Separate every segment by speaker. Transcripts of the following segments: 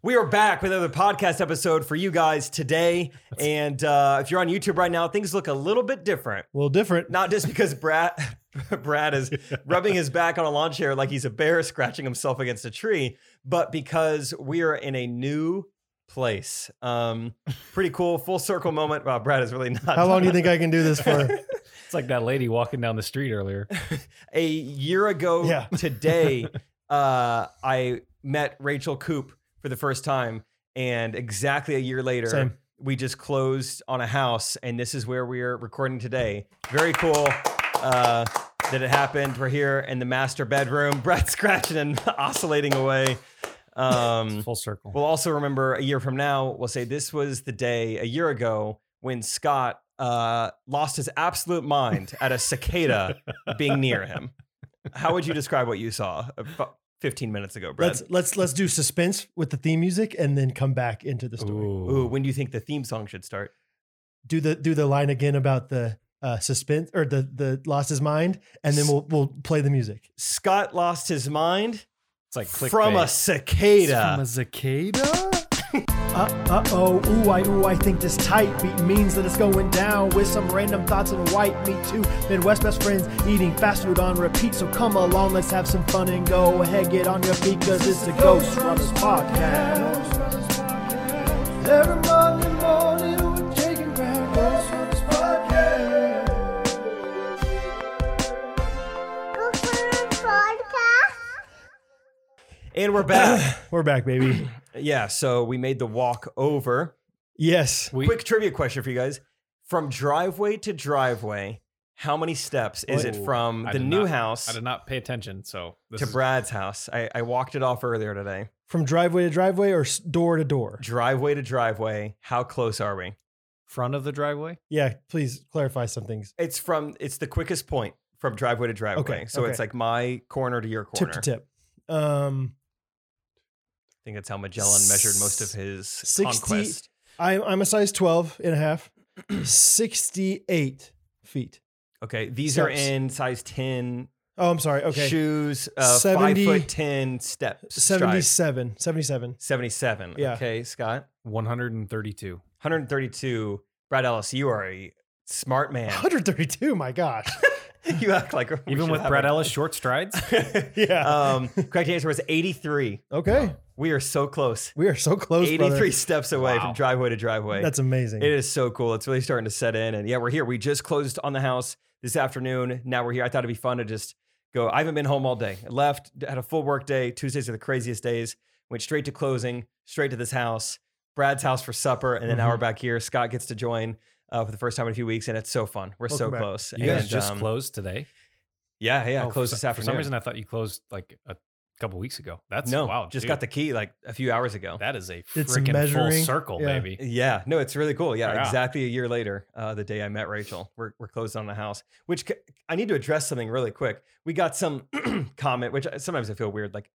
Speaker 1: We are back with another podcast episode for you guys today. And uh, if you're on YouTube right now, things look a little bit different.
Speaker 2: A little different.
Speaker 1: Not just because Brad Brad is rubbing his back on a lawn chair like he's a bear scratching himself against a tree, but because we are in a new place. Um, pretty cool, full circle moment. Wow, Brad is really not.
Speaker 2: How long do you think I can do this for?
Speaker 3: It's like that lady walking down the street earlier.
Speaker 1: a year ago
Speaker 2: Yeah.
Speaker 1: today, uh, I met Rachel Coop for the first time, and exactly a year later,
Speaker 2: Same.
Speaker 1: we just closed on a house, and this is where we are recording today. Very cool. Uh, that it happened. We're here in the master bedroom. Brett scratching and oscillating away. Um,
Speaker 3: Full circle.
Speaker 1: We'll also remember a year from now, we'll say this was the day a year ago when Scott uh, lost his absolute mind at a cicada being near him. How would you describe what you saw about 15 minutes ago, Brett?
Speaker 2: Let's let's let's do suspense with the theme music and then come back into the story.
Speaker 1: Ooh, when do you think the theme song should start?
Speaker 2: Do the do the line again about the uh, suspense or the the lost his mind, and then we'll we'll play the music.
Speaker 1: Scott lost his mind
Speaker 3: it's like clickbait.
Speaker 1: from a
Speaker 3: It's from a
Speaker 1: cicada.
Speaker 3: cicada.
Speaker 2: Uh, uh oh, ooh, I, ooh, I think this tight beat means that it's going down with some random thoughts and white meat too. Midwest best friends eating fast food on repeat, so come along, let's have some fun and go ahead, get on your feet, cause it's the Ghost Runners Podcast. Every Monday morning with Jake and Graham, Ghost Runners Podcast.
Speaker 1: and we're back.
Speaker 2: We're back, baby.
Speaker 1: yeah, so we made the walk over.
Speaker 2: Yes.
Speaker 3: We,
Speaker 1: Quick trivia question for you guys. From driveway to driveway, how many steps is it
Speaker 3: Ooh,
Speaker 1: from
Speaker 3: Oh, I
Speaker 1: the
Speaker 3: did
Speaker 1: new
Speaker 3: not-
Speaker 1: house
Speaker 3: I did not pay attention, so this
Speaker 1: to
Speaker 3: is-
Speaker 1: Brad's house. I, I walked it off earlier today.
Speaker 2: From driveway to driveway or door to door?
Speaker 1: Driveway to driveway. How close are we?
Speaker 3: front of the driveway.
Speaker 2: Yeah, please clarify some things.
Speaker 1: It's from it's the quickest point from driveway to driveway.
Speaker 2: Okay,
Speaker 1: so it's
Speaker 2: okay.
Speaker 1: like my corner to your corner.
Speaker 2: Tip to tip. Um,
Speaker 1: I think that's how Magellan measured most of his
Speaker 2: 60
Speaker 1: conquest.
Speaker 2: I, I'm a size 12 and a half, 68 feet.
Speaker 1: Okay, these are
Speaker 2: Steps.
Speaker 1: in size ten
Speaker 2: Oh, I'm sorry. Okay.
Speaker 1: shoes. Uh,
Speaker 2: 70
Speaker 1: five foot ten steps. strides.
Speaker 2: 77. 77.
Speaker 1: Seventy-seven.
Speaker 2: Yeah.
Speaker 1: Okay, Scott.
Speaker 3: One hundred and thirty-two.
Speaker 1: One hundred thirty-two. Brad Ellis, you are a smart man.
Speaker 2: 132. My gosh.
Speaker 1: you act like we
Speaker 3: Even
Speaker 1: should
Speaker 3: with
Speaker 1: have
Speaker 3: Brad
Speaker 1: a-
Speaker 3: Ellis short strides.
Speaker 2: Yeah.
Speaker 1: um, correct answer was eighty-three.
Speaker 2: okay.
Speaker 1: We are so close.
Speaker 2: We are so close.
Speaker 1: 83
Speaker 2: brother.
Speaker 1: steps away
Speaker 3: Wow.
Speaker 1: from driveway to driveway.
Speaker 2: That's amazing.
Speaker 1: it is so cool. It's really starting to set in. And yeah, we're here. We just closed on the house this afternoon. Now we're here. I thought it'd be fun to just go. I haven't been home all day. I left, had a full work day. Tuesdays are the craziest days. Went straight to closing, straight to this house, Brad's house for supper. And then now we're
Speaker 2: Mm-hmm.
Speaker 1: back here. Scott gets to join uh, for the first time in a few weeks. And it's so fun. We're so
Speaker 2: Welcome back.
Speaker 1: close.
Speaker 3: You guys
Speaker 1: And,
Speaker 3: just
Speaker 1: um,
Speaker 3: closed today.
Speaker 1: Yeah, yeah.
Speaker 3: Oh,
Speaker 1: closed
Speaker 3: for,
Speaker 1: this
Speaker 3: some- For
Speaker 1: afternoon.
Speaker 3: some reason, I thought you closed like a couple weeks ago. That's
Speaker 1: no,
Speaker 3: wow.
Speaker 1: just
Speaker 3: dude.
Speaker 1: got the key like a few hours ago.
Speaker 3: That is a
Speaker 2: Did some
Speaker 3: freaking full
Speaker 2: measuring.
Speaker 3: circle,
Speaker 2: Yeah.
Speaker 3: baby.
Speaker 1: Yeah, no, it's really cool. Yeah,
Speaker 3: Yeah.
Speaker 1: exactly a year later, uh, the day I met Rachel, we're, we're closed on the house, which c- I need to address something really quick. We got some comment, which I- sometimes I feel weird, like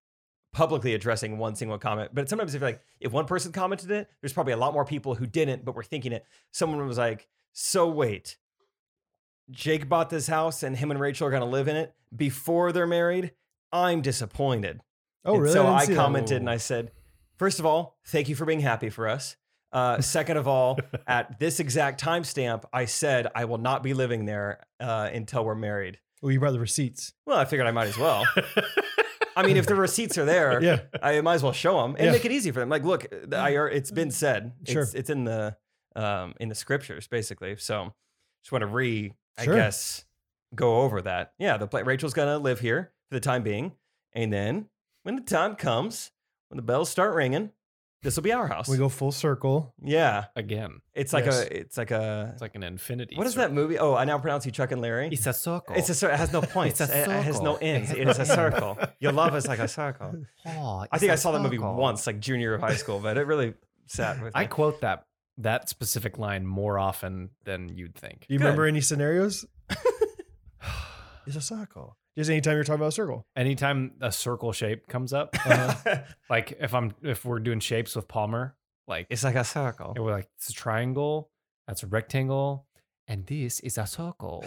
Speaker 1: publicly addressing one single comment, but sometimes I feel like if one person commented it, there's probably a lot more people who didn't, but were thinking it. Someone was like, so wait, Jake bought this house and him and Rachel are going to live in it before they're married. I'm disappointed.
Speaker 2: oh,
Speaker 1: And
Speaker 2: really?
Speaker 1: So
Speaker 2: didn't
Speaker 1: I
Speaker 2: see Oh. that.
Speaker 1: commented and I said, first of all, thank you for being happy for us. Uh, second of all, at this exact timestamp, I said I will not be living there uh, until we're married.
Speaker 2: Well, you brought the receipts.
Speaker 1: Well, I figured I might as well. I mean, if the receipts are there,
Speaker 2: Yeah.
Speaker 1: I might as well show them and
Speaker 2: Yeah.
Speaker 1: make it easy for them. Like, look, I, ar- it's been said. It's,
Speaker 2: Sure.
Speaker 1: it's in the um, in the scriptures, basically. So just want to re,
Speaker 2: Sure.
Speaker 1: I guess, go over that. Yeah, the pla Rachel's gonna live here for the time being, and then when the time comes, when the bells start ringing, this will be our house.
Speaker 2: We go full circle.
Speaker 1: yeah,
Speaker 3: Again,
Speaker 1: it's like
Speaker 2: Yes.
Speaker 1: a, it's like a,
Speaker 3: it's like an infinity.
Speaker 1: what is that movie? Oh, I now pronounce you Chuck and Larry.
Speaker 3: It's a circle.
Speaker 1: It's a cir- it has no points.
Speaker 3: It's a
Speaker 1: it, it has no
Speaker 3: circle. It
Speaker 1: ends.
Speaker 3: has
Speaker 1: It is a circle. Your love is like a circle. I think I saw that movie once, like junior of high school, but it really sat with me.
Speaker 3: I quote that that specific line more often than you'd think.
Speaker 2: Do you
Speaker 1: Good.
Speaker 2: remember any scenarios? it's a circle. Just anytime you're talking about a circle.
Speaker 3: Anytime a circle shape comes up, like if I'm if we're doing shapes with Palmer, like
Speaker 1: it's like a circle.
Speaker 3: and we're like it's a triangle, that's a rectangle, and this is a circle.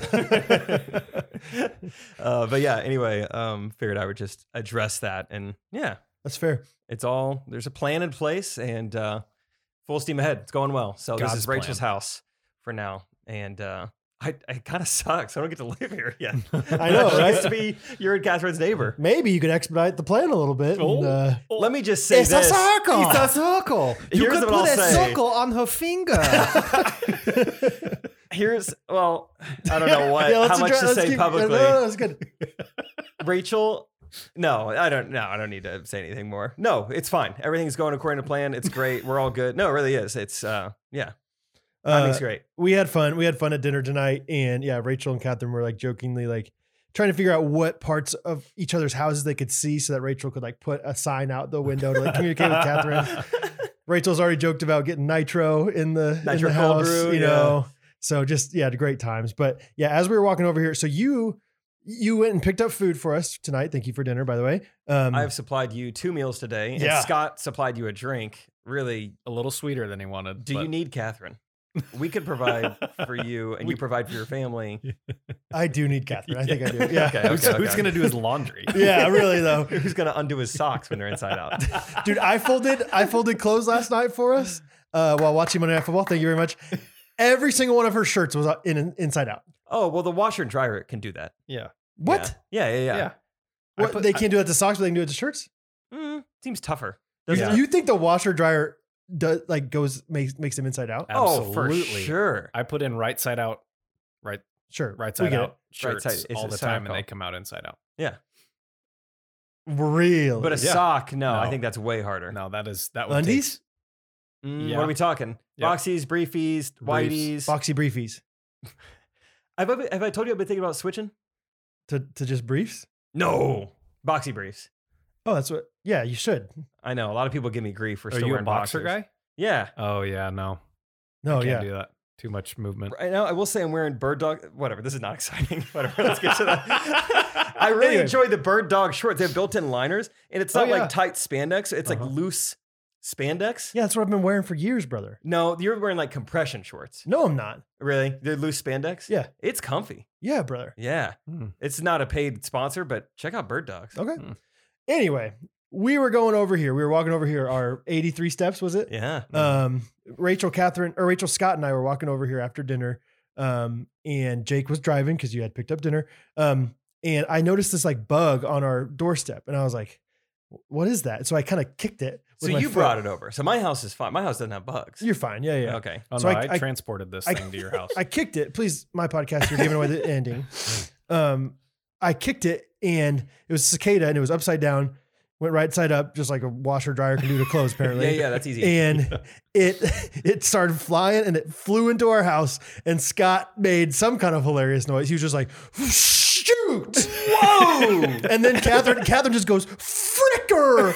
Speaker 1: uh, but yeah, anyway, um, figured I would just address that and yeah,
Speaker 2: That's fair.
Speaker 1: It's all there's a plan in place and uh, full steam ahead. It's going well. So this
Speaker 3: God's
Speaker 1: is Rachel's
Speaker 3: plan.
Speaker 1: house for now, and uh, I it kind of sucks. I don't get to live here yet.
Speaker 2: I know,
Speaker 1: She
Speaker 2: right?
Speaker 1: gets to be your and Catherine's neighbor.
Speaker 2: Maybe you could expedite the plan a little bit.
Speaker 3: Oh.
Speaker 2: And, uh,
Speaker 1: Let me just say this.
Speaker 3: It's a circle.
Speaker 1: Here's what I'll say.
Speaker 3: on her finger.
Speaker 1: Here's well, I don't know what
Speaker 2: Yeah, let's
Speaker 1: how much
Speaker 2: address-
Speaker 1: to
Speaker 2: let's
Speaker 1: say
Speaker 2: keep-
Speaker 1: publicly.
Speaker 2: No, no, that's good.
Speaker 1: Rachel, no, I don't. No, I don't need to say anything more. No, it's fine. Everything's going according to plan. It's great. We're all good. No, it really is. It's uh, yeah,
Speaker 2: Uh,
Speaker 1: timing's great.
Speaker 2: we had fun. We had fun at dinner tonight, and yeah, Rachel and Catherine were like jokingly like trying to figure out what parts of each other's houses they could see, so that Rachel could like put a sign out the window to like communicate with Catherine. Rachel's already joked about getting nitro in the in
Speaker 1: Nitro
Speaker 2: the
Speaker 1: cold
Speaker 2: house,
Speaker 1: brew,
Speaker 2: you know. So just yeah, great times. But yeah, as we were walking over here, so you you went and picked up food for us tonight. Thank you for dinner, by the way. Um,
Speaker 1: I've supplied you two meals today, and
Speaker 2: Yeah.
Speaker 1: Scott supplied you a drink. Really,
Speaker 3: a little sweeter than he wanted.
Speaker 1: do you need Catherine? We could provide for you, and you provide for your family.
Speaker 2: I do need Catherine. I think I do.
Speaker 1: Yeah.
Speaker 2: Yeah,
Speaker 1: Okay,
Speaker 3: who's
Speaker 1: okay, okay.
Speaker 3: gonna do his laundry?
Speaker 2: yeah, really though.
Speaker 1: Who's gonna undo his socks when they're inside out?
Speaker 2: dude. I folded I folded clothes last night for us uh, while watching Monday Night Football. Thank you very much. Every single one of her shirts was in, in- inside out.
Speaker 1: Oh well, the washer and dryer can do that.
Speaker 3: yeah.
Speaker 2: What?
Speaker 1: Yeah, yeah, yeah.
Speaker 3: Yeah. I
Speaker 2: What
Speaker 3: put-
Speaker 2: they can't do it to socks, but they can do it to shirts.
Speaker 1: Mm, seems tougher.
Speaker 2: Does
Speaker 3: Yeah.
Speaker 2: you think the washer dryer does like goes makes makes them inside out?
Speaker 3: I- Absolutely.
Speaker 1: Oh, for sure.
Speaker 3: I put in right side out, right
Speaker 2: Sure,
Speaker 3: right
Speaker 2: we
Speaker 3: side
Speaker 2: get
Speaker 3: out
Speaker 1: Right
Speaker 3: shirts
Speaker 1: side- it's
Speaker 3: all
Speaker 1: a
Speaker 3: the
Speaker 1: side
Speaker 3: time, and
Speaker 1: call.
Speaker 3: they come out inside out.
Speaker 2: it. Really,
Speaker 1: But a
Speaker 3: Oh, Yeah.
Speaker 1: sock, no, I
Speaker 3: No.
Speaker 1: think that's way harder.
Speaker 3: No, that is that would take-
Speaker 2: undies,
Speaker 1: Mm,
Speaker 3: Yeah.
Speaker 1: What are we talking?
Speaker 3: Yep.
Speaker 1: Boxies, briefies, whiteys.
Speaker 3: Briefs.
Speaker 2: boxy briefies
Speaker 1: have, I, have I told you I've been thinking about switching?
Speaker 2: to to just briefs.
Speaker 1: No, boxy briefs.
Speaker 2: Oh, that's what. Yeah, you should.
Speaker 1: I know a lot of people give me grief for
Speaker 3: Are
Speaker 1: still
Speaker 3: you a
Speaker 1: wearing
Speaker 3: boxer
Speaker 1: boxers.
Speaker 3: guy?
Speaker 1: Yeah.
Speaker 3: Oh yeah, no.
Speaker 2: No,
Speaker 3: Can't
Speaker 2: Oh, yeah.
Speaker 3: do that. Too much movement.
Speaker 1: Right now, I will say I'm wearing bird dog. Whatever. This is not exciting. Whatever. Let's get to that. I really
Speaker 2: Anyway.
Speaker 1: enjoy the bird dog shorts. They have built-in liners, and it's
Speaker 3: Oh,
Speaker 1: not
Speaker 3: yeah.
Speaker 1: like tight spandex. It's
Speaker 3: Uh-huh.
Speaker 1: like loose spandex.
Speaker 2: Yeah, that's what I've been wearing for years, brother.
Speaker 1: No, you're wearing like compression shorts.
Speaker 2: No, I'm not.
Speaker 1: Really? They're loose spandex.
Speaker 2: Yeah.
Speaker 1: It's comfy.
Speaker 2: Yeah, brother.
Speaker 1: Yeah.
Speaker 3: Hmm.
Speaker 1: It's not a paid sponsor, but check out Bird Dogs.
Speaker 2: Okay.
Speaker 3: Mm.
Speaker 2: Anyway, we were going over here. We were walking over here. Our 83 steps was it?
Speaker 1: Yeah.
Speaker 2: Um, Rachel, Catherine, or Rachel Scott, and I were walking over here after dinner. Um, and Jake was driving because you had picked up dinner. Um, and I noticed this like bug on our doorstep, and I was like, "What is that?" So I kind of kicked it.
Speaker 1: So you brought it over. So my house is fine. My house doesn't have bugs.
Speaker 2: You're fine. Yeah, yeah.
Speaker 1: Okay.
Speaker 3: Oh
Speaker 2: So
Speaker 3: no,
Speaker 2: I-
Speaker 3: I,
Speaker 2: I-
Speaker 3: transported this
Speaker 2: I-
Speaker 3: thing to your house.
Speaker 2: I kicked it. Please, my podcast, you're giving away the ending. Um, I kicked it and it was cicada and it was upside down, went right side up, just like a washer dryer can do to clothes, apparently.
Speaker 1: Yeah, yeah, that's easy.
Speaker 2: And it it started flying and it flew into our house. And Scott made some kind of hilarious noise. He was just like, shoot.
Speaker 3: Oh!
Speaker 1: Whoa!
Speaker 2: And then Catherine, Catherine just goes, fricker.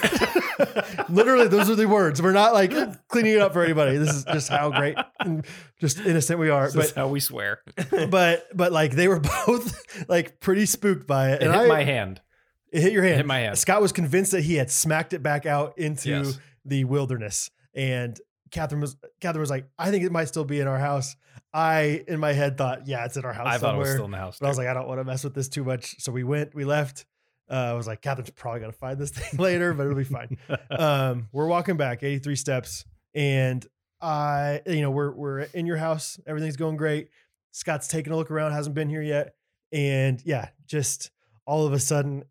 Speaker 2: Literally, those are the words. We're not like cleaning it up for anybody. This is just how great and just innocent we are.
Speaker 3: this
Speaker 2: but
Speaker 3: is how we swear. It
Speaker 2: but but like they were both like pretty spooked by it.
Speaker 3: hit
Speaker 2: and I,
Speaker 3: my hand.
Speaker 2: it hit your hand.
Speaker 3: hit my hand.
Speaker 2: Scott was convinced that he had smacked it back out into
Speaker 3: Yes.
Speaker 2: the wilderness, and Catherine was Catherine was like, "I think it might still be in our house." I in my head thought, "Yeah, it's in our house
Speaker 3: I thought it
Speaker 2: somewhere."
Speaker 3: was still in the house.
Speaker 2: but I was
Speaker 3: too.
Speaker 2: like, "I don't want to mess with this too much." So we went, we left. Uh, I was like, "Catherine's probably gonna find this thing later, but it'll be fine." um, we're walking back 83 steps and I, you know, we're, we're in your house. Everything's going great. Scott's taking a look around, hasn't been here yet. And yeah, just all of a sudden,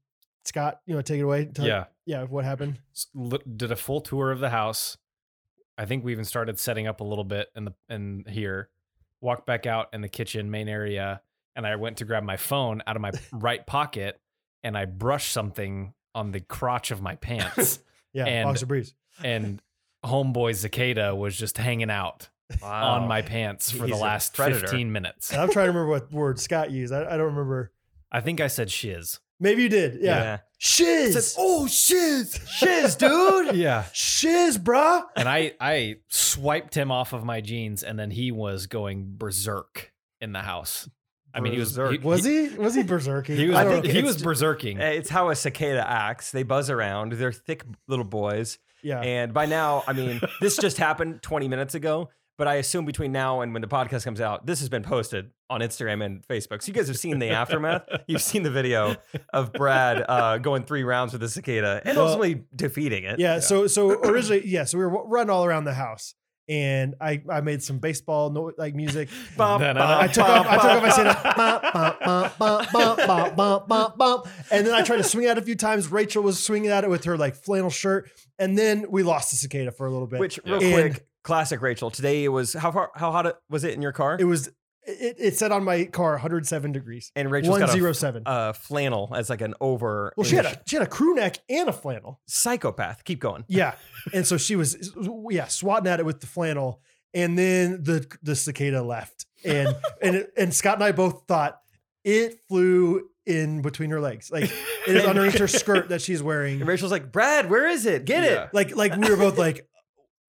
Speaker 2: Scott, you know, take it away. Tell-
Speaker 3: yeah.
Speaker 2: Yeah. What happened?
Speaker 3: S- l- Did a full tour of the house. I think we even started setting up a little bit in the in here. Walked back out in the kitchen main area, and I went to grab my phone out of my right pocket, and I brushed something on the crotch of my pants.
Speaker 2: Yeah.
Speaker 3: And-
Speaker 2: Boxer Breeze.
Speaker 3: and homeboy Cicada was just hanging out
Speaker 2: Oh,
Speaker 3: on my pants for the
Speaker 1: He's a
Speaker 3: last
Speaker 1: predator.
Speaker 3: 15 minutes.
Speaker 2: And I'm trying to remember what word Scott used. I, I don't remember.
Speaker 3: I think I said shiz.
Speaker 2: Maybe you did. Yeah. Shiz.
Speaker 1: oh shiz, shiz, dude.
Speaker 3: Yeah.
Speaker 2: Shiz, bruh.
Speaker 3: And I I swiped him off of my jeans and then he was going berserk in the house. I mean, he was
Speaker 1: Berserk.
Speaker 2: Was he, was he berserking?
Speaker 3: He was
Speaker 2: I
Speaker 1: I
Speaker 2: don't-
Speaker 1: think
Speaker 3: he
Speaker 1: it's
Speaker 3: was
Speaker 1: ju-
Speaker 3: berserking.
Speaker 1: Eh, It's how a cicada acts. They buzz around. They're thick little boys.
Speaker 2: yeah.
Speaker 1: And by now, I mean, this just happened 20 minutes ago. But I assume between now and when the podcast comes out, this has been posted on Instagram and Facebook. So you guys have seen the aftermath. You've seen the video of Brad uh, going three rounds with the cicada and
Speaker 2: Well-
Speaker 1: ultimately defeating it.
Speaker 2: Yeah. So so originally, yeah. So we were running all around the house, and I I made some baseball no, like music.
Speaker 1: Bum,
Speaker 3: No, no,
Speaker 1: bum,
Speaker 3: no.
Speaker 2: I took off. I took off. I
Speaker 1: bum,
Speaker 2: said, "Bop, bop, bop, bop, bop, bop, bop, bop, bop." and then I tried to swing at it a few times. Rachel was swinging at it with her like flannel shirt, and then we lost the cicada for a little bit.
Speaker 1: Which, real
Speaker 2: Yeah.
Speaker 1: quick,
Speaker 2: And-
Speaker 1: classic Rachel. Today it was how far? How hot it- was it in your car?
Speaker 2: it was it, it said on my car 107 degrees,
Speaker 1: and Rachel's got a
Speaker 2: 107.
Speaker 1: uh, flannel as like an over.
Speaker 2: well, she had
Speaker 1: English-
Speaker 2: a she had a crew neck and a flannel.
Speaker 1: psychopath. Keep going.
Speaker 2: Yeah. And so she was yeah, swatting at it with the flannel. And then the the cicada left. And and it, and Scott and I both thought it flew in between her legs. Like it is underneath her skirt that she's
Speaker 1: And
Speaker 2: wearing.
Speaker 1: Rachel's like, Brad, where is it? Get
Speaker 3: Yeah.
Speaker 1: it.
Speaker 2: Like like we were both like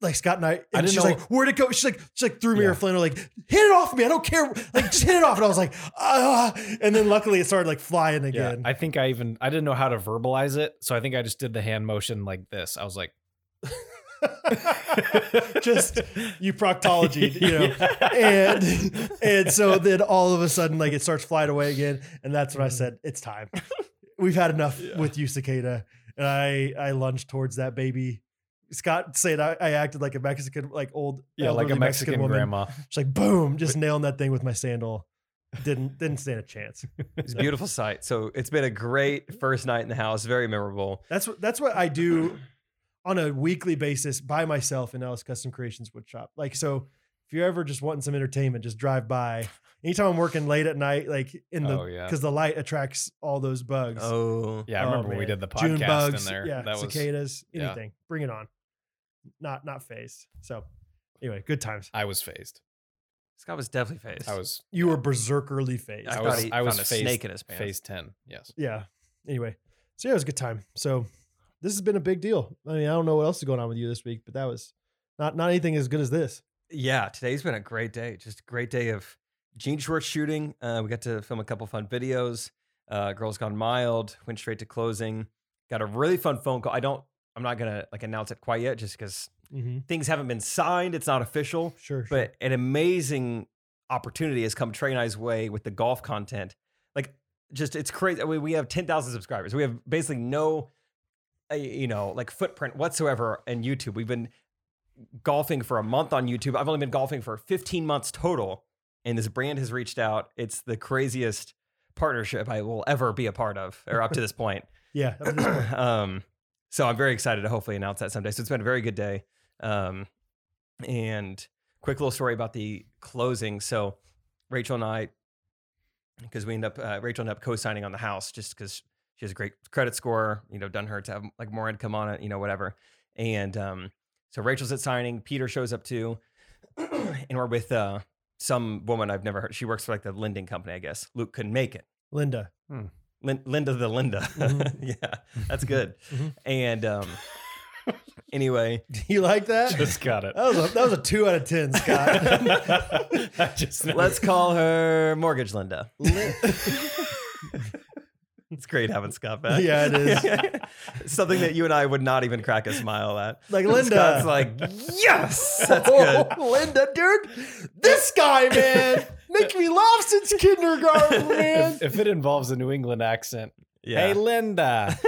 Speaker 2: like Scott and I, and
Speaker 3: didn't
Speaker 2: she's
Speaker 3: know-
Speaker 2: like, "Where'd it go?" She's like, she like threw me her
Speaker 3: Yeah.
Speaker 2: flannel, like, "Hit it off me! I don't care! Like, just hit it off!" And I was like, "Ah!" And then luckily, it started like flying
Speaker 3: Yeah,
Speaker 2: again.
Speaker 3: I think I even I didn't know how to verbalize it, so I think I just did the hand motion like this. I was like,
Speaker 2: just you proctology, you know. and and so then all of a sudden like it starts flying away again and that's
Speaker 3: Mm-hmm.
Speaker 2: when i said it's time we've had enough with you cicada and i i lunged towards that baby scott said i, I acted like a mexican like old
Speaker 3: yeah, like a
Speaker 2: elderly
Speaker 3: Mexican,
Speaker 2: woman
Speaker 3: grandma.
Speaker 2: just like boom just nailing that thing with my sandal didn't didn't stand a chance
Speaker 1: It's a beautiful sight. So it's been a great first night in the house. Very memorable.
Speaker 2: that's what that's what i do on a weekly basis by myself in Ellis Custom Creations Woodshop. Like, so if you're ever just wanting some entertainment, just drive by. Anytime I'm working late at night, like in the
Speaker 3: oh yeah,
Speaker 2: because the light attracts all those bugs.
Speaker 1: Oh,
Speaker 3: yeah. I
Speaker 2: Oh,
Speaker 3: remember when we
Speaker 2: man.
Speaker 3: did the podcast
Speaker 2: June bugs,
Speaker 3: in there.
Speaker 2: Yeah,
Speaker 3: that was
Speaker 2: cicadas,
Speaker 3: yeah.
Speaker 2: anything. Bring it on. Not not phased. So anyway, good times.
Speaker 3: I was phased.
Speaker 1: Scott was definitely phased.
Speaker 3: I was
Speaker 2: You were berserkerly phased.
Speaker 1: I,
Speaker 3: I
Speaker 1: thought
Speaker 3: was-
Speaker 1: he
Speaker 3: I was
Speaker 1: found a
Speaker 3: phased-
Speaker 1: snake in his pants.
Speaker 3: phase ten. Yes.
Speaker 2: Yeah. Anyway, so yeah, it was a good time. So this has been a big deal. I mean, I don't know what else is going on with you this week, but that was not not anything as good as this.
Speaker 1: Yeah, today's been a great day. Just a great day of Gene Schwartz shooting. Uh, we got to film a couple fun videos. Uh, Girls Gone Mild went straight to closing. Got a really fun phone call. I don't. I'm not gonna like announce it quite yet, just because
Speaker 2: Mm-hmm.
Speaker 1: things haven't been signed. It's not official.
Speaker 2: Sure. sure.
Speaker 1: But an amazing opportunity has come Trey and I's way with the golf content. Like, just it's crazy. We, we have 10,000 subscribers. We have basically no, uh, you know, like footprint whatsoever in YouTube. We've been golfing for a month on YouTube. I've only been golfing for 15 months total. And this brand has reached out. It's the craziest partnership I will ever be a part of, or up to this point
Speaker 2: yeah. that was this one.
Speaker 1: um, so I'm very excited to hopefully announce that someday. So it's been a very good day. Um, and quick little story about the closing. So Rachel and I, because we end up, uh, Rachel ended up co-signing on the house just because she has a great credit score. You know, done her to have like more income on it. You know, whatever. And um, so Rachel's at signing. Peter shows up too, and we're with uh, some woman I've never heard. She works for like the lending company, I guess. Luke couldn't make it.
Speaker 2: Linda.
Speaker 1: Lin- Linda the Linda.
Speaker 2: Mhm.
Speaker 1: yeah, that's good.
Speaker 2: Mhm.
Speaker 1: And um, anyway,
Speaker 2: You like that?
Speaker 3: Just got it.
Speaker 1: Oh,
Speaker 2: that was a that was a two out of ten, Scott.
Speaker 3: I just never-
Speaker 1: let's call her Mortgage Linda.
Speaker 2: Lin-
Speaker 1: It's great having Scott back.
Speaker 2: Yeah, it
Speaker 1: is. Something that you and I would not even crack a smile at.
Speaker 2: Like
Speaker 1: And
Speaker 2: Linda.
Speaker 1: Scott's like, yes, that's good.
Speaker 2: Linda, dude, this guy, man, make me laugh since kindergarten, man.
Speaker 3: if, if it involves a New England accent,
Speaker 1: Yeah.
Speaker 3: hey Linda,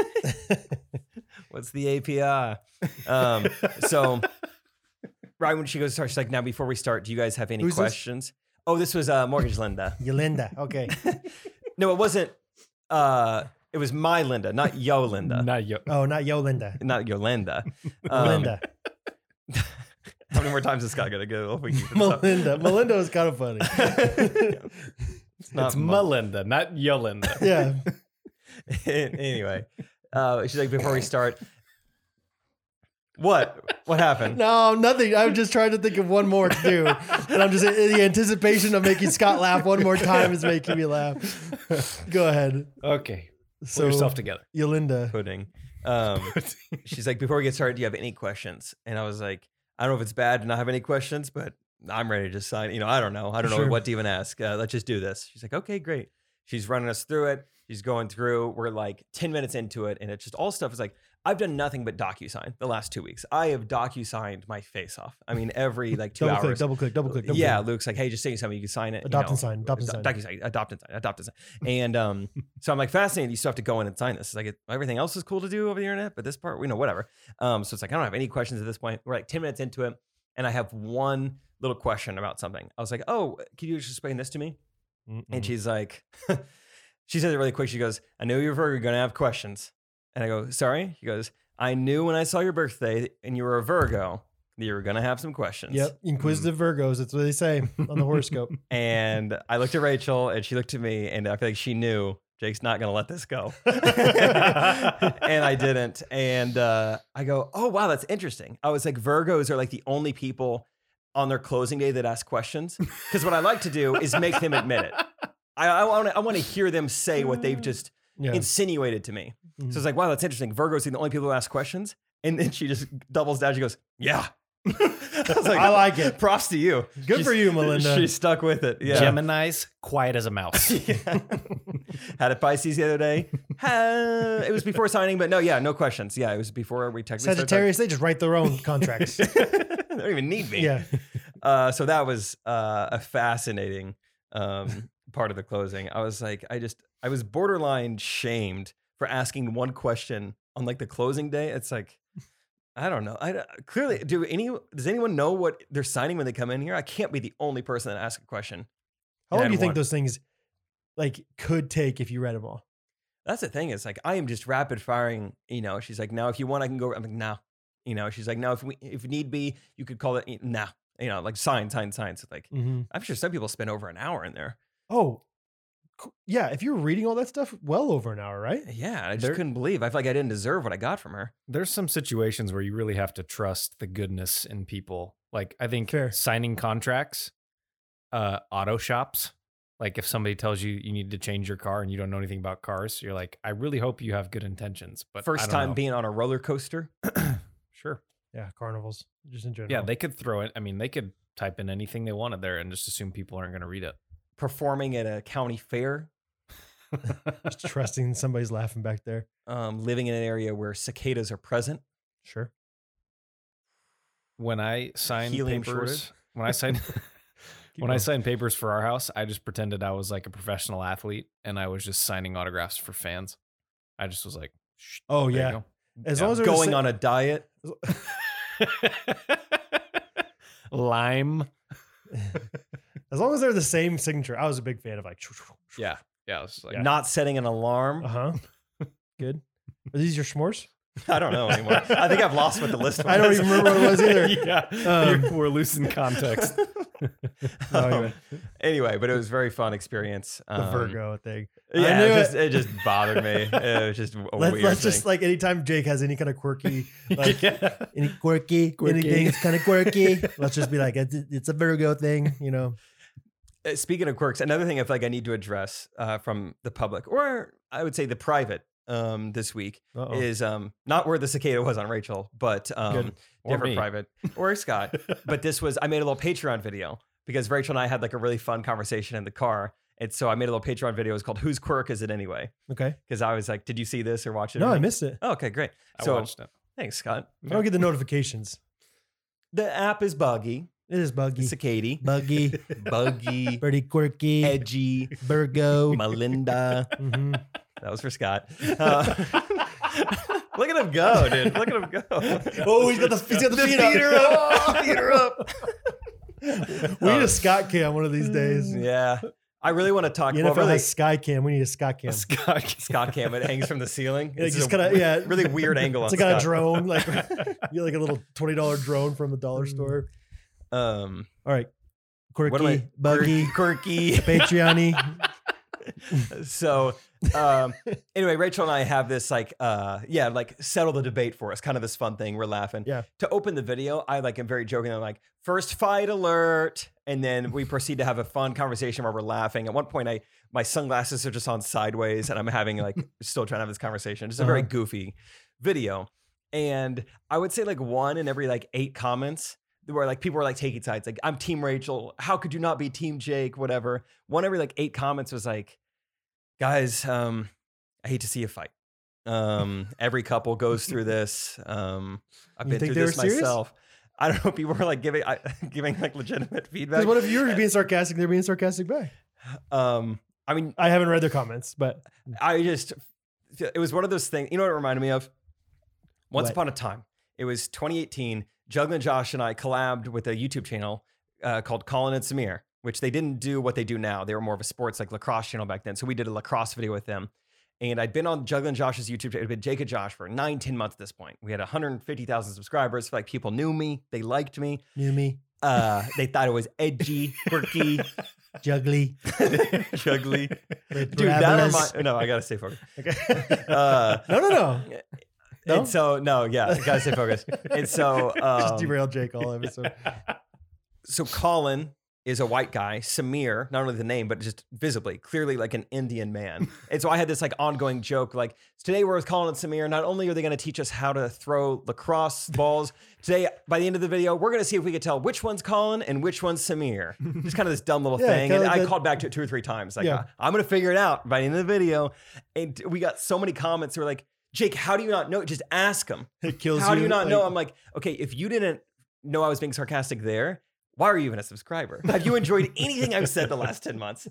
Speaker 1: What's the API? Um, so right when she goes to start, she's like, now before we start, do you guys have any
Speaker 2: Who's this?
Speaker 1: questions? Oh, this was uh, Mortgage Linda.
Speaker 2: Yolinda, okay.
Speaker 1: No, it wasn't. Uh, it was my Linda, not yo Linda,
Speaker 3: not yo.
Speaker 2: Oh, not Yolinda.
Speaker 1: not Yolanda. Um,
Speaker 2: Melinda.
Speaker 1: How many more times is Scott gonna go? If we keep this up?
Speaker 2: Melinda. Melinda was kind of funny.
Speaker 1: It's not
Speaker 3: it's
Speaker 1: Mel-
Speaker 3: Melinda, not Yolinda.
Speaker 2: yeah.
Speaker 1: anyway, uh, she's like, before we start, what? What happened?
Speaker 2: No, nothing. I'm just trying to think of one more to do. And I'm just the anticipation of making Scott laugh one more time is making me laugh. Go ahead.
Speaker 3: Okay,
Speaker 2: So
Speaker 3: pull yourself together.
Speaker 2: Yolinda.
Speaker 1: Pudding. Um, she's like, before we get started, do you have any questions? And I was like, I don't know if it's bad to not have any questions, but I'm ready to just sign. You know, I don't know. I don't know
Speaker 2: Sure.
Speaker 1: what to even ask. Uh, let's just do this. She's like, okay, great. She's running us through it. She's going through. We're like 10 minutes into it. And it's just all stuff is like, I've done nothing but DocuSign the last two weeks. I have DocuSigned my face off. I mean, every like two
Speaker 2: double click,
Speaker 1: hours.
Speaker 2: double click, double click, double
Speaker 1: yeah,
Speaker 2: click.
Speaker 1: Luke's like, hey, just send you something. You can sign it. you
Speaker 2: Adopt
Speaker 1: know,
Speaker 2: and sign, adopt and sign.
Speaker 1: DocuSign, adopt and sign, adopt and sign. And um, so I'm like fascinated. You still have to go in and sign this. It's like it, everything else is cool to do over the internet, but this part, we know, whatever. Um, so it's like I don't have any questions at this point. We're like 10 minutes into it, and I have one little question about something. I was like, oh, can you just explain this to me?
Speaker 2: Mm-hmm.
Speaker 1: And she's like, she says it really quick. She goes, I knew you were going to have questions. And I go, sorry? She goes, I knew when I saw your birthday and you were a Virgo that you were going to have some questions.
Speaker 2: Yep, inquisitive Virgos. That's what they say on the horoscope.
Speaker 1: And I looked at Rachel and she looked at me and I feel like she knew Jake's not going to let this go. and I didn't. And uh, I go, oh, wow, that's interesting. I was like, Virgos are like the only people on their closing day that ask questions. Because what I like to do is make them admit it. I, I want to I wanna hear them say what they've just
Speaker 2: Yeah. Mm-hmm.
Speaker 1: insinuated to me. So it's like, wow, that's interesting. Virgos are the only people who ask questions. And then she just doubles down. She goes, yeah. I, was
Speaker 2: I like it.
Speaker 1: Props to you.
Speaker 2: Good for you, Melinda.
Speaker 1: She stuck with it. Yeah.
Speaker 3: Gemini's quiet as a mouse.
Speaker 1: Yeah. Had a Pisces the other day. Ha- it was before signing, but no, yeah, no questions. Yeah, it was before we technically started
Speaker 2: Sagittarius, they just write their own contracts.
Speaker 1: talking. they don't even need me.
Speaker 2: yeah.
Speaker 1: Uh, so that was uh, a fascinating um, part of the closing. I was like, I just, I was borderline shamed for asking one question on like the closing day. It's like, I don't know. I clearly do. Any does anyone know what they're signing when they come in here? I can't be the only person that asks a question.
Speaker 2: How
Speaker 1: And
Speaker 2: long
Speaker 1: I
Speaker 2: do you think
Speaker 1: won.
Speaker 2: those things like could take if you read them all?
Speaker 1: That's the thing. It's like I am just rapid firing. You know, she's like, now if you want, I can go. I'm like, no. You know, she's like, no. If we, if need be, you could call it. No. You know, like sign, sign, sign. So like,
Speaker 2: Mm-hmm.
Speaker 1: I'm sure some people spend over an hour in there.
Speaker 2: Oh, co- yeah. If you're reading all that stuff, well over an hour, right?
Speaker 3: Eh.
Speaker 1: Yeah, I just
Speaker 3: There-
Speaker 1: couldn't believe. I feel like I didn't deserve what I got from her.
Speaker 3: There's some situations where you really have to trust the goodness in people. Like I think
Speaker 2: Fair.
Speaker 3: signing contracts, uh, auto shops. Like if somebody tells you you need to change your car and you don't know anything about cars, you're like, I really hope you have good intentions. But I
Speaker 1: First
Speaker 3: don't
Speaker 1: time
Speaker 3: know.
Speaker 1: being on a roller coaster.
Speaker 3: sure.
Speaker 2: Yeah, carnivals, just in general.
Speaker 3: Yeah, they could throw it. I mean, they could type in anything they wanted there and just assume people aren't going to read it.
Speaker 1: performing at a county fair,
Speaker 2: just trusting somebody's laughing back there.
Speaker 1: um, living in an area where cicadas are present.
Speaker 2: Sure.
Speaker 3: when I signed
Speaker 1: Helium
Speaker 3: papers,
Speaker 1: shortage?
Speaker 3: when I signed when I
Speaker 2: going.
Speaker 3: signed papers for our house, I just pretended I was like a professional athlete and I was just signing autographs for fans. I just was like, Shh,
Speaker 2: Oh
Speaker 3: there you
Speaker 2: yeah.
Speaker 3: go."
Speaker 2: As
Speaker 3: Yeah.
Speaker 2: long as they're the
Speaker 1: Going
Speaker 2: sa-
Speaker 1: on a diet.
Speaker 3: lime.
Speaker 2: as long as they're the same signature, I was a big fan of like.
Speaker 3: Yeah, yeah. I was just like,
Speaker 1: Not setting an alarm.
Speaker 2: Uh huh. Good. Are these your s'mores?
Speaker 1: I don't know anymore. I think I've lost what the list was.
Speaker 2: I don't even remember what it was either.
Speaker 3: yeah,
Speaker 2: Um,
Speaker 3: you're- we're losing context. Um,
Speaker 2: No, anyway,
Speaker 1: Anyway, but it was a very fun experience.
Speaker 2: Oh, the
Speaker 1: Um,
Speaker 2: Virgo thing. I
Speaker 1: Yeah,
Speaker 2: knew
Speaker 1: it
Speaker 2: it.
Speaker 1: just, it just bothered me. It was just a
Speaker 2: Let's,
Speaker 1: weird
Speaker 2: let's just
Speaker 1: thing.
Speaker 2: like anytime Jake has any kind of quirky, like
Speaker 3: yeah.
Speaker 2: any quirky,
Speaker 3: Quirky.
Speaker 2: anything's kind of quirky. let's just be like, it's, it's a Virgo thing, you know.
Speaker 1: Uh, Speaking of quirks, another thing I feel like I need to address uh, from the public, or I would say the private, um, this week
Speaker 2: Uh-oh.
Speaker 1: is um, not where the cicada was on Rachel, but um,
Speaker 2: Good.
Speaker 3: Or
Speaker 1: different
Speaker 3: me.
Speaker 1: private or Scott. but this was I made a little Patreon video because Rachel and I had like a really fun conversation in the car, and so I made a little Patreon video. It's called "Whose Quirk Is It Anyway?"
Speaker 2: okay.
Speaker 1: Because I was like, "Did you see this or watch it?" or
Speaker 2: No, I
Speaker 1: anything?"
Speaker 2: missed it.
Speaker 1: Oh, okay, great.
Speaker 3: I
Speaker 1: so
Speaker 3: watched it.
Speaker 1: thanks, Scott.
Speaker 2: I don't get the notifications.
Speaker 1: The app is buggy,
Speaker 2: It is buggy,
Speaker 1: cicada,
Speaker 2: buggy,
Speaker 1: buggy,
Speaker 2: pretty quirky,
Speaker 1: edgy,
Speaker 2: Virgo.
Speaker 1: Melinda.
Speaker 2: hmm
Speaker 1: That was for Scott. Uh, look at him go, dude. Look at him go.
Speaker 2: Oh, he's got the he's got the, feet, up.
Speaker 1: up. Feet are up.
Speaker 2: We
Speaker 1: Oh.
Speaker 2: need a Scott cam one of these days.
Speaker 1: Yeah. I really want to talk.
Speaker 2: The
Speaker 1: Mm, well,
Speaker 2: NFL
Speaker 1: really,
Speaker 2: has Sky Cam. We need a Scott Cam. It's
Speaker 3: Scott,
Speaker 1: Scott Cam. It hangs from the ceiling.
Speaker 2: Yeah,
Speaker 1: It's
Speaker 2: just
Speaker 1: a
Speaker 2: kinda-
Speaker 1: we-
Speaker 2: yeah.
Speaker 1: Really weird angle.
Speaker 2: like
Speaker 1: on
Speaker 2: on a
Speaker 1: Scott.
Speaker 2: drone, like you get like a little twenty dollar drone from the dollar store.
Speaker 1: Um,
Speaker 2: All right,
Speaker 1: Mm. what am
Speaker 2: quirky,
Speaker 1: I?
Speaker 2: buggy,
Speaker 1: quirky.
Speaker 2: Patreony.
Speaker 1: so, um, anyway, Rachel and I have this like, uh, yeah, like settle the debate for us. Kind of this fun thing. We're laughing.
Speaker 2: Yeah.
Speaker 1: To open the video, I like am very joking. I'm like, first fight alert, and then we proceed to have a fun conversation where we're laughing. At one point, I my sunglasses are just on sideways, and I'm having like still trying to have this conversation. Just a very
Speaker 2: Uh-huh.
Speaker 1: goofy video, and I would say like one in every like eight comments where like people were like taking sides. Like I'm Team Rachel. How could you not be Team Jake? Whatever. One every like eight comments was like, guys, um, I hate to see a fight. Um, every couple goes through this. Um, I've
Speaker 2: You
Speaker 1: been
Speaker 2: think
Speaker 1: through
Speaker 2: they were
Speaker 1: this
Speaker 2: serious?
Speaker 1: myself. I don't know. People were like giving I, giving like legitimate
Speaker 2: Because
Speaker 1: feedback.
Speaker 2: what if you're being sarcastic? They're being sarcastic back.
Speaker 1: um, I mean,
Speaker 2: I haven't read their comments, but
Speaker 1: I just it was one of those things. You know what it reminded me of? Once
Speaker 2: What?
Speaker 1: upon a time, it was 2018. Juggling Josh and I collabed with a YouTube channel uh, called Colin and Samir, which they didn't do what they do now. They were more of a sports like lacrosse channel back then. So we did a lacrosse video with them. And I'd been on Juggling Josh's YouTube. It had been Jake and Josh for nine, 10 months at this point. We had 150,000 subscribers. Like people knew me, they liked me.
Speaker 2: knew me,
Speaker 1: Uh, they thought it was edgy, quirky,
Speaker 2: juggly,
Speaker 1: juggly. Dude, that
Speaker 2: brabbers.
Speaker 1: reminds. No, I gotta stay focused.
Speaker 2: Okay.
Speaker 1: Uh,
Speaker 2: no, no, no. No?
Speaker 1: And so no, yeah, gotta stay focused. and so,
Speaker 2: just
Speaker 1: um,
Speaker 2: derailed Jake all episode.
Speaker 1: so Colin is a white guy. Samir, not only the name, but just visibly, clearly like an Indian man. and so I had this like ongoing joke, like today we're with Colin and Samir. Not only are they going to teach us how to throw lacrosse balls, today by the end of the video, we're going to see if we could tell which one's Colin and which one's Samir. Just kind of this dumb little
Speaker 2: Yeah,
Speaker 1: thing. And
Speaker 2: kinda
Speaker 1: I
Speaker 2: the-
Speaker 1: called back to it two or three times. Like
Speaker 2: Yeah.
Speaker 1: I'm going to figure it out by the end of the video. And we got so many comments. Who were like, Jake, how do you not know? Just ask him.
Speaker 2: It kills
Speaker 1: How
Speaker 2: you.
Speaker 1: do you not
Speaker 2: like-
Speaker 1: know? I'm like, okay, if you didn't know I was being sarcastic there, why are you even a subscriber? Have you enjoyed anything I've said the last 10 months?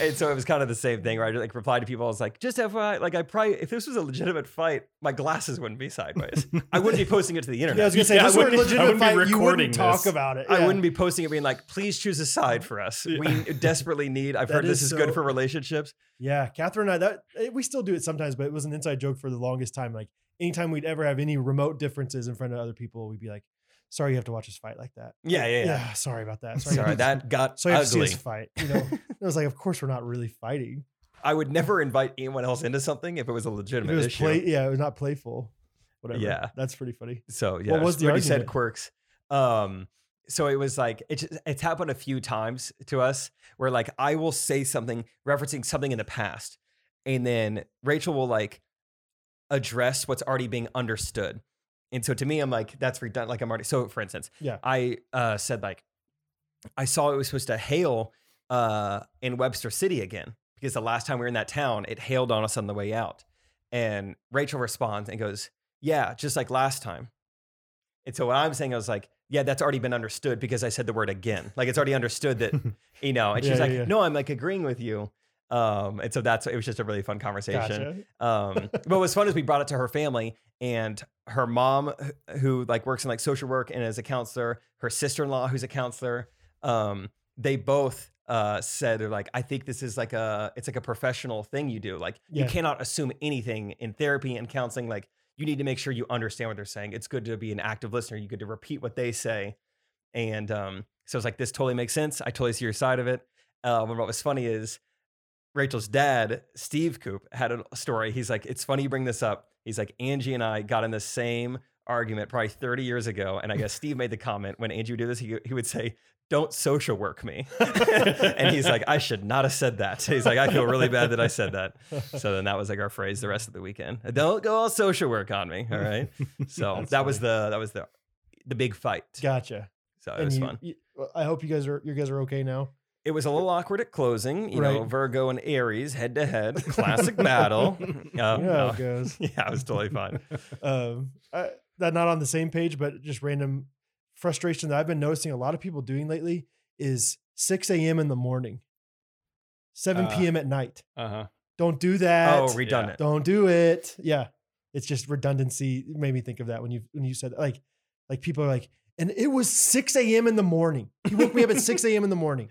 Speaker 1: And so it was kind of the same thing, right? Like replied to people, I was like, just FYI, like I probably if this was a legitimate fight, my glasses wouldn't be sideways. I wouldn't be posting it to the internet.
Speaker 2: Yeah, I was gonna say
Speaker 3: Yeah, I
Speaker 2: this were
Speaker 3: wouldn't- I
Speaker 2: legitimate
Speaker 3: wouldn't be
Speaker 2: fight. You
Speaker 3: recording
Speaker 2: wouldn't talk
Speaker 3: this.
Speaker 2: about it.
Speaker 1: I
Speaker 2: Yeah.
Speaker 1: wouldn't be posting it being like, please choose a side for us. We desperately need, I've
Speaker 2: That
Speaker 1: heard
Speaker 2: is
Speaker 1: this is good
Speaker 2: so-
Speaker 1: for relationships.
Speaker 2: Yeah, Catherine and I that eh, we still do it sometimes, but it was an inside joke for the longest time. Like anytime we'd ever have any remote differences in front of other people, we'd be like, "Sorry, you have to watch us fight like that."
Speaker 1: Yeah, yeah,
Speaker 2: Yeah,
Speaker 1: yeah.
Speaker 2: sorry about that. Sorry,
Speaker 1: Sorry,
Speaker 2: about that.
Speaker 1: that got
Speaker 2: So you have to see
Speaker 1: ugly.
Speaker 2: us fight. You know, And I was like, of course we're not really fighting.
Speaker 1: I would never invite anyone else into something if it was a
Speaker 2: If
Speaker 1: legitimate
Speaker 2: it was
Speaker 1: issue.
Speaker 2: play, yeah, it was not playful. Whatever.
Speaker 1: Yeah.
Speaker 2: that's pretty funny.
Speaker 1: So yeah,
Speaker 2: What was
Speaker 1: was
Speaker 2: the
Speaker 1: already said
Speaker 2: argument?
Speaker 1: quirks. Um, so it was like it just, it's happened a few times to us where like I will say something referencing something in the past, and then Rachel will like address what's already being understood. And so to me, I'm like, that's redundant. Like I'm already so. For instance,
Speaker 2: Yeah.
Speaker 1: I uh, said like I saw it was supposed to hail uh, in Webster City again because the last time we were in that town, it hailed on us on the way out. And Rachel responds and goes, "Yeah, just like last time." And so what I'm saying, I was like, "Yeah, that's already been understood because I said the word again. Like it's already understood that you know." And she's
Speaker 2: Yeah, yeah,
Speaker 1: like,
Speaker 2: yeah.
Speaker 1: "No, I'm like agreeing with you." Um, and so that's it was just a really fun conversation.
Speaker 2: Gotcha.
Speaker 1: Um, but what was fun is we brought it to her family and her mom, wh- who like works in like social work and is a counselor, her sister in law, who's a counselor. Um, they both uh, said they're like, I think this is like a it's like a professional thing you do. Like
Speaker 2: Yeah.
Speaker 1: you cannot assume anything in therapy and counseling. Like you need to make sure you understand what they're saying. It's good to be an active listener. You good to repeat what they say. And um, so it's like this totally makes sense. I totally see your side of it. Uh, but what was funny is Rachel's dad, Steve Coop, had a story. He's like, it's funny you bring this up. He's like, Angie and I got in the same argument probably 30 years ago. And I guess Steve made the comment when Angie would do this, he, he would say, don't social work me. and he's like, I should not have said that. He's like, I feel really bad that I said that. So then that was like our phrase the rest of the weekend. Don't go all social work on me. All right. So
Speaker 2: That's
Speaker 1: that was the, that was the, the big fight.
Speaker 2: Gotcha.
Speaker 1: So it
Speaker 2: And
Speaker 1: was
Speaker 2: you-
Speaker 1: Oh, fun.
Speaker 2: you- well, I hope you guys are you guys are okay now.
Speaker 1: It was a little awkward at closing, you know,
Speaker 2: Right.
Speaker 1: Virgo and Aries head to head, classic battle. Um,
Speaker 2: You know how
Speaker 1: no.
Speaker 2: it goes.
Speaker 1: Yeah, it was totally fine.
Speaker 2: um, I, that not on the same page, but just random frustration that I've been noticing a lot of people doing lately is 6 a.m. in the morning, 7
Speaker 3: Uh,
Speaker 2: p.m. at night.
Speaker 3: Uh-huh.
Speaker 2: Don't do that.
Speaker 1: Oh, redundant.
Speaker 2: Don't do it. Yeah, it's just redundancy. It made me think of that when you when you said like like people are like, and it was 6 a.m. in the morning. He woke me up at 6 a.m. in the morning.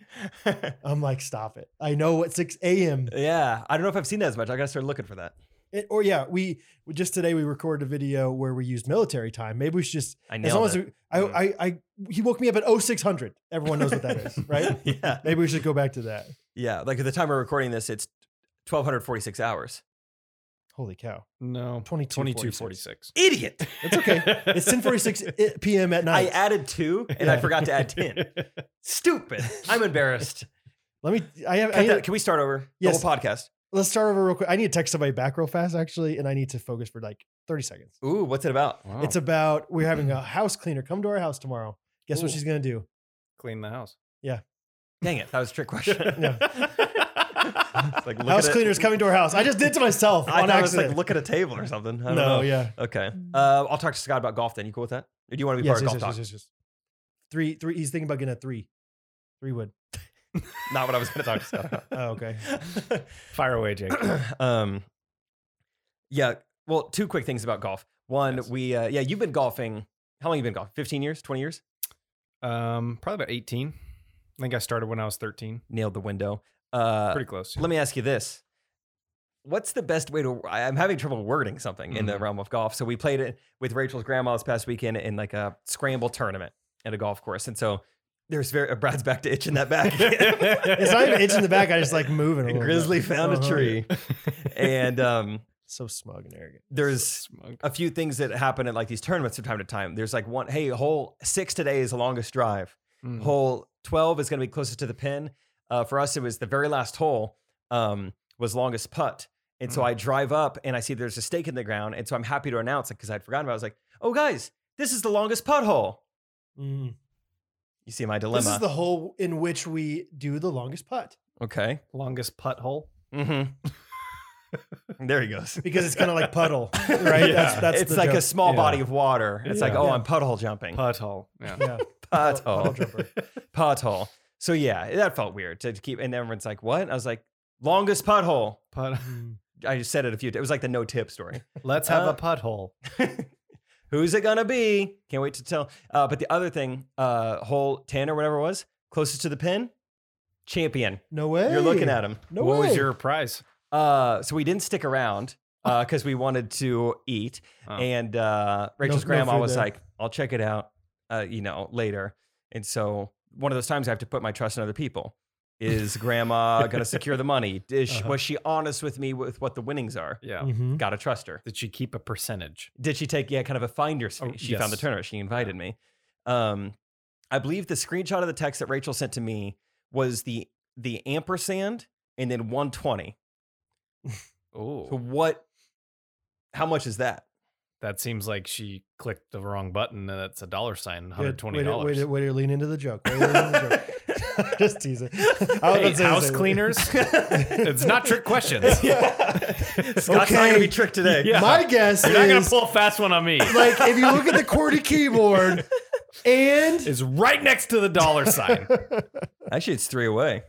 Speaker 2: I'm like, stop it. I know what 6 a.m.
Speaker 1: Yeah, I don't know if I've seen that as much. I gotta start looking for that.
Speaker 2: It- Or yeah, we we- just today we recorded a video where we used military time. Maybe we should just
Speaker 1: I
Speaker 2: As
Speaker 1: nailed
Speaker 2: long as
Speaker 1: it.
Speaker 2: we, I,
Speaker 1: Mm.
Speaker 2: I, I, he woke me up at 0600. Everyone knows what that is, right?
Speaker 1: yeah,
Speaker 2: Maybe we should go back to that.
Speaker 1: yeah. Like at the time we're recording this, it's twelve hundred forty-six hours.
Speaker 2: Holy cow.
Speaker 3: No.
Speaker 2: 22,
Speaker 3: 2246.
Speaker 1: Idiot!
Speaker 2: It's okay. It's 1046 i- p.m. at
Speaker 1: I
Speaker 2: night.
Speaker 1: added two and I
Speaker 2: Yeah.
Speaker 1: forgot to add ten. Stupid! I'm embarrassed.
Speaker 2: Let me, I have, I
Speaker 1: Cut
Speaker 2: need,
Speaker 1: that. Can we start over?
Speaker 2: Yes.
Speaker 1: The whole podcast.
Speaker 2: let's start over real quick. I need to text somebody back real fast, actually, and I need to focus for like 30 seconds.
Speaker 1: Ooh, what's it about?
Speaker 3: Wow.
Speaker 2: It's about, we're having a house cleaner come to our house tomorrow. Guess what
Speaker 3: Ooh.
Speaker 2: she's going to do?
Speaker 3: clean the house.
Speaker 1: Dang it, that was a trick question.
Speaker 2: Yeah.
Speaker 1: It's like, look
Speaker 2: house
Speaker 1: at a-
Speaker 2: cleaners coming to our house. I just did to myself
Speaker 1: I
Speaker 2: on
Speaker 1: thought it was
Speaker 2: accident.
Speaker 1: like look at a table or something. I
Speaker 2: no,
Speaker 1: don't know.
Speaker 2: yeah.
Speaker 1: Okay. Uh, I'll talk to Scott about golf then. You cool with that? Or do you want to be
Speaker 2: Yes,
Speaker 1: part
Speaker 2: yes,
Speaker 1: of
Speaker 2: yes,
Speaker 1: golf
Speaker 2: yes, yes, yes. Three, three. He's thinking about getting a three, three wood.
Speaker 1: talk? Not what I was going to talk to Scott about.
Speaker 2: Oh, okay.
Speaker 3: Fire away, Jake.
Speaker 1: um, yeah. Well, two quick things about golf. One,
Speaker 3: Yes.
Speaker 1: we uh, yeah, you've been golfing. How long you been golfing? Fifteen years? Twenty years?
Speaker 3: Um, probably about 18. I think I started when I was 13.
Speaker 1: Nailed the window. Uh,
Speaker 3: Pretty close.
Speaker 1: Let me ask you this. What's the best way to? I- I'm having trouble wording something in the
Speaker 2: Mm-hmm.
Speaker 3: Mhm.
Speaker 1: realm of golf. So we played it with Rachel's grandma this past weekend in like a scramble tournament at a golf course. And so there's very Brad's back to itching that back.
Speaker 2: It's not even itching the back. I just like moving. A
Speaker 1: and
Speaker 2: little
Speaker 1: Grizzly
Speaker 2: bit.
Speaker 1: found a
Speaker 2: Uh-huh.
Speaker 1: tree. and um,
Speaker 2: So smug and arrogant.
Speaker 1: there's
Speaker 3: Smug.
Speaker 1: a few things that happen at like these tournaments from time to time. There's like one, hey, hole six today is the longest drive
Speaker 3: Mm.
Speaker 1: hole 12 is going to be closest to the pin uh, for us it was the very last hole um, was longest putt and so
Speaker 3: Mm.
Speaker 1: i drive up and i see there's a stake in the ground and so i'm happy to announce it because i'd forgotten about it i was like oh guys this is the longest putt hole
Speaker 2: Mm.
Speaker 1: you see my dilemma
Speaker 2: This is the hole in which we do the longest putt
Speaker 1: okay
Speaker 3: Longest putt hole.
Speaker 1: mm-hmm. there he goes
Speaker 2: because it's kind of like puddle, right?
Speaker 3: Yeah.
Speaker 2: That's, that's
Speaker 1: Mm-hmm. it's
Speaker 2: the
Speaker 1: like a
Speaker 2: joke.
Speaker 1: small
Speaker 3: Yeah.
Speaker 1: body of water it's like
Speaker 3: Yeah.
Speaker 1: oh
Speaker 2: Yeah.
Speaker 1: i'm puddle jumping
Speaker 3: Putt hole. Yeah.
Speaker 2: yeah.
Speaker 1: putt
Speaker 2: puddle-
Speaker 1: hole
Speaker 2: puddle jumper.
Speaker 1: putt hole so yeah that felt weird to keep and everyone's like what i was like longest putt hole
Speaker 3: putt.
Speaker 1: i just said it a few times it was like the no tip story
Speaker 3: Let's have
Speaker 1: Uh,
Speaker 3: a putt hole.
Speaker 1: Who's it gonna be? Can't wait to tell. Uh, but the other thing, uh, hole ten or whatever it was, closest to the pin, champion.
Speaker 2: No way.
Speaker 1: You're looking at him.
Speaker 2: No
Speaker 3: what
Speaker 2: way.
Speaker 3: was your prize?
Speaker 1: Uh, so we didn't stick around because we wanted to eat,
Speaker 3: Oh.
Speaker 1: and uh, Rachel's
Speaker 2: no
Speaker 1: grandma
Speaker 2: food
Speaker 1: was
Speaker 2: Oh. there.
Speaker 1: like, "I'll check it out, uh, you know, later." And so one of those times I have to put my trust in other people. Is grandma gonna secure the money? Is she,
Speaker 2: Uh-huh.
Speaker 1: Was she honest with me with what the winnings are?
Speaker 3: Yeah.
Speaker 2: Mhm.
Speaker 1: Gotta trust her.
Speaker 3: Did she keep a percentage?
Speaker 1: did she take yeah kind of a finder's fee
Speaker 3: Oh,
Speaker 1: she found the
Speaker 3: yes.
Speaker 1: tournament she invited me um i believe the screenshot of the text that rachel sent to me was the the ampersand and then 120 so
Speaker 3: Oh,
Speaker 1: what how much is that
Speaker 3: that seems like she clicked the wrong button, and that's a dollar sign, one hundred
Speaker 2: Good.
Speaker 3: twenty
Speaker 2: Way to, way,
Speaker 3: dollars.
Speaker 2: to, way to lean into the joke. Way to lean into the joke. Just tease it. I was
Speaker 3: Hey,
Speaker 2: about to say-
Speaker 3: house cleaners. it's not trick questions.
Speaker 1: scott's not gonna
Speaker 2: Okay.
Speaker 1: be tricked today
Speaker 3: Yeah.
Speaker 2: My guess
Speaker 3: You're not gonna
Speaker 2: is,
Speaker 3: pull a fast one on me.
Speaker 2: like if you look at the QWERTY keyboard and
Speaker 3: It's right next to the dollar sign.
Speaker 1: actually it's three away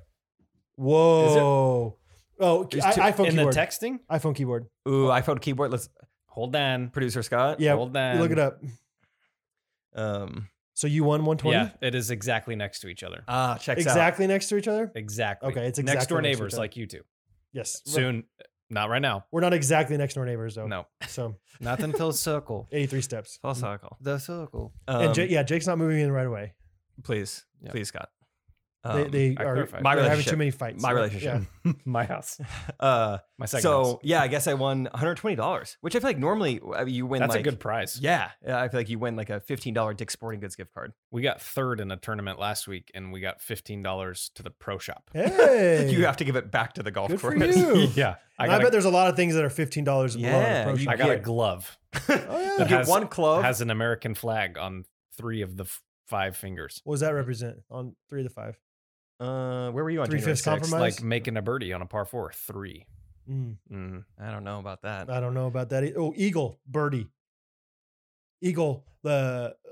Speaker 2: whoa. Oh,
Speaker 1: There's
Speaker 2: I,
Speaker 1: two-
Speaker 2: iPhone
Speaker 3: In the
Speaker 2: keyboard.
Speaker 3: texting,
Speaker 2: iPhone keyboard.
Speaker 1: ooh iphone keyboard let's
Speaker 3: hold on.
Speaker 1: producer scott
Speaker 2: Yeah,
Speaker 3: Hold on.
Speaker 2: you look it up.
Speaker 1: um
Speaker 2: So you won 120?
Speaker 3: Yeah, it is exactly next to each other.
Speaker 1: ah checks out
Speaker 2: Exactly next to each other?
Speaker 3: Exactly.
Speaker 2: Okay, it's
Speaker 3: next
Speaker 2: exactly
Speaker 3: door
Speaker 2: next to each
Speaker 3: neighbors
Speaker 2: other.
Speaker 3: like you two.
Speaker 2: Yes.
Speaker 3: Soon, not right now.
Speaker 2: We're not exactly next door neighbors though.
Speaker 3: No,
Speaker 2: So
Speaker 3: not until circle.
Speaker 2: 83 steps.
Speaker 1: full circle
Speaker 3: The circle.
Speaker 1: um,
Speaker 2: and Jake, yeah, Jake's not moving in right away.
Speaker 1: please
Speaker 3: Yeah.
Speaker 1: please scott Um,
Speaker 2: They, they
Speaker 3: I
Speaker 2: are
Speaker 3: clarified.
Speaker 1: My
Speaker 2: they're having
Speaker 1: relationship.
Speaker 2: too many fights.
Speaker 1: My
Speaker 2: Yeah.
Speaker 1: relationship.
Speaker 3: My house.
Speaker 1: uh
Speaker 3: My second
Speaker 1: so
Speaker 3: house.
Speaker 1: yeah, I guess I won $120, which I feel like normally uh, you win
Speaker 3: That's
Speaker 1: like
Speaker 3: a good prize.
Speaker 1: yeah, yeah, I feel like you win like a $15 Dick Sporting Goods gift card.
Speaker 3: We got third in a tournament last week, and we got fifteen dollars to the pro shop.
Speaker 2: Yeah. Hey.
Speaker 1: You have to give it back to the golf
Speaker 2: Good for
Speaker 1: course.
Speaker 2: you.
Speaker 3: yeah, I
Speaker 2: And
Speaker 3: got,
Speaker 2: I bet
Speaker 3: a,
Speaker 2: there's a lot of things that are fifteen dollars and below.
Speaker 1: Yeah,
Speaker 2: on a pro
Speaker 1: you-
Speaker 2: shop.
Speaker 3: I got a
Speaker 1: get-
Speaker 3: glove.
Speaker 2: oh yeah.
Speaker 1: You
Speaker 3: That
Speaker 1: get
Speaker 3: has-
Speaker 1: one club.
Speaker 3: has an American flag on three of the f- five fingers.
Speaker 2: What does that represent on three to five?
Speaker 1: uh, where were you on
Speaker 2: Three
Speaker 1: January
Speaker 2: fifths
Speaker 1: 6th?
Speaker 2: compromise?
Speaker 3: Like making a birdie on a par four, three.
Speaker 2: Mm,
Speaker 3: Mm.
Speaker 1: I don't know about that.
Speaker 2: I don't know about that. e- Oh, eagle, birdie, eagle, the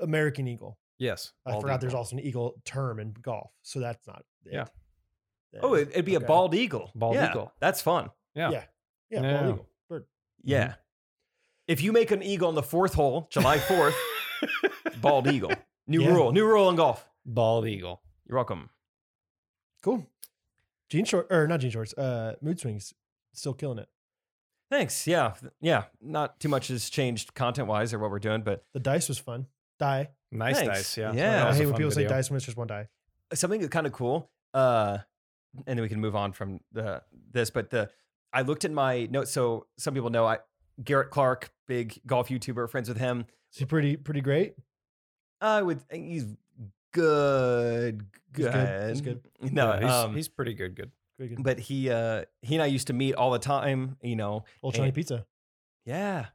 Speaker 2: American eagle.
Speaker 3: Yes,
Speaker 2: I
Speaker 3: bald
Speaker 2: forgot there's
Speaker 3: eagle.
Speaker 2: also an eagle term in golf, so that's not. It.
Speaker 3: Yeah.
Speaker 2: That
Speaker 1: oh,
Speaker 2: is-
Speaker 1: it, would be
Speaker 2: okay.
Speaker 1: a bald eagle.
Speaker 3: Bald
Speaker 1: Yeah,
Speaker 3: eagle.
Speaker 1: That's fun.
Speaker 2: Yeah,
Speaker 3: Yeah.
Speaker 2: bald eagle. Bird.
Speaker 1: Yeah. If you make an eagle on the fourth hole, July 4th, bald eagle. New
Speaker 2: Yeah.
Speaker 1: rule. New rule in golf.
Speaker 3: bald eagle.
Speaker 1: You're welcome.
Speaker 2: Cool. Jean short or not jean shorts? Uh, mood swings, still killing it.
Speaker 1: Thanks. Yeah. Th- Yeah. Not too much has changed content wise or what we're doing, but
Speaker 2: The dice was fun. Die.
Speaker 3: Nice
Speaker 1: Thanks.
Speaker 3: dice. Yeah,
Speaker 1: Yeah.
Speaker 3: That
Speaker 2: I
Speaker 3: was a
Speaker 2: hate when
Speaker 3: fun
Speaker 2: people say
Speaker 3: video.
Speaker 2: dice when it's just one die.
Speaker 1: something that's kind of cool uh and then we can move on from the this but the i looked at my notes so some people know i garrett clark big golf youtuber friends with him
Speaker 2: Is he pretty pretty great?
Speaker 1: i would he's good
Speaker 2: He's good,
Speaker 1: good,
Speaker 2: he's good.
Speaker 1: no
Speaker 3: Yeah, he's,
Speaker 1: um,
Speaker 3: he's pretty good. Good.
Speaker 2: Pretty good.
Speaker 1: but he uh he and i used to meet all the time you know
Speaker 2: Old Chinese
Speaker 1: and-
Speaker 2: pizza.
Speaker 1: yeah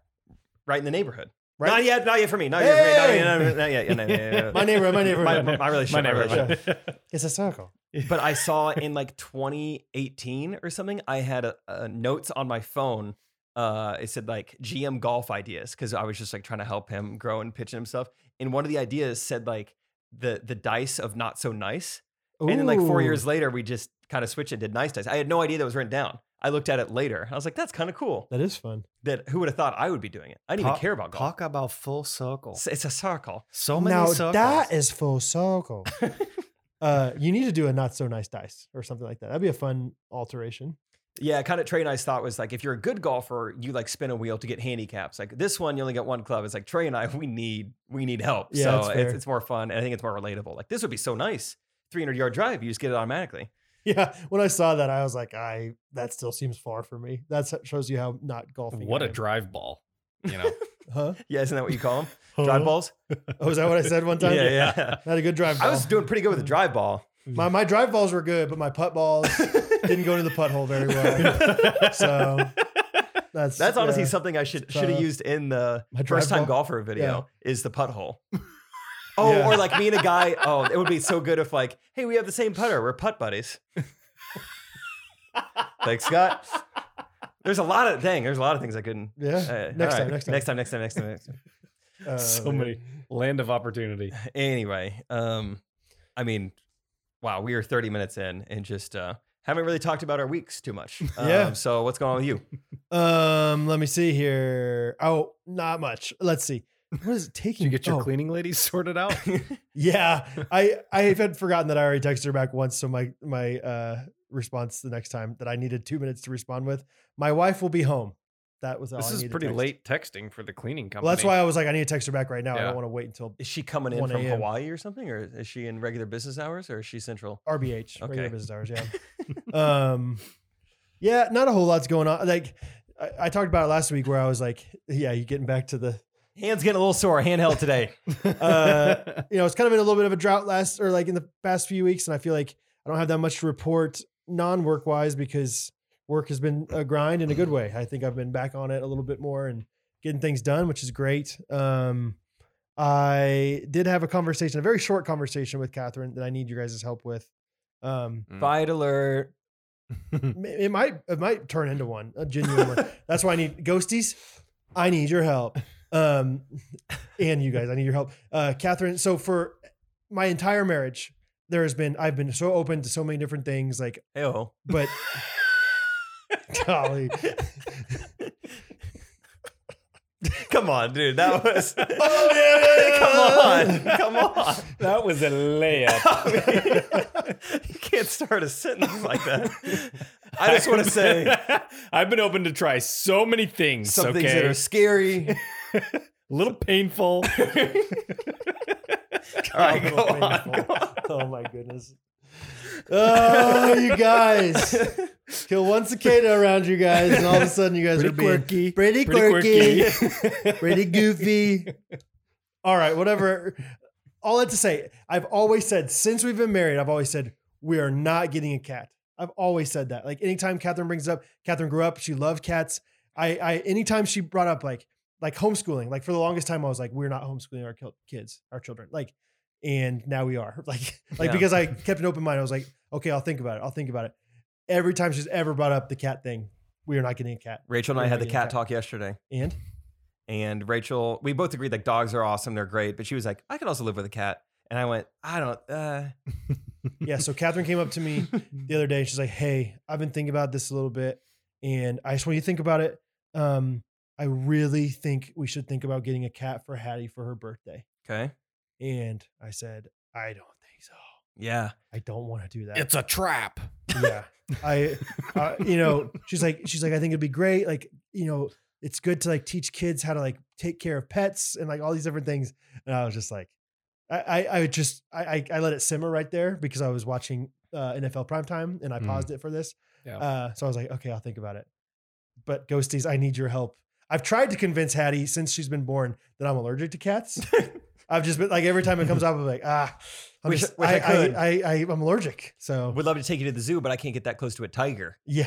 Speaker 1: right in the neighborhood
Speaker 2: Right.
Speaker 1: not yet not yet for me not yet for me, not
Speaker 2: Hey!
Speaker 1: yet, not yet, not yet, not yet, not yet, not yet.
Speaker 2: My neighborhood, my
Speaker 1: my,
Speaker 2: neighborhood.
Speaker 1: my relationship, my
Speaker 2: neighborhood.
Speaker 1: relationship.
Speaker 2: It's a circle.
Speaker 1: but I saw in like 2018 or something, I had a, a notes on my phone. Uh, it said like GM golf ideas because I was just like trying to help him grow and pitch himself. And one of the ideas said like the the dice of not so nice. And then like four
Speaker 2: Ooh.
Speaker 1: years later, we just kind of switched and did nice dice. I had no idea that was written down. I looked at it later. I was like, that's kind of cool.
Speaker 2: That is fun.
Speaker 1: That who would have thought I would be doing it? I didn't even care about golf.
Speaker 3: Talk about full circle.
Speaker 1: It's, it's a circle.
Speaker 3: So many
Speaker 2: now
Speaker 3: circles.
Speaker 2: that is full circle. uh, you need to do a not so nice dice or something like that. That'd be a fun alteration.
Speaker 1: Yeah, kind of Trey and I's thought was like, if you're a good golfer, you like spin a wheel to get handicaps. Like this one, you only get one club. It's like Trey and I, we need we need help.
Speaker 2: Yeah, that's
Speaker 1: so
Speaker 2: fair.
Speaker 1: it's, it's more fun, and I think it's more relatable. Like this would be so nice, 300 yard drive, you just get it automatically.
Speaker 2: Yeah, when I saw that, I was like, I that still seems far for me. That shows you how not golfing.
Speaker 3: What
Speaker 2: I
Speaker 3: a
Speaker 2: am.
Speaker 3: drive ball. You know,
Speaker 2: Huh?
Speaker 1: Yeah, isn't that what you call them?
Speaker 2: Huh?
Speaker 1: drive balls.
Speaker 2: Oh, is that what I said one time?
Speaker 1: yeah, yeah.
Speaker 2: Not a good drive ball.
Speaker 1: I was doing pretty good with the drive ball.
Speaker 2: my, my drive balls were good, but my putt balls didn't go into the putt hole very well. So that's
Speaker 1: That's honestly
Speaker 2: yeah.
Speaker 1: something I should should have
Speaker 2: Uh,
Speaker 1: used in the
Speaker 2: my drive
Speaker 1: first time
Speaker 2: ball?
Speaker 1: golfer video is the putt hole. Oh,
Speaker 2: Yeah.
Speaker 1: or like me and a guy. Oh, it would be so good if like, hey, we have the same putter. We're putt buddies. Thanks, Scott. There's a lot of dang. There's a lot of things I couldn't.
Speaker 2: Yeah.
Speaker 1: uh,
Speaker 2: next,
Speaker 1: all
Speaker 2: time,
Speaker 1: right.
Speaker 2: next time.
Speaker 1: next time, next time, next time, next time.
Speaker 2: Uh,
Speaker 3: so many land of opportunity.
Speaker 1: Anyway, um, I mean, wow, we are 30 minutes in and just uh, haven't really talked about our weeks too much.
Speaker 2: Yeah.
Speaker 1: Um, so what's going on with you?
Speaker 2: Um, let me see here. Oh, not much. Let's see. What is it taking?
Speaker 3: Did you get your
Speaker 2: oh,
Speaker 3: cleaning ladies sorted out?
Speaker 2: Yeah, I I had forgotten that I already texted her back once, so my my uh response the next time that I needed two minutes to respond with. My wife will be home. That was all
Speaker 3: this
Speaker 2: I
Speaker 3: is
Speaker 2: needed
Speaker 3: pretty
Speaker 2: text.
Speaker 3: late texting for the cleaning company.
Speaker 2: Well, that's why I was like, I need to text her back right now. I
Speaker 3: Yeah.
Speaker 2: don't want to wait until
Speaker 1: Is she coming in
Speaker 2: 1
Speaker 1: from
Speaker 2: a.m..
Speaker 1: Hawaii or something, or is she in regular business hours, or is she central?
Speaker 2: RBH, regular
Speaker 1: Okay.
Speaker 2: business hours. Yeah. um, yeah, not a whole lot's going on. Like I, I talked about it last week, where I was like, yeah, you getting back to the
Speaker 1: Hands getting a little sore. Handheld today.
Speaker 2: uh, you know, it's kind of in a little bit of a drought last or like in the past few weeks, and I feel like I don't have that much to report non-work wise because work has been a grind in a good way. I think I've been back on it a little bit more and getting things done, which is great. Um, I did have a conversation, a very short conversation with Catherine that I need your guys' help with. Um,
Speaker 3: Mm.
Speaker 1: Fight alert.
Speaker 2: m- it might it might turn into one, a genuine one. That's why I need ghosties. I need your help. Um, and you guys, I need your help. Uh, Catherine, so for my entire marriage, there has been, I've been so open to so many different things, like,
Speaker 1: Hey, oh.
Speaker 2: but golly.
Speaker 1: Come on, dude. That was. come on. Come on.
Speaker 3: that was a layup.
Speaker 1: you can't start a sentence like that. I just want to say
Speaker 3: I've been open to try so many things.
Speaker 1: some
Speaker 3: okay,
Speaker 1: things that are scary.
Speaker 3: a little painful.
Speaker 1: All right, go on.
Speaker 2: painful. Oh my goodness. Oh, you guys. Kill one cicada around you guys, and all of a sudden you guys
Speaker 3: Pretty
Speaker 2: are being
Speaker 3: quirky.
Speaker 2: pretty
Speaker 3: Pretty
Speaker 2: quirky.
Speaker 3: quirky.
Speaker 2: pretty goofy. All right, whatever. All that to say, I've always said since we've been married, I've always said we are not getting a cat. I've always said that. Like anytime Catherine brings it up, Catherine grew up, she loved cats. I, I anytime she brought up like like homeschooling, like for the longest time, I was like, we're not homeschooling our kil- kids, our children. Like, and now we are. Like, like
Speaker 1: Yeah.
Speaker 2: because I kept an open mind, I was like, okay, I'll think about it. I'll think about it. Every time she's ever brought up the cat thing, we are not getting a cat.
Speaker 1: Rachel and I had the cat talk yesterday.
Speaker 2: And
Speaker 1: And Rachel, we both agreed like dogs are awesome, they're great, but she was like, I could also live with a cat. And I went, I don't, uh,
Speaker 2: yeah, so Catherine came up to me the other day. She's like, "Hey, I've been thinking about this a little bit, and I just want you to think about it. Um, I really think we should think about getting a cat for Hattie for her birthday."
Speaker 1: okay.
Speaker 2: And I said, "I don't think so.
Speaker 1: Yeah.
Speaker 2: I don't want to do that."
Speaker 3: it's a trap.
Speaker 2: yeah, I, uh, you know, she's like, she's like, I think it'd be great. Like, you know, it's good to like teach kids how to like take care of pets and like all these different things. And I was just like, I, I, I would just, I, I, I let it simmer right there because I was watching uh, NFL primetime and I
Speaker 3: Mm.
Speaker 2: paused it for this.
Speaker 3: Yeah.
Speaker 2: Uh, so I was like, okay, I'll think about it. But ghosties, I need your help. I've tried to convince Hattie since she's been born that I'm allergic to cats. I've just been like every time it comes up, I'm like, ah, I'm
Speaker 1: Wish-
Speaker 2: just,
Speaker 1: wish I
Speaker 2: I,
Speaker 1: could.
Speaker 2: I, I, I, I'm allergic. So
Speaker 1: Would love to take you to the zoo, but I can't get that close to a tiger.
Speaker 2: yeah.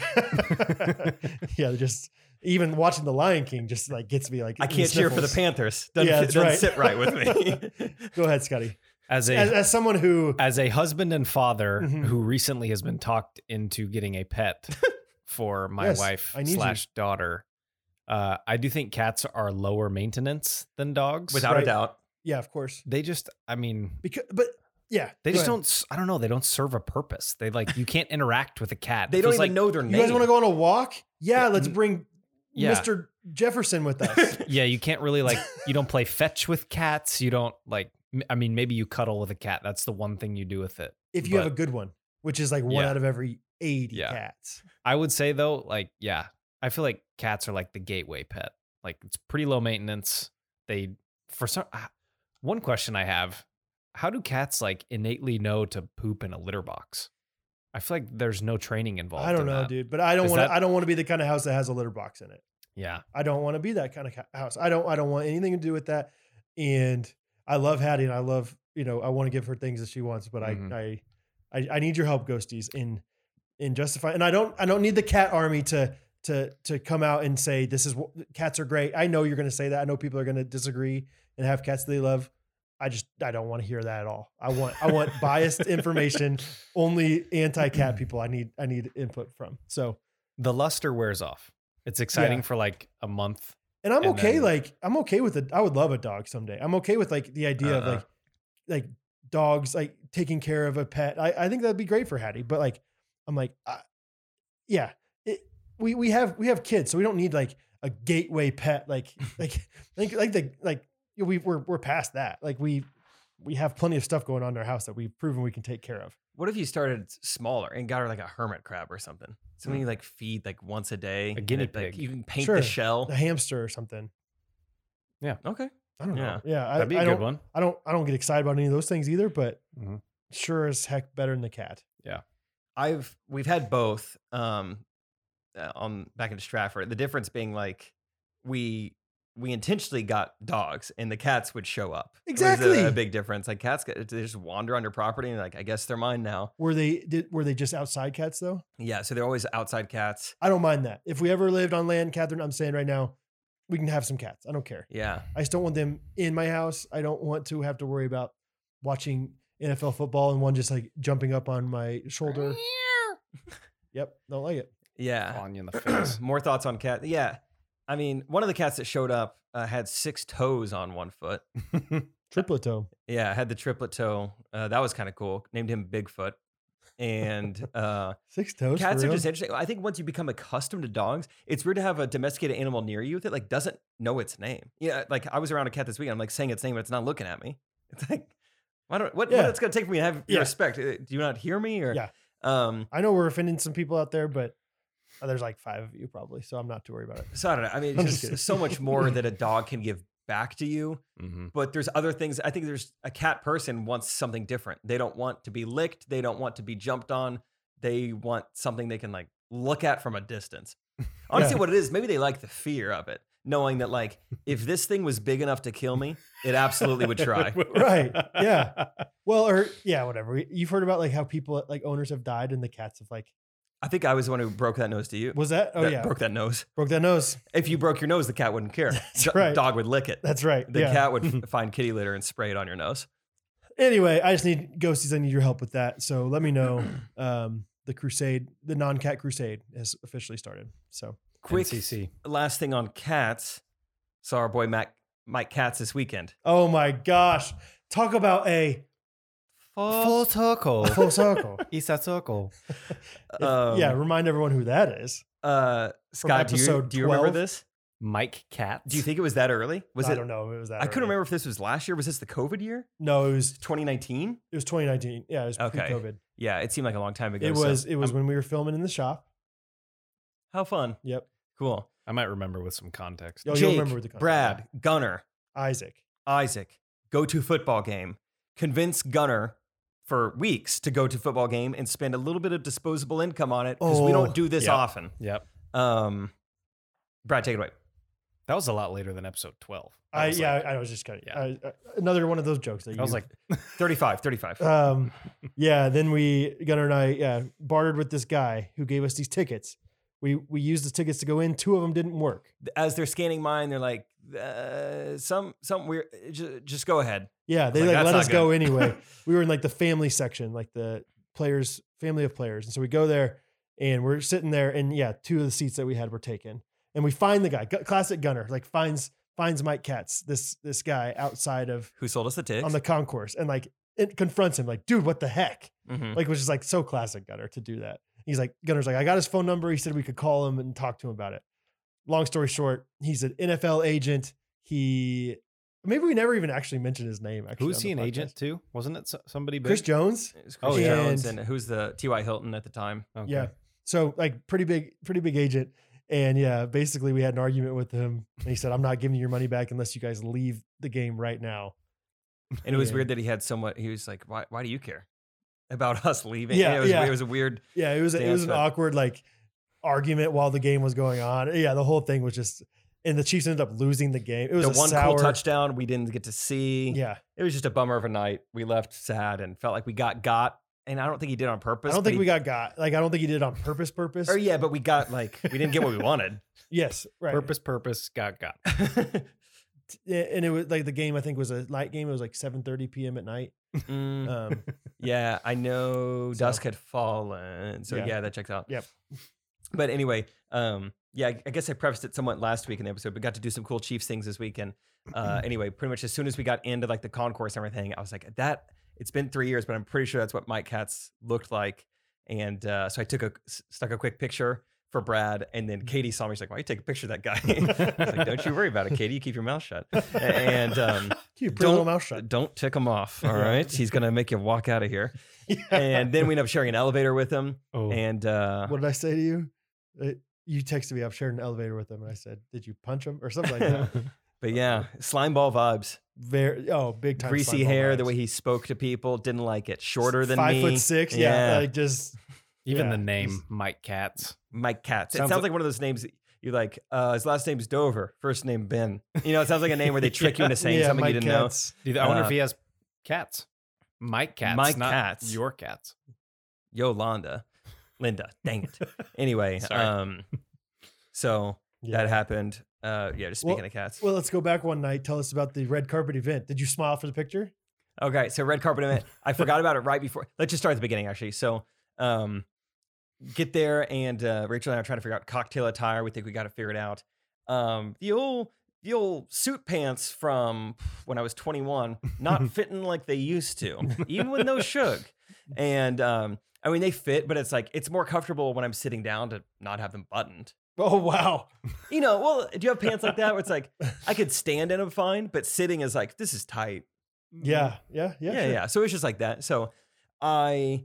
Speaker 2: yeah, they're just even watching The Lion King just like gets me like
Speaker 1: I
Speaker 2: the
Speaker 1: can't cheer for the
Speaker 2: sniffles.
Speaker 1: Panthers. Doesn't,
Speaker 2: Yeah,
Speaker 1: fit-
Speaker 2: that's
Speaker 1: doesn't
Speaker 2: right.
Speaker 1: sit right with me.
Speaker 2: Go ahead, Scotty.
Speaker 3: as a
Speaker 2: As, as someone who
Speaker 3: as a husband and father
Speaker 2: Mhm.
Speaker 3: who recently has been talked into getting a pet for my
Speaker 2: Yes,
Speaker 3: wife
Speaker 2: I need you.
Speaker 3: slash daughter, uh, I do think cats are lower maintenance than dogs.
Speaker 1: without
Speaker 2: Right.
Speaker 1: a doubt.
Speaker 2: yeah, of course.
Speaker 3: they just, I mean,
Speaker 2: Because but yeah,
Speaker 3: they
Speaker 2: go
Speaker 3: just
Speaker 2: ahead.
Speaker 3: don't. s- I don't know. They don't serve a purpose. They like you can't interact with a cat.
Speaker 1: They
Speaker 3: It
Speaker 1: don't
Speaker 3: feels
Speaker 1: even
Speaker 3: like,
Speaker 1: know their name.
Speaker 2: You guys want to go on a walk? Yeah,
Speaker 3: Yeah,
Speaker 2: let's
Speaker 3: n-
Speaker 2: bring
Speaker 3: Yeah.
Speaker 2: Mr. Jefferson with us.
Speaker 3: Yeah, you can't really like. You don't play fetch with cats. You don't like. m- I mean, maybe you cuddle with a cat. That's the one thing you do with it.
Speaker 2: if you have
Speaker 3: But-
Speaker 2: a good one, which is like one
Speaker 3: Yeah.
Speaker 2: out of every 80
Speaker 3: Yeah.
Speaker 2: cats.
Speaker 3: I would say though, like, yeah, I feel like cats are like the gateway pet. Like, it's pretty low maintenance. They, for some, ah, one question I have how do cats like innately know to poop in a litter box? I feel like there's no training involved.
Speaker 2: I don't
Speaker 3: in
Speaker 2: know,
Speaker 3: that.
Speaker 2: dude, but I don't
Speaker 3: Is
Speaker 2: want
Speaker 3: that-
Speaker 2: to I don't want to be the kind of house that has a litter box in it.
Speaker 3: Yeah.
Speaker 2: I don't want to be that kind of house. I don't I don't want anything to do with that. And I love Hattie and I love, you know, I want to give her things that she wants, but I
Speaker 3: Mhm.
Speaker 2: I, I I need your help, ghosties, in in justifying and I don't I don't need the cat army to to to come out and say this is what cats are great. I know you're gonna say that. I know people are gonna disagree and have cats they love. I just I don't want to hear that at all. I want I want biased information, only anti-cat people I need I need input from. So
Speaker 3: The luster wears off. It's exciting for like a month.
Speaker 2: And I'm
Speaker 3: And
Speaker 2: okay,
Speaker 3: then-
Speaker 2: like I'm okay with it. I would love a dog someday. I'm okay with like the idea of
Speaker 3: Uh-huh.
Speaker 1: Uh-uh.
Speaker 2: like like dogs like taking care of a pet. I, I think that'd be great for Hattie. But like I'm like, I, yeah, it, we we have we have kids, so we don't need like a gateway pet. Like like like like the like we we're we're past that. Like we we have plenty of stuff going on in our house that we've proven we can take care of.
Speaker 1: What if you started s- smaller and got her like a hermit crab or something? Something you like feed like once Hmm. a day. and
Speaker 3: guinea
Speaker 1: it, like,
Speaker 3: pig.
Speaker 1: you can paint
Speaker 2: Sure.
Speaker 1: the shell.
Speaker 2: A hamster or something.
Speaker 1: Okay.
Speaker 2: I don't know.
Speaker 1: Yeah.
Speaker 2: Yeah, I,
Speaker 3: That'd be a
Speaker 2: I
Speaker 3: good
Speaker 2: don't,
Speaker 3: one.
Speaker 2: I don't I don't get excited about any of those things either, but
Speaker 3: Mhm.
Speaker 2: sure as heck better than the cat.
Speaker 1: I've we've had both um uh, on back in Stratford. The difference being like we we intentionally got dogs and the cats would show up. It was a- a,
Speaker 2: Exactly.
Speaker 1: big difference. Like cats get- they just wander on your property and like I guess they're mine now.
Speaker 2: Were they did, were they just outside cats though?
Speaker 1: Yeah, so they're always outside cats.
Speaker 2: I don't mind that. If we ever lived on land, Catherine, I'm saying right now, we can have some cats. I don't care.
Speaker 1: Yeah.
Speaker 2: I just don't want them in my house. I don't want to have to worry about watching NFL football and one just like jumping up on my shoulder. Yep, don't like it.
Speaker 1: Yeah.
Speaker 3: On you in the face.
Speaker 1: More thoughts on cat. Yeah. I mean, one of the cats that showed up uh, had six toes on one foot.
Speaker 2: Triplet toe.
Speaker 1: Yeah, had the triplet toe. Uh, that was kind of cool. Named him Bigfoot. And uh,
Speaker 2: Six toes. for
Speaker 1: cats are
Speaker 2: real?
Speaker 1: just interesting. I think once you become accustomed to dogs, it's weird to have a domesticated animal near you that like doesn't know its name. Yeah, like I was around a cat this week. I'm like saying its name, but it's not looking at me. It's like, I don't. What,
Speaker 2: Yeah.
Speaker 1: what it's gonna take for me to have your
Speaker 2: Yeah.
Speaker 1: respect? Uh, Do you not hear me? Or
Speaker 2: Yeah.
Speaker 1: Um.
Speaker 2: I know we're offending some people out there, but uh, there's like five of you probably, so I'm not too worried about it.
Speaker 1: So I don't know. I mean,
Speaker 2: I'm
Speaker 1: it's
Speaker 2: just
Speaker 1: just
Speaker 2: kidding.
Speaker 1: so much more that a dog can give back to you.
Speaker 3: Mhm.
Speaker 1: but there's other things i think there's a cat person wants something different they don't want to be licked they don't want to be jumped on they want something they can like look at from a distance honestly
Speaker 2: Yeah.
Speaker 1: what it is maybe they like the fear of it knowing that like if this thing was big enough to kill me it absolutely would try
Speaker 2: Right, yeah. Well, or yeah, whatever. We- You've heard about like how people like owners have died and the cats have like
Speaker 1: i think i was the one who broke that nose to you
Speaker 2: was that? Oh
Speaker 1: that
Speaker 2: yeah,
Speaker 1: broke that nose
Speaker 2: broke that nose.
Speaker 1: if you broke your nose the cat wouldn't care
Speaker 2: That's
Speaker 1: Do-
Speaker 2: right.
Speaker 1: dog would lick it
Speaker 2: That's right.
Speaker 1: the
Speaker 2: yeah.
Speaker 1: cat would f- find kitty litter and spray it on your nose
Speaker 2: anyway, I just need ghosties. I need your help with that. So let me know. Um, the crusade, the non-cat crusade, has officially started. So
Speaker 1: quick
Speaker 3: NCC.
Speaker 1: last thing on cats saw our boy mac mike cats this weekend
Speaker 2: oh my gosh, talk about a
Speaker 3: Full circle.
Speaker 2: full circle.
Speaker 3: It's a circle.
Speaker 2: If- yeah, remind everyone who that is.
Speaker 1: uh Um, Scott, do you,
Speaker 2: Um, episode
Speaker 1: do you remember
Speaker 2: 12?
Speaker 1: this?
Speaker 3: Mike Cats.
Speaker 1: Do you think it was that early? Was
Speaker 2: I
Speaker 1: it?
Speaker 2: don't know if it was that.
Speaker 1: I couldn't
Speaker 2: early.
Speaker 1: remember if this was last year. Was this the COVID year,
Speaker 2: No, it was
Speaker 1: 2019?
Speaker 2: it was 2019. Yeah, it was
Speaker 1: Okay.
Speaker 2: pre-COVID.
Speaker 1: Yeah, it seemed like a long time ago.
Speaker 2: It
Speaker 1: so-
Speaker 2: was it was when we were filming in the shop.
Speaker 1: how fun.
Speaker 2: Yep.
Speaker 1: Cool.
Speaker 3: I might remember with some context.
Speaker 2: Yo, you'll
Speaker 1: Jake,
Speaker 2: remember the content.
Speaker 1: Brad, Gunner,
Speaker 2: Isaac.
Speaker 1: Isaac, go to football game. Convince Gunner for weeks to go to football game and spend a little bit of disposable income on it because we
Speaker 2: Oh,
Speaker 1: don't do this
Speaker 3: yeah.
Speaker 1: often.
Speaker 3: Yep.
Speaker 1: Um, Brad, take it away.
Speaker 3: That was a lot later than episode 12.
Speaker 2: I,
Speaker 3: was
Speaker 2: yeah,
Speaker 3: Like,
Speaker 2: I was just cutting.
Speaker 3: Yeah.
Speaker 2: I- I- another one of those jokes that you
Speaker 3: I was like,
Speaker 1: 35, 35.
Speaker 2: um, yeah, then we Gunnar and I yeah bartered with this guy who gave us these tickets. We we used the tickets to go in. Two of them didn't work.
Speaker 1: As they're scanning mine, they're like, uh, some some weird. Just, just go ahead.
Speaker 2: Yeah, they
Speaker 1: Like,
Speaker 2: like,
Speaker 1: that's
Speaker 2: let
Speaker 1: not
Speaker 2: us go
Speaker 1: good.
Speaker 2: anyway. we were in like the family section, like the players, family of players. And so we go there and we're sitting there and yeah, two of the seats that we had were taken. And we find the guy, gu- classic gunner, like finds finds Mike Katz, this this guy outside of
Speaker 1: Who sold us the tickets?
Speaker 2: on the concourse and like it confronts him like, dude, what the heck?
Speaker 1: Mhm.
Speaker 2: Like which is like so classic gunner to do that. He's like Gunner's like, I got his phone number. He said we could call him and talk to him about it. Long story short, he's an NFL agent. He maybe we never even actually mentioned his name actually.
Speaker 3: Who's
Speaker 2: on
Speaker 3: he
Speaker 2: the
Speaker 3: an
Speaker 2: podcast.
Speaker 3: agent to? Wasn't it so- somebody big?
Speaker 2: Chris Jones.
Speaker 1: It was
Speaker 3: Oh,
Speaker 1: Chris
Speaker 2: yeah.
Speaker 1: Jones
Speaker 2: and-
Speaker 1: and who's the T.Y. Hilton at the time?
Speaker 3: Okay.
Speaker 2: Yeah. So like pretty big, pretty big agent. And yeah, basically we had an argument with him and he said, I'm not giving you your money back unless you guys leave the game right now.
Speaker 1: And it was
Speaker 2: Yeah.
Speaker 1: weird that he had somewhat. He was like, "Why? Why do you care about us leaving?"
Speaker 2: Yeah,
Speaker 1: it was,
Speaker 2: yeah.
Speaker 1: It was a weird.
Speaker 2: Yeah, it was it
Speaker 1: Damn,
Speaker 2: was an
Speaker 1: but-
Speaker 2: awkward like argument while the game was going on. Yeah, the whole thing was just and the Chiefs ended up losing the game. It was
Speaker 1: The
Speaker 2: a
Speaker 1: one
Speaker 2: sour,
Speaker 1: cool touchdown we didn't get to see.
Speaker 2: Yeah.
Speaker 1: It was just a bummer of a night. We left sad and felt like we got got. And I don't think he did on purpose.
Speaker 2: I don't
Speaker 1: but
Speaker 2: think
Speaker 1: he-
Speaker 2: we got got. Like I don't think he did it on purpose purpose.
Speaker 1: Or yeah, but we got like we didn't get what we wanted.
Speaker 2: Yes, right.
Speaker 3: Purpose, purpose, got got.
Speaker 2: Yeah, And it was like the game I think was a night game. It was like 7:30 p.m. at night.
Speaker 1: Mm,
Speaker 2: Um
Speaker 1: yeah, I know
Speaker 2: So-
Speaker 1: dusk had fallen. So
Speaker 2: Yeah.
Speaker 1: yeah. that checks out.
Speaker 2: Yep.
Speaker 1: But anyway, um, yeah, I I guess I prefaced it somewhat last week in the episode, but got to do some cool Chiefs things this week. And uh, anyway, pretty much as soon as we got into like the concourse and everything, I was like, that it's been three years, but I'm pretty sure that's what Mike Katz looked like. And uh, so I took a s- stuck a quick picture for Brad, and then Katie saw me. She's like, "Why you take a picture of that guy?" I was like, "Don't you worry about it, Katie. You keep your mouth shut." A- And um,
Speaker 2: you put a little
Speaker 1: Don't-
Speaker 2: mouth shut.
Speaker 1: don't tick him off. All right, he's gonna make you walk out of here. And then we end up sharing an elevator with him.
Speaker 3: Oh,
Speaker 1: And uh,
Speaker 2: what did I say to you? Uh, you texted me. I've shared an elevator with him, and I said, "Did you punch him or something like that?"
Speaker 1: but yeah, slime ball vibes.
Speaker 2: Very oh, big uh, time.
Speaker 1: Greasy
Speaker 2: slime ball
Speaker 1: hair, the
Speaker 2: vibes.
Speaker 1: way he spoke to people, didn't like it. Shorter than
Speaker 2: five
Speaker 1: me.
Speaker 2: foot six. Yeah,
Speaker 1: Yeah.
Speaker 2: like just
Speaker 3: Even
Speaker 2: Yeah.
Speaker 3: the name Mike Katz.
Speaker 1: Mike Katz. it
Speaker 3: Sounds
Speaker 1: sounds
Speaker 3: like-
Speaker 1: like, one of those names. that You like uh, his last name's Dover, first name Ben. You know, it sounds like a name where they trick you into saying
Speaker 2: yeah,
Speaker 1: something
Speaker 2: Mike
Speaker 1: you didn't
Speaker 2: Katz.
Speaker 3: Dude, I wonder
Speaker 1: Uh,
Speaker 3: if he has cats. Mike cats,
Speaker 1: Mike
Speaker 3: not
Speaker 1: Katz.
Speaker 3: your cats.
Speaker 1: know. Yolanda, Linda. Dang it. Anyway,
Speaker 3: Sorry.
Speaker 1: um, so
Speaker 2: Yeah.
Speaker 1: that happened. Uh, yeah, just
Speaker 2: Well-
Speaker 1: speaking of cats.
Speaker 2: Well, let's go back one night. Tell us about the red carpet event. Did you smile for the picture?
Speaker 1: Okay, so red carpet event. I forgot about it right before. Let's just start at the beginning, actually. So, um, get there, and uh, Rachel and I are trying to figure out cocktail attire. We think we got to figure it out. Um, the old the old suit pants from when I was 21 not fitting like they used to, even with no shug. And um, I mean, they fit, but it's like it's more comfortable when I'm sitting down to not have them buttoned.
Speaker 2: Oh wow!
Speaker 1: You know, well, do you have pants like that where it's like I could stand in them fine, but sitting is like this is tight
Speaker 2: Yeah, yeah, yeah.
Speaker 1: Mm. yeah, yeah.
Speaker 2: sure.
Speaker 1: So it's just like that. So I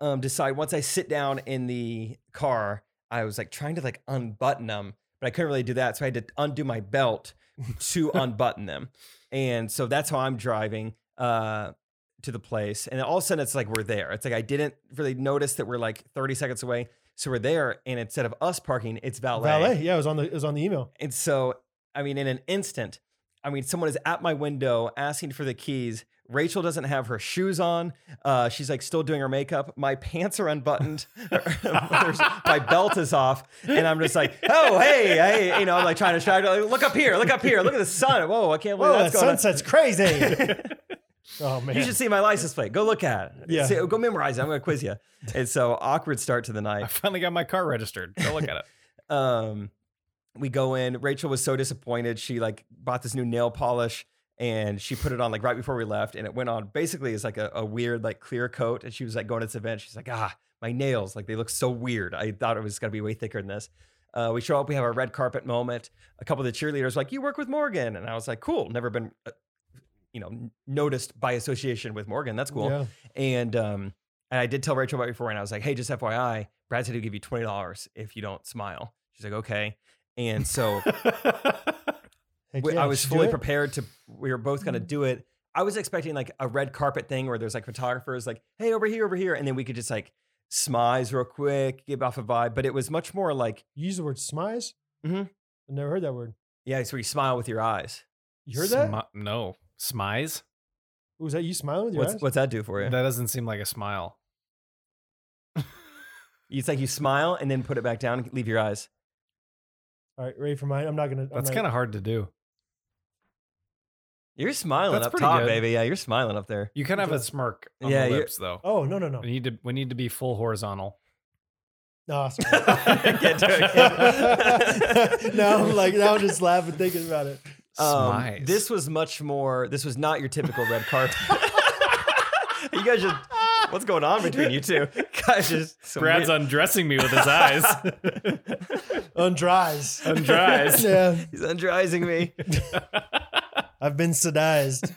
Speaker 1: um, decide once I sit down in the car, I was like trying to like unbutton them, but I couldn't really do that. So I had to undo my belt to unbutton them, and so that's how I'm driving uh, to the place. And all of a sudden, it's like we're there. It's like I didn't really notice that we're like 30 seconds away. So we're there, and instead of us parking, it's
Speaker 2: Valet. Yeah, it was on the it was on the email.
Speaker 1: and so, I mean, in an instant, I mean, someone is at my window asking for the keys. Rachel doesn't have her shoes on. Uh, she's like still doing her makeup. My pants are unbuttoned. There's- my belt is off, and I'm just like, oh hey, hey, you know, I'm like trying to try to like, look up here, look up here, look at the sun. Whoa, I can't believe
Speaker 2: Whoa, that
Speaker 1: that's going on.
Speaker 2: sunset's crazy. oh man!
Speaker 1: You should see my license plate. Go look at it.
Speaker 2: Yeah.
Speaker 1: See- go memorize it. I'm going to quiz you. And so awkward start to the night.
Speaker 3: I finally got my car registered. Go look at it.
Speaker 1: um we go in rachel was so disappointed she like bought this new nail polish and she put it on like right before we left and it went on basically as like a, a weird like clear coat and she was like going to this event she's like ah my nails like they look so weird i thought it was going to be way thicker than this uh, we show up we have our red carpet moment a couple of the cheerleaders were like you work with morgan and i was like cool never been uh, you know n- noticed by association with morgan that's cool
Speaker 2: Yeah.
Speaker 1: and um, and I did tell Rachel about it before, and I was like, hey, just FYI, Brad said he'll give you twenty dollars if you don't smile. She's like, okay. And so
Speaker 2: Heck
Speaker 1: we-
Speaker 2: yeah, Mm-hmm.
Speaker 1: I
Speaker 2: you
Speaker 1: was
Speaker 2: should do
Speaker 1: fully
Speaker 2: it.
Speaker 1: prepared to. We were both gonna do it. I was expecting like a red carpet thing where there's like photographers like, hey, over here, over here, and then we could just like smize real quick, give off a vibe. But it was much more like,
Speaker 2: You use the word smize.
Speaker 1: Mhm.
Speaker 2: I never heard that word.
Speaker 1: yeah, it's where you smile with your eyes.
Speaker 2: You heard that?
Speaker 3: Smi- no. Smize?
Speaker 2: was that you smiling with your
Speaker 1: What's
Speaker 2: eyes?
Speaker 1: what's that do for you?
Speaker 3: That doesn't seem like a smile.
Speaker 1: It's like you smile and then put it back down and leave your eyes.
Speaker 2: All right, ready for mine? I'm not gonna. I'm
Speaker 3: That's
Speaker 2: not-
Speaker 3: kind of hard to do.
Speaker 1: You're smiling
Speaker 3: That's
Speaker 1: up
Speaker 3: pretty
Speaker 1: top,
Speaker 3: good.
Speaker 1: baby. Yeah, you're smiling up there.
Speaker 3: You kind of have a smirk on
Speaker 1: Yeah,
Speaker 3: the
Speaker 1: you're-
Speaker 3: lips, though.
Speaker 2: Oh no no no.
Speaker 3: We need to we need to be full horizontal.
Speaker 2: No, sorry.
Speaker 1: Can't do it.
Speaker 2: no, I'm like now I'm just laughing thinking about it.
Speaker 1: Um,
Speaker 3: Smize.
Speaker 1: this was much more. This was not your typical red carpet. you guys just. What's going on between you two? Guys, just some
Speaker 3: Brad's
Speaker 1: weird-
Speaker 3: undressing me with his eyes.
Speaker 2: Undries.
Speaker 3: Undries.
Speaker 2: yeah,
Speaker 1: He's undrising me.
Speaker 2: I've been sedized.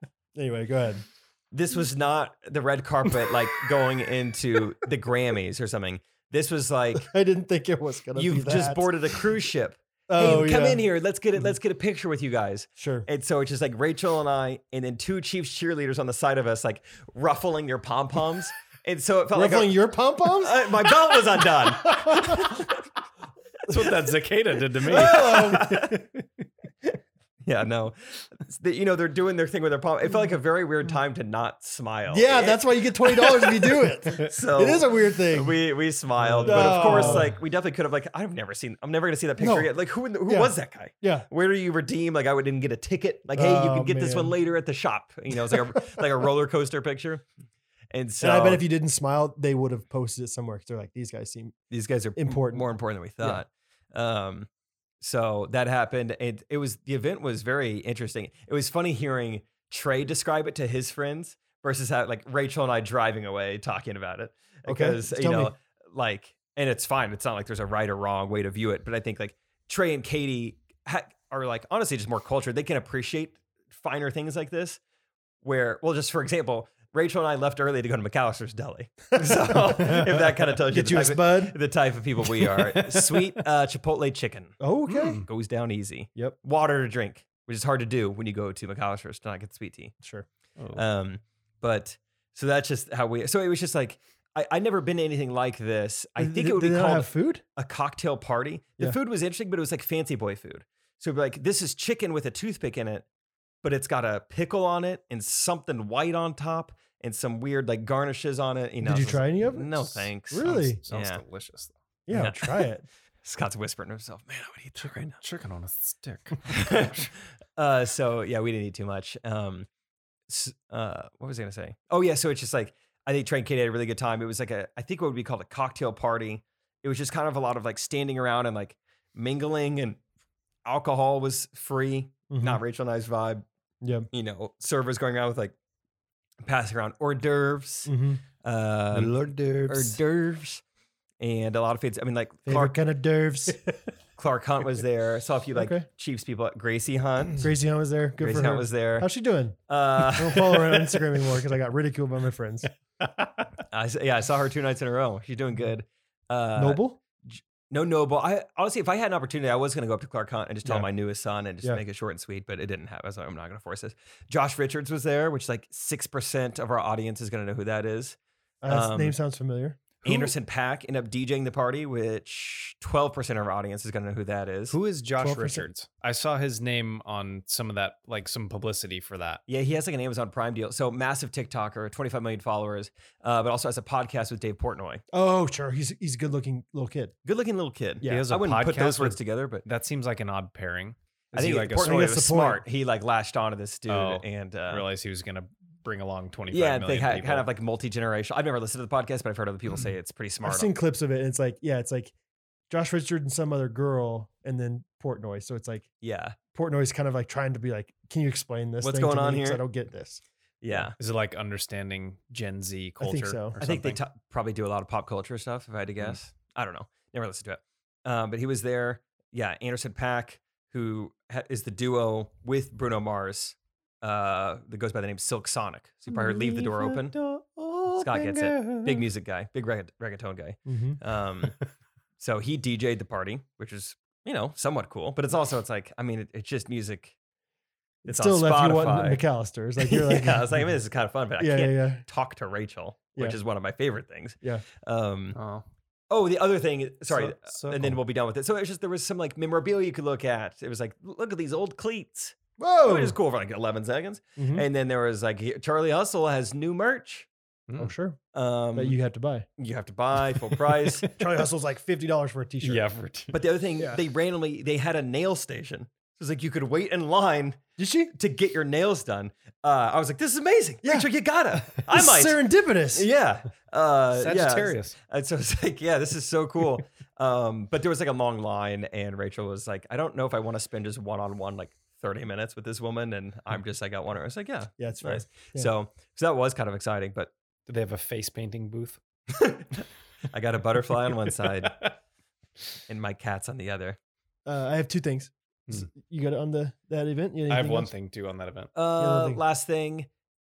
Speaker 2: anyway, go ahead.
Speaker 1: this was not the red carpet like going into the Grammys or something. This was like
Speaker 2: I didn't think it was gonna. be
Speaker 1: you've just
Speaker 2: that.
Speaker 1: boarded a cruise ship.
Speaker 2: Oh
Speaker 1: hey, come
Speaker 2: yeah. Mm.
Speaker 1: in here. Let's get it. Let's get a picture with you guys.
Speaker 2: Sure.
Speaker 1: And so it's just like Rachel and I, and then two Chiefs cheerleaders on the side of us, like ruffling their pom poms. And so it felt
Speaker 2: Ruffling
Speaker 1: like
Speaker 2: your pom poms?
Speaker 1: a- uh, my belt was undone.
Speaker 3: That's what that cicada did to me.
Speaker 2: um,
Speaker 1: yeah, no, It's the- you know they're doing their thing with their pom. It felt like a very weird time to not smile.
Speaker 2: Mm. yeah, that's why you get twenty dollars if you do it.
Speaker 1: so
Speaker 2: it is a weird thing.
Speaker 1: We we smiled, but of course,
Speaker 2: No.
Speaker 1: like we definitely could have like I've never seen. I'm never gonna see that picture
Speaker 2: No.
Speaker 1: again. Like who in the, who
Speaker 2: Yeah.
Speaker 1: was that guy?
Speaker 2: yeah.
Speaker 1: Where do you redeem? Like I would- didn't get a ticket. Like hey, you
Speaker 2: Oh,
Speaker 1: can get this one
Speaker 2: man.
Speaker 1: later at the shop. You know, it's like a like a roller coaster picture. And so
Speaker 2: and I bet if you didn't smile, they would have posted it somewhere because they're like, these guys seem
Speaker 1: these guys are
Speaker 2: important.
Speaker 1: more important than we
Speaker 2: Yeah.
Speaker 1: thought. Um, so that happened. It it was the event was very interesting. It was funny hearing Trey describe it to his friends versus how like Rachel and I driving away talking about it
Speaker 2: Okay,
Speaker 1: because you
Speaker 2: tell
Speaker 1: know
Speaker 2: me.
Speaker 1: like and it's fine. It's not like there's a right or wrong way to view it. But I think like Trey and Katie ha- are like honestly just more cultured. They can appreciate finer things like this. Where well, just for example. Rachel and I left early to go to McAllister's Deli. So if that kind of tells you
Speaker 2: Get
Speaker 1: the
Speaker 2: you a
Speaker 1: type of-
Speaker 2: spud.
Speaker 1: the type of people we are. Sweet uh, Chipotle chicken
Speaker 2: Oh, okay.
Speaker 1: goes down easy.
Speaker 2: Yep.
Speaker 1: Water to drink, which is hard to do when you go to McAllister's to not get sweet tea.
Speaker 2: Sure.
Speaker 1: Um, but so that's just how we. So it was just like I I never been to anything like this. I think it would be
Speaker 2: Did they not
Speaker 1: called
Speaker 2: have food.
Speaker 1: a cocktail party. The
Speaker 2: Yeah.
Speaker 1: food was interesting, but it was like fancy boy food. So it'd be like this is chicken with a toothpick in it, but it's got a pickle on it and something white on top and some weird like garnishes on it. You know,
Speaker 2: Did you
Speaker 1: so it's like,
Speaker 2: try any of it?
Speaker 1: No thanks.
Speaker 2: Really?
Speaker 3: Sounds, sounds
Speaker 1: Yeah.
Speaker 3: delicious. Though.
Speaker 2: Yeah,
Speaker 1: Yeah.
Speaker 2: try it.
Speaker 1: Scott's whispering to himself, "Man, I would eat that right now."
Speaker 3: Chicken on a stick.
Speaker 1: uh, so yeah, we didn't eat too much. Um, s- uh, what was I gonna say? Oh yeah, so it's just like I think Trey and Kate had a really good time. It was like a I think what would be called a cocktail party. It was just kind of a lot of like standing around and like mingling, and alcohol was free.
Speaker 2: Mm-hmm.
Speaker 1: Not Rachel and I's vibe.
Speaker 2: Yeah.
Speaker 1: You know, servers going around with like passing around hors d'oeuvres,
Speaker 2: Mm-hmm.
Speaker 1: um,
Speaker 2: Lord
Speaker 1: hors
Speaker 2: d'oeuvres.
Speaker 1: d'oeuvres, and a lot of foods. I mean, like
Speaker 2: Favorite
Speaker 1: Clark
Speaker 2: kind of d'oeuvres.
Speaker 1: Clark Hunt was there. I saw a few like
Speaker 2: Okay.
Speaker 1: Chiefs people. Gracie Hunt.
Speaker 2: Gracie Hunt was there. Good
Speaker 1: Grace
Speaker 2: for her.
Speaker 1: Hunt was there.
Speaker 2: How's she doing? I
Speaker 1: Uh,
Speaker 2: don't follow her on Instagram anymore because I got ridiculed by my friends.
Speaker 1: I s- yeah, I saw her two nights in a row. She's doing good. Uh,
Speaker 2: Noble?
Speaker 1: No Noble. I honestly, if I had an opportunity, I was going to go up to Clark Hunt and just tell
Speaker 2: Yeah.
Speaker 1: my newest son and just
Speaker 2: Yeah.
Speaker 1: make it short and sweet, but it didn't happen. So I'm not going to force this. Josh Richards was there, which like 6% of our audience is going to know who that is.
Speaker 2: Uh, his
Speaker 1: um,
Speaker 2: name sounds familiar.
Speaker 3: Who-
Speaker 1: Anderson Pack ended up DJing the party, which 12% of our audience is going to know who that is.
Speaker 3: Who is Josh
Speaker 2: 12%?
Speaker 3: Richards? I saw his name on some of that, like some publicity for that.
Speaker 1: Yeah, he has like an Amazon Prime deal. So massive TikToker, 25 million followers, uh, but also has a podcast with Dave Portnoy.
Speaker 2: Oh, sure. He's he's a good looking little kid.
Speaker 1: Good looking little kid.
Speaker 2: Yeah.
Speaker 3: He has a
Speaker 1: I wouldn't put
Speaker 3: podcast
Speaker 1: those
Speaker 3: with-
Speaker 1: words together, but
Speaker 3: That seems like an odd pairing. Is
Speaker 1: I think
Speaker 3: he like a
Speaker 1: Portnoy
Speaker 3: sort
Speaker 2: that's
Speaker 3: of
Speaker 1: was
Speaker 2: the point.
Speaker 1: smart. He like lashed onto this dude
Speaker 3: Oh,
Speaker 1: and uh,
Speaker 3: realized he was gonna bring along twenty five
Speaker 1: yeah,
Speaker 3: million
Speaker 1: they had
Speaker 3: people.
Speaker 1: kind of like multi generational. I've never listened to the podcast, but I've heard other people say it's pretty smart.
Speaker 2: I've seen clips of it. And it's like, yeah, it's like Josh Richard and some other girl and then Portnoy. So it's like
Speaker 1: yeah,
Speaker 2: Portnoy's kind of like trying to be like, can you explain this?
Speaker 1: What's
Speaker 2: thing
Speaker 1: going
Speaker 2: to
Speaker 1: on
Speaker 2: me? 'Cause
Speaker 1: here?"
Speaker 2: I don't get this.
Speaker 1: yeah.
Speaker 3: Is it like understanding Gen Z
Speaker 2: I
Speaker 3: culture?
Speaker 2: think so.
Speaker 3: or
Speaker 1: I think they
Speaker 3: something?
Speaker 1: t- probably do a lot of pop culture stuff. If I had to guess, I don't know. Never listened to it, um, but he was there. Yeah, Anderson Pack, who ha- is the duo with Bruno Mars, uh, that goes by the name Silk Sonic. So you probably heard leave the door open. Scott gets it. Big music guy, big regga- reggaeton guy.
Speaker 2: Mm-hmm.
Speaker 1: Um, so he DJ'd the party, which is you know somewhat cool, but it's also it's like I mean it, it's just music. It's
Speaker 2: Still
Speaker 1: on
Speaker 2: left you
Speaker 1: Spotify.
Speaker 2: wanting McAllister's. Like you're like,
Speaker 1: yeah, I was like, I mean, this is kind of fun, but I
Speaker 2: yeah, yeah,
Speaker 1: can't
Speaker 2: yeah.
Speaker 1: talk to Rachel, which
Speaker 2: Yeah.
Speaker 1: is one of my favorite things.
Speaker 2: Yeah.
Speaker 1: Um.
Speaker 3: Oh,
Speaker 1: Oh, the other thing. Sorry. uh,
Speaker 3: so- so
Speaker 1: and then
Speaker 3: cool.
Speaker 1: we'll be done with it. So it's just there was some like memorabilia you could look at. It was like, look at these old cleats.
Speaker 2: Whoa.
Speaker 1: It was cool for like eleven seconds.
Speaker 2: Mhm.
Speaker 1: And then there was like Charlie Hustle has new merch.
Speaker 2: Oh, sure.
Speaker 1: Um,
Speaker 2: that
Speaker 1: you,
Speaker 2: you have to buy.
Speaker 1: have to buy full price.
Speaker 2: Charlie Hustle's like fifty dollars for a T-shirt.
Speaker 3: Yeah, for t-
Speaker 1: but the other thing,
Speaker 2: Yeah.
Speaker 1: they randomly they had a nail station. So it's like you could wait in line
Speaker 2: Did she?
Speaker 1: to get your nails done. Uh, I was like, this is amazing.
Speaker 2: Yeah.
Speaker 1: Rachel, you gotta. I
Speaker 2: This is
Speaker 1: might.
Speaker 2: Serendipitous.
Speaker 1: yeah. Uh, yeah.
Speaker 3: Sagittarius.
Speaker 1: And so it's like, yeah, this is so cool. Um, but there was like a long line, and Rachel was like, I don't know if I want to spend just one on one like 30 minutes with this woman. And I'm just, I got one. I was like, yeah.
Speaker 2: Yeah, it's fair.
Speaker 1: Nice.
Speaker 2: Mm-hmm. Yeah.
Speaker 1: So, so that was kind of exciting, but
Speaker 3: Do they have a face painting booth?
Speaker 1: I got a butterfly on one side and my cat's on the other.
Speaker 2: Uh, I have two things. S- You got it on the that event. You got
Speaker 3: Hmm. I have
Speaker 2: anything
Speaker 3: one
Speaker 2: else?
Speaker 3: thing too on that event.
Speaker 1: Uh,
Speaker 2: thing.
Speaker 1: last thing,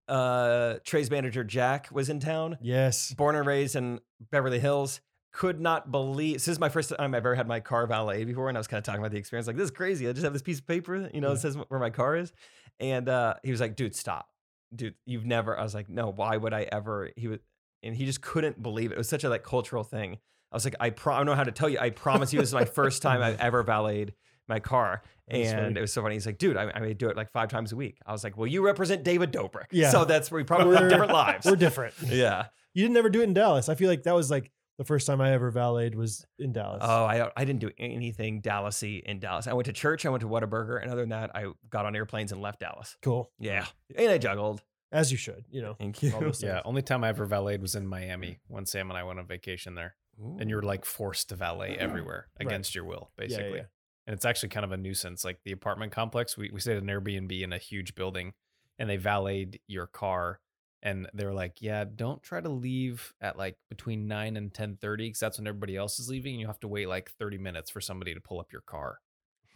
Speaker 1: uh, Trey's manager Jack was in town,
Speaker 2: Yes.
Speaker 1: born and raised in Beverly Hills. Could not believe this is my first time I've ever had my car valeted before, and I was kind of talking about the experience. Like this is crazy. I just have this piece of paper, that, you know, that says where my car is, and uh, he was like, "Dude, stop, dude, you've never." I was like, "No, why would I ever?" He was, and he just couldn't believe it. It was such a like cultural thing. I was like, "I pro, I don't know how to tell you. I promise you, this is my first time I've ever valeted my car."
Speaker 2: That's
Speaker 1: and
Speaker 2: funny.
Speaker 1: it was so funny. He's like, "Dude, I, I may do it like five times a week." I was like, "Well, you represent David Dobrik,
Speaker 2: Yeah.
Speaker 1: so that's we probably have
Speaker 2: We're-
Speaker 1: different lives."
Speaker 2: We're different.
Speaker 1: yeah.
Speaker 2: You didn't ever do it in Dallas. I feel like that was like the first time I ever valeted was in Dallas.
Speaker 1: Oh, I don't- I didn't do anything Dallasy in Dallas. I went to church. I went to Whataburger, and other than that, I got on airplanes and left Dallas.
Speaker 2: cool.
Speaker 1: Yeah, and I juggled.
Speaker 2: As you should. You know.
Speaker 1: Thank you.
Speaker 2: All those
Speaker 3: Yeah,
Speaker 2: things.
Speaker 3: only time I ever valeted was in
Speaker 2: Mm.
Speaker 3: Miami when Sam and I went on vacation there, and you were like forced to valet everywhere
Speaker 2: Right.
Speaker 3: against your will,
Speaker 2: yeah,
Speaker 3: basically.
Speaker 2: yeah.
Speaker 3: And it's actually kind of a nuisance. Like the apartment complex, we we stayed at an Airbnb in a huge building, and they valeted your car, and they were like, "Yeah, don't try to leave at like between nine and ten thirty, because that's when everybody else is leaving, and you have to wait like thirty minutes for somebody to pull up your car."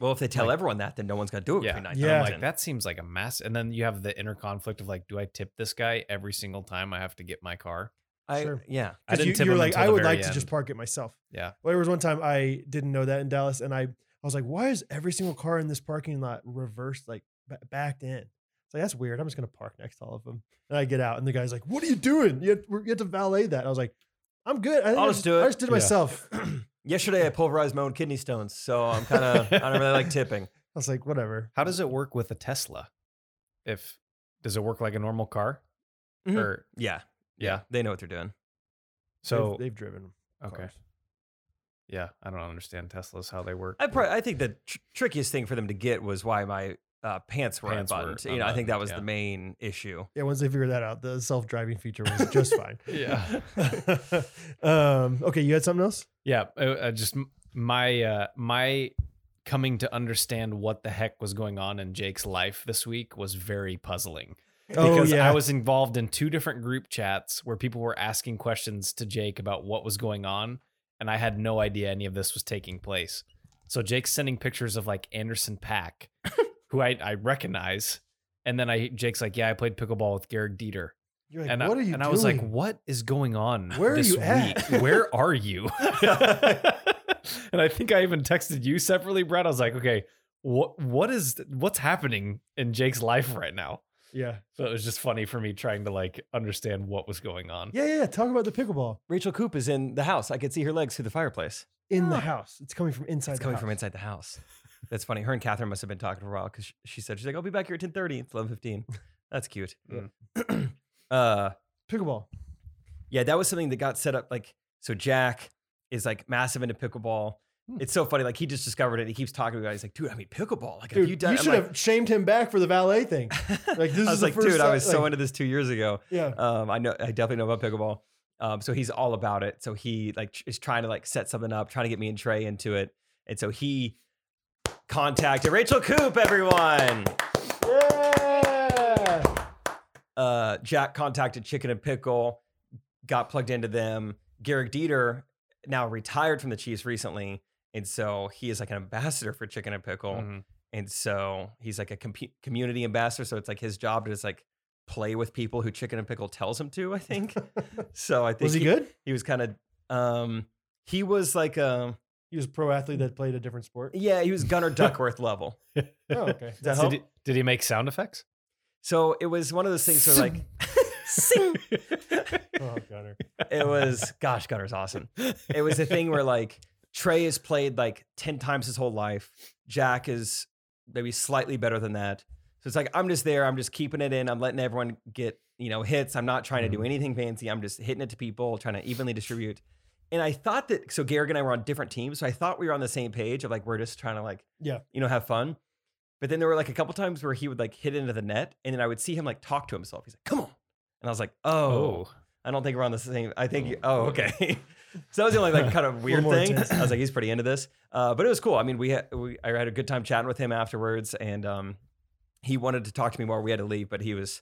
Speaker 1: Well, if they tell
Speaker 3: Like-
Speaker 1: everyone that, then no one's gonna do it
Speaker 3: Yeah.
Speaker 1: between nine
Speaker 2: Yeah.
Speaker 3: I'm
Speaker 1: and
Speaker 3: like,
Speaker 1: ten.
Speaker 3: that seems like a mass. And then you have the inner conflict of like, do I tip this guy every single time I have to get my car?
Speaker 1: I,
Speaker 2: Sure.
Speaker 1: Yeah,
Speaker 3: I
Speaker 2: 'Cause
Speaker 3: didn't
Speaker 2: you,
Speaker 3: tip
Speaker 2: you were
Speaker 3: him
Speaker 2: like,
Speaker 3: until
Speaker 2: I
Speaker 3: the
Speaker 2: would
Speaker 3: very
Speaker 2: like to just
Speaker 3: end.
Speaker 2: park it myself.
Speaker 3: Yeah.
Speaker 2: Well, there was one time I didn't know that in Dallas, and I I was like, why is every single car in this parking lot reversed, like ba- backed in? It's like that's weird. I'm just gonna park next to all of them. And I get out, and the guy's like, "What are you doing? You had, you had to valet that." I was like, "I'm good. I think
Speaker 1: I'll
Speaker 2: I
Speaker 1: just do it."
Speaker 2: I just did it
Speaker 3: Yeah.
Speaker 2: myself. I
Speaker 1: yesterday I pulverized my own kidney stones, so I'm kind of I don't really like tipping.
Speaker 2: was like, "Whatever."
Speaker 3: How does it work with a Tesla? If does it work like a normal car?
Speaker 1: Mhm.
Speaker 3: Or
Speaker 1: Yeah,
Speaker 3: yeah.
Speaker 1: they know what they're doing.
Speaker 3: So
Speaker 2: Mm-hmm. they've, they've driven.
Speaker 3: okay.
Speaker 2: cars.
Speaker 3: Yeah, I don't understand Teslas how they work.
Speaker 1: I probably I think the tr- trickiest thing for them to get was why my uh, pants were
Speaker 3: Pants were
Speaker 1: unbuttoned. you know, I think that
Speaker 3: unbuttoned,
Speaker 1: was
Speaker 3: yeah.
Speaker 1: the main issue.
Speaker 2: Yeah, once they figured that out, the self driving feature was just fine.
Speaker 3: yeah.
Speaker 2: um, okay, you had something else?
Speaker 3: Yeah, uh, uh, just m- my uh, my coming to understand what the heck was going on in Jake's life this week was very puzzling.
Speaker 2: Oh,
Speaker 3: because I was involved in two different group chats where people were asking questions to Jake about what was going on, and I had no idea any of this was taking place. So Jake's sending pictures of like Anderson Pack, who I, I recognize, and then I Jake's like, yeah, I played pickleball with Garrett Dieter,
Speaker 2: You're like,
Speaker 3: and
Speaker 2: what
Speaker 3: I,
Speaker 2: are you doing?
Speaker 3: and I was like, what is going on?
Speaker 2: Where are
Speaker 3: this
Speaker 2: you
Speaker 3: week?
Speaker 2: at?"
Speaker 3: Where are you? and I think I even texted you separately, Brad. I was like, okay, what what is what's happening in Jake's life right now?
Speaker 2: yeah.
Speaker 3: So it was just funny for me trying to like understand what was going on.
Speaker 2: yeah, yeah, yeah. Talk about the pickleball
Speaker 1: Rachel Coop is in the house. I could see her legs through the fireplace.
Speaker 2: in the house. It's coming from
Speaker 1: Ah.
Speaker 2: inside.
Speaker 1: It's
Speaker 2: the
Speaker 1: coming
Speaker 2: house.
Speaker 1: from inside the house. That's funny. Her and Catherine must have been talking for a while because she, she said she's like, "I'll be back here at 10:30." It's 11:15. That's cute.
Speaker 2: Mm.
Speaker 1: uh,
Speaker 2: pickleball.
Speaker 1: yeah, that was something that got set up. Like, so Jack is like massive into pickleball.
Speaker 3: Hmm.
Speaker 1: It's so funny. Like he just discovered it. He keeps talking about. it. He's like, "Dude, I mean pickleball. Like,
Speaker 2: Dude,
Speaker 1: have you
Speaker 2: you,
Speaker 1: done?" I'm
Speaker 2: should
Speaker 1: like-
Speaker 2: have shamed him back for the valet thing. Like, this
Speaker 1: I was
Speaker 2: is the
Speaker 1: like,
Speaker 2: first
Speaker 1: "Dude, I
Speaker 2: time-
Speaker 1: was so
Speaker 2: like-
Speaker 1: into this two years ago."
Speaker 2: Yeah,
Speaker 1: Um, I know, I definitely know about pickleball. Um, so he's all about it. So he like tr- is trying to like set something up, trying to get me and Trey into it. And so he contacted Rachel Coop, everyone.
Speaker 2: yeah.
Speaker 1: uh, Jack contacted Chicken and Pickle, got plugged into them. Garrick Dieter, now retired from the Chiefs recently, and so he is like an ambassador for Chicken and Pickle,
Speaker 2: Mm-hmm.
Speaker 3: Mhm.
Speaker 1: and so he's like a compu- community ambassador. So it's like his job to just like play with people who Chicken and Pickle tells him to. I think. so I think
Speaker 2: Was he good?
Speaker 1: He was kind of. Um, he was like um
Speaker 2: He was a pro athlete that played a different sport.
Speaker 1: yeah, he was Gunnar Duckworth level.
Speaker 2: Oh, okay. Does that
Speaker 3: Did,
Speaker 2: help?
Speaker 3: he, did he make sound effects?
Speaker 1: So it was one of those things where like
Speaker 2: Oh, Gunner.
Speaker 1: it was gosh gunner's awesome it was a thing where like trey has played like 10 times his whole life jack is maybe slightly better than that so it's like i'm just there i'm just keeping it in i'm letting everyone get you know, hits. I'm not trying to do anything fancy. I'm just hitting it to people, trying to evenly distribute. And I thought that so Garrick and I were on different teams, so I thought we were on the same page of like we're just trying to like
Speaker 2: Yeah.
Speaker 1: you know have fun. But then there were like a couple times where he would like hit into the net, and then I would see him like talk to himself. He's like, "Come on," and I was like, "Oh,
Speaker 3: Oh,
Speaker 1: I don't think we're on the same." I think, you, "Oh, okay." so that was the only like kind of weird
Speaker 2: more
Speaker 1: thing.
Speaker 2: intense.
Speaker 1: I was like, "He's pretty into this," uh, but it was cool. I mean, we, had, we I had a good time chatting with him afterwards, and um, he wanted to talk to me more. We had to leave, but he was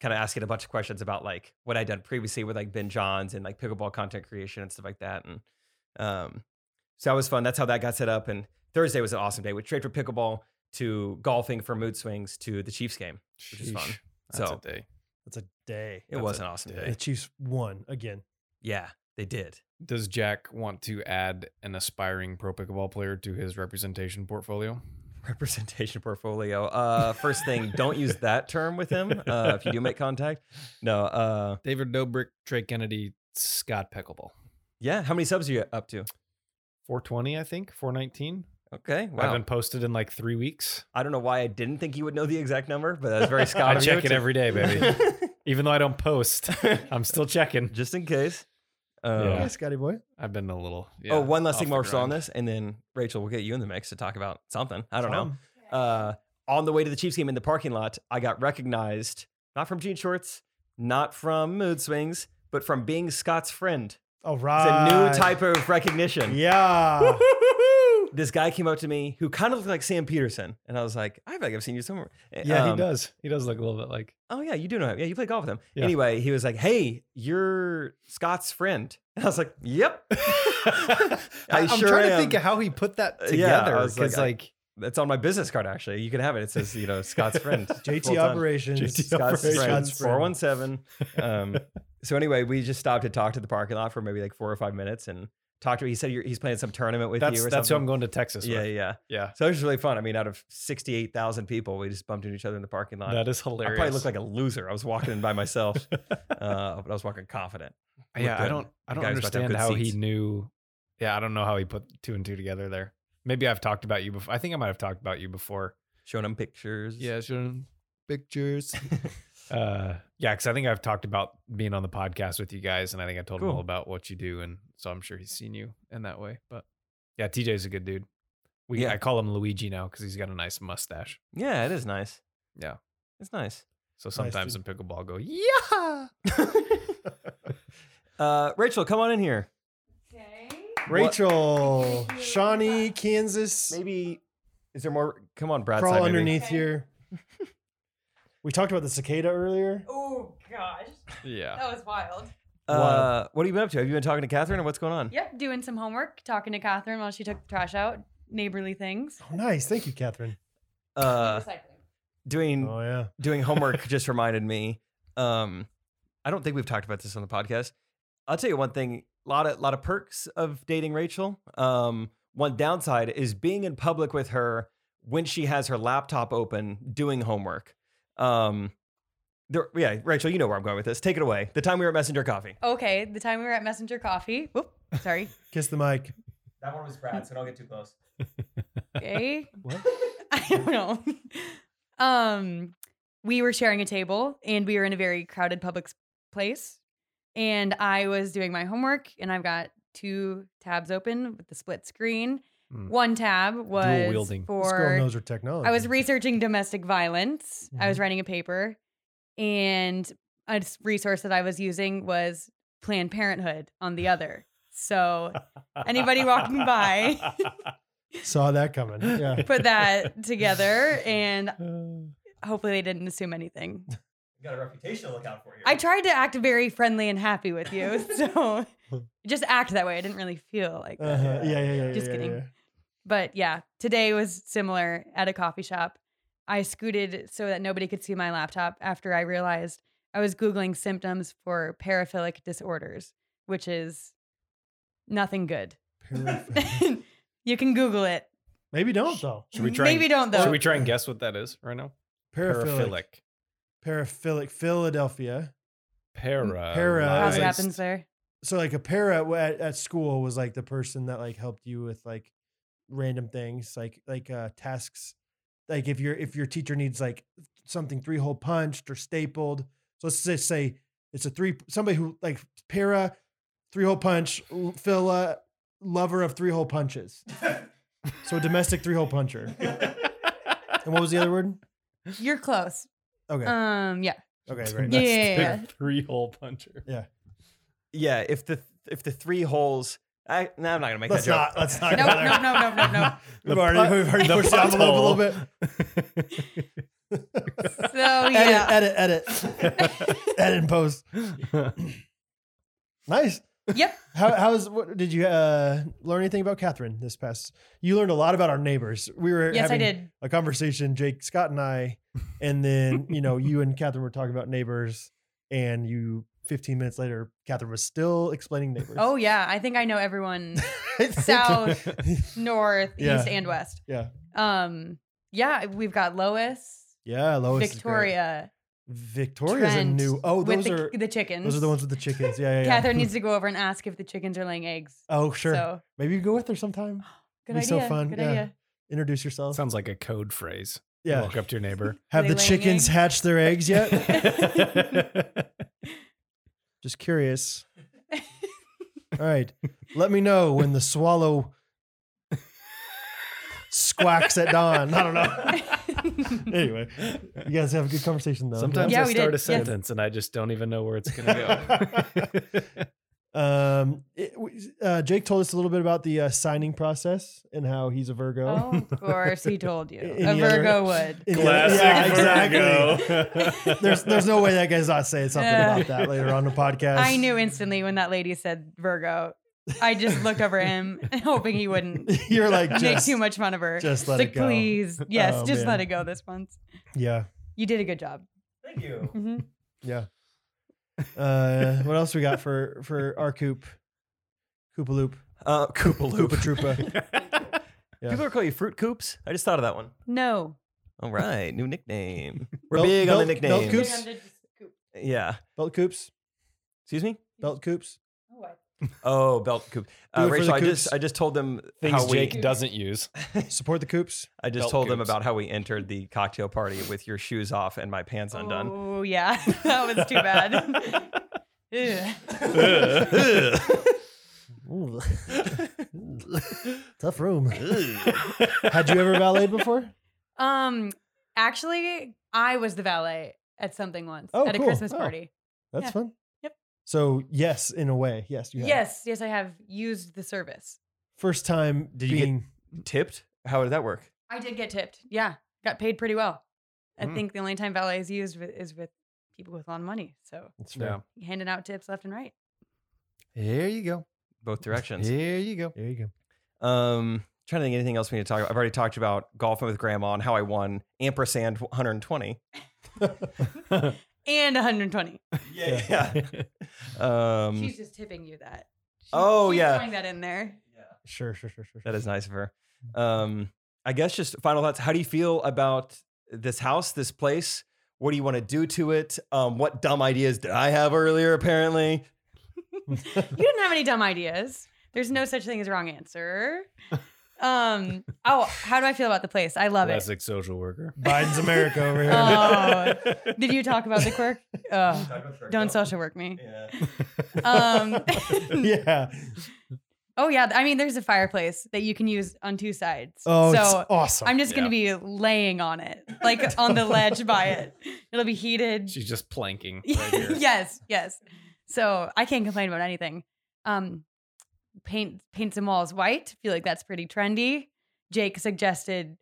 Speaker 1: kind of asking a bunch of questions about like what I'd done previously with like Ben Johns and like pickleball content creation and stuff like that. And um, so that was fun. That's how that got set up. And Thursday was an awesome day. We trade for pickleball to golfing for mood swings to the Chiefs game. Which is fun.
Speaker 3: sheesh. That's
Speaker 1: So-
Speaker 3: a day.
Speaker 2: That's a day.
Speaker 1: It
Speaker 3: That's
Speaker 1: was
Speaker 3: a
Speaker 1: an awesome
Speaker 3: day.
Speaker 1: day.
Speaker 2: The Chiefs won again.
Speaker 1: Yeah, they did.
Speaker 3: Does Jack want to add an aspiring pro pickleball player to his representation portfolio?
Speaker 1: Representation portfolio. Uh, first thing, don't use that term with him uh, if you do make contact. No. Uh,
Speaker 3: David Dobrik, Trey Kennedy, Scott Pickleball.
Speaker 1: yeah. How many subs are you up to?
Speaker 3: 420, I think. 419.
Speaker 1: Okay.
Speaker 3: I
Speaker 1: Wow.
Speaker 3: haven't posted in like three weeks.
Speaker 1: I don't know why I didn't think you would know the exact number, but that's very Scott.
Speaker 3: I
Speaker 1: of you
Speaker 3: check it
Speaker 1: to-
Speaker 3: every day, baby. Even though I don't post, I'm still checking.
Speaker 1: Just in case. Um,
Speaker 3: Yeah.
Speaker 2: Yeah, Scotty boy.
Speaker 3: I've been a little.
Speaker 1: oh, one last thing
Speaker 3: more
Speaker 1: while we're still on this, and then Rachel, we'll get you in the mix to talk about something. I don't know. Uh, on the way to the Chiefs game in the parking lot, I got recognized not from jean shorts, not from mood swings, but from being Scott's friend.
Speaker 2: All
Speaker 1: It's
Speaker 2: right.
Speaker 3: Ah.
Speaker 1: a new type of recognition.
Speaker 2: Yeah.
Speaker 1: This guy came up to me who kind of looked like Sam Peterson, and I was like, I feel like I've seen you somewhere.
Speaker 3: Yeah, he
Speaker 1: Um,
Speaker 3: does. He does look a little bit like.
Speaker 1: oh yeah, you do know him. Yeah, you play golf with him.
Speaker 3: Yeah.
Speaker 1: Anyway, he was like, "Hey, you're Scott's friend," and I was like, "Yep."
Speaker 3: I,
Speaker 1: I
Speaker 3: am
Speaker 1: sure
Speaker 3: trying to
Speaker 1: am.
Speaker 3: think of how he put that
Speaker 1: Uh,
Speaker 3: together.
Speaker 1: yeah, I was like,
Speaker 3: because
Speaker 1: I-
Speaker 3: like,
Speaker 1: That's on my business card actually. You can have it. It says, you know, Scott's friend. Full
Speaker 2: JT
Speaker 1: time.
Speaker 2: operations.
Speaker 3: JT
Speaker 1: Scott's
Speaker 3: Operations.
Speaker 1: friend.
Speaker 2: Scott's friend.
Speaker 1: Four one seven. Um. So anyway, we just stopped and talked at the parking lot for maybe like four or five minutes and talked to. He said you're, he's playing some tournament with
Speaker 3: that's
Speaker 1: you. Or
Speaker 3: that's who I'm
Speaker 1: something.
Speaker 3: going to Texas
Speaker 1: Yeah,
Speaker 3: with.
Speaker 1: yeah.
Speaker 3: Yeah,
Speaker 1: So it was just really fun. I mean, out of sixty eight thousand people, we just bumped into each other in the parking lot.
Speaker 3: that is
Speaker 1: I
Speaker 3: hilarious.
Speaker 1: probably looked like a loser. I was walking in by myself, uh, but I was walking confident. I
Speaker 3: yeah,
Speaker 1: looked
Speaker 3: I
Speaker 1: good.
Speaker 3: don't, I
Speaker 1: The
Speaker 3: don't
Speaker 1: guy was about to have
Speaker 3: understand
Speaker 1: good
Speaker 3: how
Speaker 1: seats.
Speaker 3: he knew. Yeah, I don't know how he put two and two together there. Maybe I've talked about you before. I think I might have talked about you before.
Speaker 1: Showing him pictures.
Speaker 3: showing pictures. uh, yeah, because I think I've talked about being on the podcast with you guys, and I think I told him all
Speaker 1: Cool.
Speaker 3: about what you do, and so I'm sure he's seen you in that way. But yeah, TJ's a good dude. We
Speaker 1: Yeah.
Speaker 3: I call him Luigi now because he's got a nice mustache.
Speaker 1: Yeah, it is nice.
Speaker 3: Yeah.
Speaker 1: It's nice.
Speaker 3: So sometimes
Speaker 2: dude.
Speaker 3: in pickleball, I go yeah.
Speaker 1: Uh, Rachel, come on in here.
Speaker 4: Okay.
Speaker 2: Rachel,
Speaker 4: Thank you.
Speaker 2: Shawnee, Kansas.
Speaker 1: Maybe is there more? Come on, Brad.
Speaker 2: crawl
Speaker 1: side, maybe.
Speaker 2: underneath
Speaker 4: Okay.
Speaker 2: here. we talked about the cicada earlier.
Speaker 4: Oh gosh,
Speaker 3: Yeah.
Speaker 4: that was wild.
Speaker 1: Uh, what have you been up to? Have you been talking to Catherine, or what's going on?
Speaker 4: Yep, doing some homework, talking to Catherine while she took the trash out. Neighborly things.
Speaker 2: Oh, nice. Thank you, Catherine.
Speaker 1: Uh, doing
Speaker 2: Oh, yeah.
Speaker 1: doing homework just reminded me. Um, I don't think we've talked about this on the podcast. I'll tell you one thing. A lot of lot of perks of dating Rachel. Um, one downside is being in public with her when she has her laptop open doing homework. Um, there, yeah, Rachel, you know where I'm going with this. Take it away. The time we were at Messenger Coffee.
Speaker 4: okay, the time we were at Messenger Coffee. Whoop, sorry.
Speaker 2: Kiss the mic.
Speaker 1: That one was Brad, so don't get too close.
Speaker 4: Okay.
Speaker 2: What?
Speaker 4: I don't know. um, we were sharing a table and we were in a very crowded public s- place. And I was doing my homework and I've got two tabs open with the split screen.
Speaker 3: Mm.
Speaker 4: One tab was
Speaker 3: wielding.
Speaker 2: This girl
Speaker 4: for
Speaker 2: knows her technology.
Speaker 4: I was researching domestic violence. I was writing a paper, and a s- resource that I was using was Planned Parenthood on the other. So Anybody walking by?
Speaker 2: Saw that coming. Yeah. Uh-huh.
Speaker 4: put that together, and hopefully they didn't assume anything.
Speaker 1: Got a reputation to look out for here.
Speaker 4: I tried to act very friendly and happy with you, so just act that way. I didn't really feel like that.
Speaker 2: Uh-huh. Yeah, yeah, yeah. yeah,
Speaker 4: Just
Speaker 2: yeah,
Speaker 4: kidding.
Speaker 2: yeah.
Speaker 4: But yeah, today was similar at a coffee shop. I scooted so that nobody could see my laptop after I realized I was Googling symptoms for paraphilic disorders, which is nothing good.
Speaker 2: Paraphernalia.
Speaker 4: you can Google it.
Speaker 2: Maybe don't, though.
Speaker 3: Should we try?
Speaker 4: Maybe
Speaker 3: and,
Speaker 4: don't, though.
Speaker 3: Should we try and guess what that is right now?
Speaker 2: Paraphilic. Paraphilic. Philadelphia.
Speaker 3: Mm, Para.
Speaker 4: How's
Speaker 2: Paralyzed.
Speaker 4: what happens there?
Speaker 2: So, like, a para w- at, at school was like the person that like helped you with like random things, like like uh tasks. Like if your if your teacher needs like something three hole punched or stapled, So let's just say it's a three somebody who like para three hole punch l- Phila lover of three hole punches. so a domestic three hole puncher. And what was the other word?
Speaker 4: You're close.
Speaker 2: Okay.
Speaker 4: Um, yeah.
Speaker 2: okay. Great.
Speaker 4: Yeah, yeah, yeah.
Speaker 3: Three hole puncher.
Speaker 1: Yeah, if the if the three holes, I no, I'm not gonna make
Speaker 2: Let's
Speaker 1: that joke.
Speaker 2: not. Let's not.
Speaker 4: No,
Speaker 2: go
Speaker 4: no,
Speaker 2: there.
Speaker 4: no, no, no, no.
Speaker 2: We've
Speaker 3: The
Speaker 2: already,
Speaker 3: putt-
Speaker 2: we've already
Speaker 3: the
Speaker 2: pushed it envelope a little bit.
Speaker 4: So yeah.
Speaker 2: Edit, edit, edit, edit, and post. Nice.
Speaker 4: Yep.
Speaker 2: How how's what did you uh, learn anything about Catherine this past? You learned a lot about our neighbors. We were
Speaker 4: Yes, I
Speaker 2: having
Speaker 4: did.
Speaker 2: a conversation, Jake, Scott, and I, and then you know you and Catherine were talking about neighbors, and you 15 minutes later, Catherine was still explaining neighbors.
Speaker 4: Oh yeah. I think I know everyone
Speaker 2: I think-
Speaker 4: south. north,
Speaker 2: Yeah.
Speaker 4: east, and west.
Speaker 2: Yeah.
Speaker 4: Um, yeah, we've got Lois,
Speaker 2: yeah, Lois, is great.
Speaker 4: Victoria,
Speaker 2: Victoria's
Speaker 4: Trent,
Speaker 2: a new. Oh, those
Speaker 4: with the,
Speaker 2: are
Speaker 4: the chickens.
Speaker 2: those are the ones with the chickens. Yeah, yeah. yeah.
Speaker 4: Catherine needs to go over and ask if the chickens are laying eggs.
Speaker 2: Oh, sure.
Speaker 4: So
Speaker 2: Maybe you go with her sometime.
Speaker 4: good
Speaker 2: Be
Speaker 4: idea.
Speaker 2: so fun,
Speaker 4: Good
Speaker 2: yeah.
Speaker 4: idea.
Speaker 2: Introduce yourself.
Speaker 3: Sounds like a code phrase.
Speaker 2: yeah.
Speaker 3: Walk up to your neighbor.
Speaker 2: Have
Speaker 4: they
Speaker 2: the
Speaker 4: laying
Speaker 2: chickens
Speaker 4: eggs?
Speaker 2: hatched their eggs yet?
Speaker 3: That's
Speaker 2: Just curious. All right. Let me know when the swallow squawks at dawn. I don't know. anyway, you guys have a good conversation though.
Speaker 3: Sometimes
Speaker 4: Yeah,
Speaker 3: I
Speaker 4: we
Speaker 3: start
Speaker 4: did.
Speaker 3: a
Speaker 4: Yes.
Speaker 3: sentence and I just don't even know where it's gonna go.
Speaker 2: Um, it- w- uh, Jake told us a little bit about the uh, signing process and how he's a Virgo.
Speaker 4: Oh, of course, he told you.
Speaker 2: Any
Speaker 4: a
Speaker 2: other-
Speaker 4: Virgo would.
Speaker 2: And-
Speaker 3: Classic
Speaker 2: yeah, exactly.
Speaker 3: Virgo.
Speaker 2: There's there's no way that guy's not saying something
Speaker 4: Yeah.
Speaker 2: about that later on the podcast.
Speaker 4: I knew instantly when that lady said Virgo. I just looked over at him, hoping he wouldn't
Speaker 2: You're like
Speaker 4: make
Speaker 2: just,
Speaker 4: too much fun of her.
Speaker 2: Just
Speaker 4: It's
Speaker 2: let
Speaker 4: like,
Speaker 2: it go.
Speaker 4: please, yes,
Speaker 2: Oh,
Speaker 4: just let
Speaker 2: man.
Speaker 4: it go this once.
Speaker 2: Yeah,
Speaker 4: You did a good job.
Speaker 1: Thank you.
Speaker 2: Mm-hmm.
Speaker 4: Mhm.
Speaker 2: yeah. Uh, what else we got for for our coop? Koopa loop,
Speaker 1: Uh, Koopa
Speaker 2: Koopa
Speaker 1: Loop.
Speaker 2: Troopa. Yeah.
Speaker 1: People are calling you fruit coops. I just thought of that one.
Speaker 4: No,
Speaker 1: All right, new nickname. We're
Speaker 2: Belt-
Speaker 1: big on the
Speaker 2: belt- belt
Speaker 1: nicknames.
Speaker 2: coops?
Speaker 1: Yeah.
Speaker 2: Belt coops,
Speaker 1: Excuse me.
Speaker 2: belt coops.
Speaker 1: Oh, belt coop. Uh,
Speaker 2: Do it
Speaker 1: Rachel,
Speaker 2: for the
Speaker 1: I just
Speaker 2: coops.
Speaker 1: I just told them
Speaker 3: Things
Speaker 1: how we
Speaker 3: Jake doesn't use.
Speaker 2: Support the coops.
Speaker 1: I just
Speaker 3: Belt
Speaker 1: told them
Speaker 3: coops.
Speaker 1: about how we entered the cocktail party with your shoes off and my pants undone.
Speaker 4: Oh yeah, that was too bad. Ew.
Speaker 2: Ooh. Tough room. Had you ever valeted before?
Speaker 4: um, actually, I was the valet at something once
Speaker 2: Oh,
Speaker 4: at a
Speaker 2: cool.
Speaker 4: Christmas
Speaker 2: Oh.
Speaker 4: party.
Speaker 2: That's
Speaker 4: Yeah.
Speaker 2: fun.
Speaker 4: Yep.
Speaker 2: So yes, in a way, yes, you have.
Speaker 4: Yes, yes, I have used the service.
Speaker 2: First time
Speaker 1: Did you get-
Speaker 2: being
Speaker 1: Tipped? How did that work?
Speaker 4: I did get tipped. Yeah, got paid pretty well. I
Speaker 3: Mm.
Speaker 4: think the only time valet is used with, is with people with a lot of money. So
Speaker 2: That's fair.
Speaker 3: Yeah.
Speaker 4: handing out tips left and right.
Speaker 3: Here you go.
Speaker 1: Both directions.
Speaker 3: Here you go.
Speaker 2: There you go.
Speaker 1: Um, trying to think of anything else we need to talk about. I've already talked about golfing with grandma and how I won ampersand 120.
Speaker 4: And 120.
Speaker 1: Yeah. um,
Speaker 4: She's just tipping you that. She-
Speaker 1: Oh,
Speaker 4: she's
Speaker 1: yeah.
Speaker 4: throwing that in there.
Speaker 2: Sure, sure, sure, sure. sure.
Speaker 1: that is nice of her. Um, I guess just final thoughts. How do you feel about this house, this place? What do you want to do to it? Um, what dumb ideas did I have earlier? Apparently,
Speaker 4: You didn't have any dumb ideas. There's no such thing as wrong answer. Um. Oh, how do I feel about the place? I love it.
Speaker 3: Classic social worker.
Speaker 2: Biden's America over here.
Speaker 4: Oh, did you talk about the quirk? Ugh, don't social work me. Um.
Speaker 2: yeah.
Speaker 4: oh yeah. I mean, there's a fireplace that you can use on two sides.
Speaker 2: Oh,
Speaker 4: so
Speaker 2: it's awesome.
Speaker 4: I'm just gonna be laying on it, like on the ledge by it. It'll be heated.
Speaker 3: She's just planking right here.
Speaker 4: yes, yes. So I can't complain about anything. Um, paint paint some walls white. Feel like that's pretty trendy. Jake suggested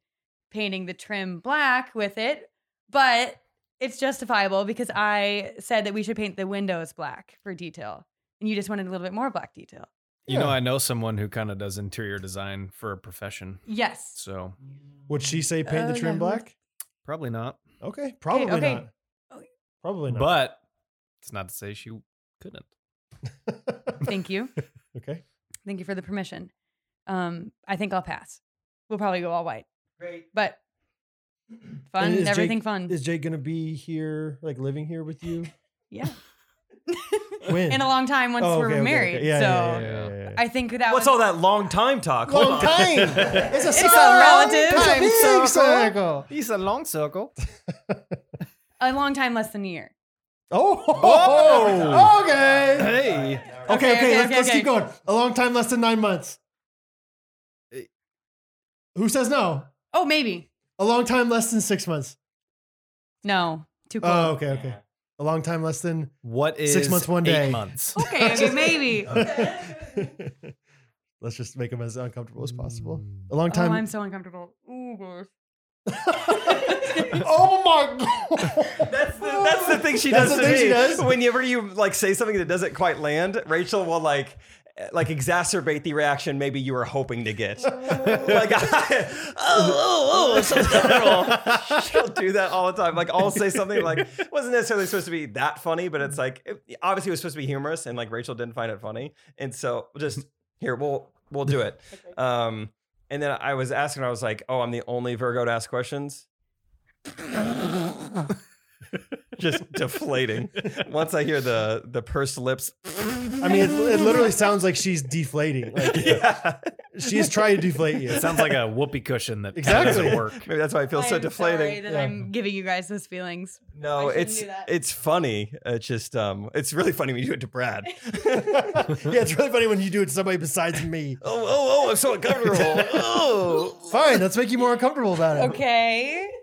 Speaker 4: painting the trim black with it, but it's justifiable because I said that we should paint the windows black for detail, and you just wanted a little bit more black detail.
Speaker 3: You know, I know someone who kind of does interior design for a profession.
Speaker 4: Yes.
Speaker 3: So
Speaker 2: Would she say paint
Speaker 4: Oh,
Speaker 2: the trim
Speaker 4: yeah.
Speaker 2: black?
Speaker 3: probably not.
Speaker 2: Okay, probably
Speaker 4: okay. Oh,
Speaker 2: not. Probably not.
Speaker 3: But it's not to say she couldn't.
Speaker 4: Thank you.
Speaker 2: okay.
Speaker 4: Thank you for the permission. Um, I think I'll pass. We'll probably go all white. Great. But fun,
Speaker 2: And is Jake-
Speaker 4: everything fun.
Speaker 2: Is Jake gonna be here, like living here with you?
Speaker 4: yeah.
Speaker 2: When?
Speaker 4: In a long time once
Speaker 2: Oh,
Speaker 4: we're
Speaker 2: okay, okay, okay.
Speaker 4: married.
Speaker 2: Yeah,
Speaker 4: so
Speaker 2: yeah, yeah, yeah, yeah, yeah.
Speaker 4: I think that
Speaker 1: what's
Speaker 4: one's-
Speaker 1: all that long time talk? Hold
Speaker 2: Long
Speaker 1: on.
Speaker 2: time. It's a,
Speaker 4: It's
Speaker 2: circle.
Speaker 4: a relative.
Speaker 2: Big
Speaker 3: Circle.
Speaker 2: circle.
Speaker 3: He's a long circle.
Speaker 4: a long time less than a year.
Speaker 2: Oh,
Speaker 1: Whoa.
Speaker 2: okay.
Speaker 3: Hey,
Speaker 2: Okay, okay,
Speaker 4: Okay, okay,
Speaker 2: let's,
Speaker 4: okay,
Speaker 2: let's
Speaker 4: okay.
Speaker 2: keep going. A long time, less than nine months. Who says no?
Speaker 4: Oh, maybe.
Speaker 2: A long time, less than six months.
Speaker 4: No, too cold.
Speaker 2: Oh, okay, okay. A long time, less than.
Speaker 3: what is
Speaker 2: Six months, one
Speaker 3: eight
Speaker 2: day.
Speaker 3: months?
Speaker 4: okay, I mean, maybe.
Speaker 2: let's just make them as uncomfortable as possible. A long
Speaker 4: Oh,
Speaker 2: time.
Speaker 4: I'm so uncomfortable. Ooh, gross.
Speaker 2: oh my god.
Speaker 1: That's the, that's the thing she
Speaker 2: That's
Speaker 1: does
Speaker 2: the
Speaker 1: to
Speaker 2: thing she
Speaker 1: me.
Speaker 2: does?
Speaker 1: Whenever you like say something that doesn't quite land, Rachel will like eh, like exacerbate the reaction maybe you were hoping to get. like I, oh oh oh, it's so terrible. She'll do that all the time. Like I'll say something like it wasn't necessarily supposed to be that funny, but it's like it- obviously it was supposed to be humorous, and like Rachel didn't find it funny, and so just here we'll we'll do it. Um, and then I was asking, I was like, oh, I'm the only Virgo to ask questions. just deflating. Once I hear the the pursed lips,
Speaker 2: I mean, it, it literally sounds like she's deflating. Like
Speaker 1: yeah,
Speaker 2: she's trying to deflate you.
Speaker 3: It sounds like a whoopee cushion that
Speaker 2: Exactly.
Speaker 3: doesn't work.
Speaker 1: maybe that's why I feel so
Speaker 4: I'm
Speaker 1: deflating.
Speaker 4: Sorry that
Speaker 2: Yeah.
Speaker 4: I'm giving you guys those feelings. I
Speaker 1: No,
Speaker 4: shouldn't
Speaker 1: it's
Speaker 4: do that.
Speaker 1: it's funny. It's just um, it's really funny when you do it to Brad. oh
Speaker 2: yeah, it's really funny when you do it to somebody besides me.
Speaker 1: oh oh! I'm so uncomfortable. oh.
Speaker 2: Fine, let's make you more uncomfortable about it.
Speaker 4: Okay.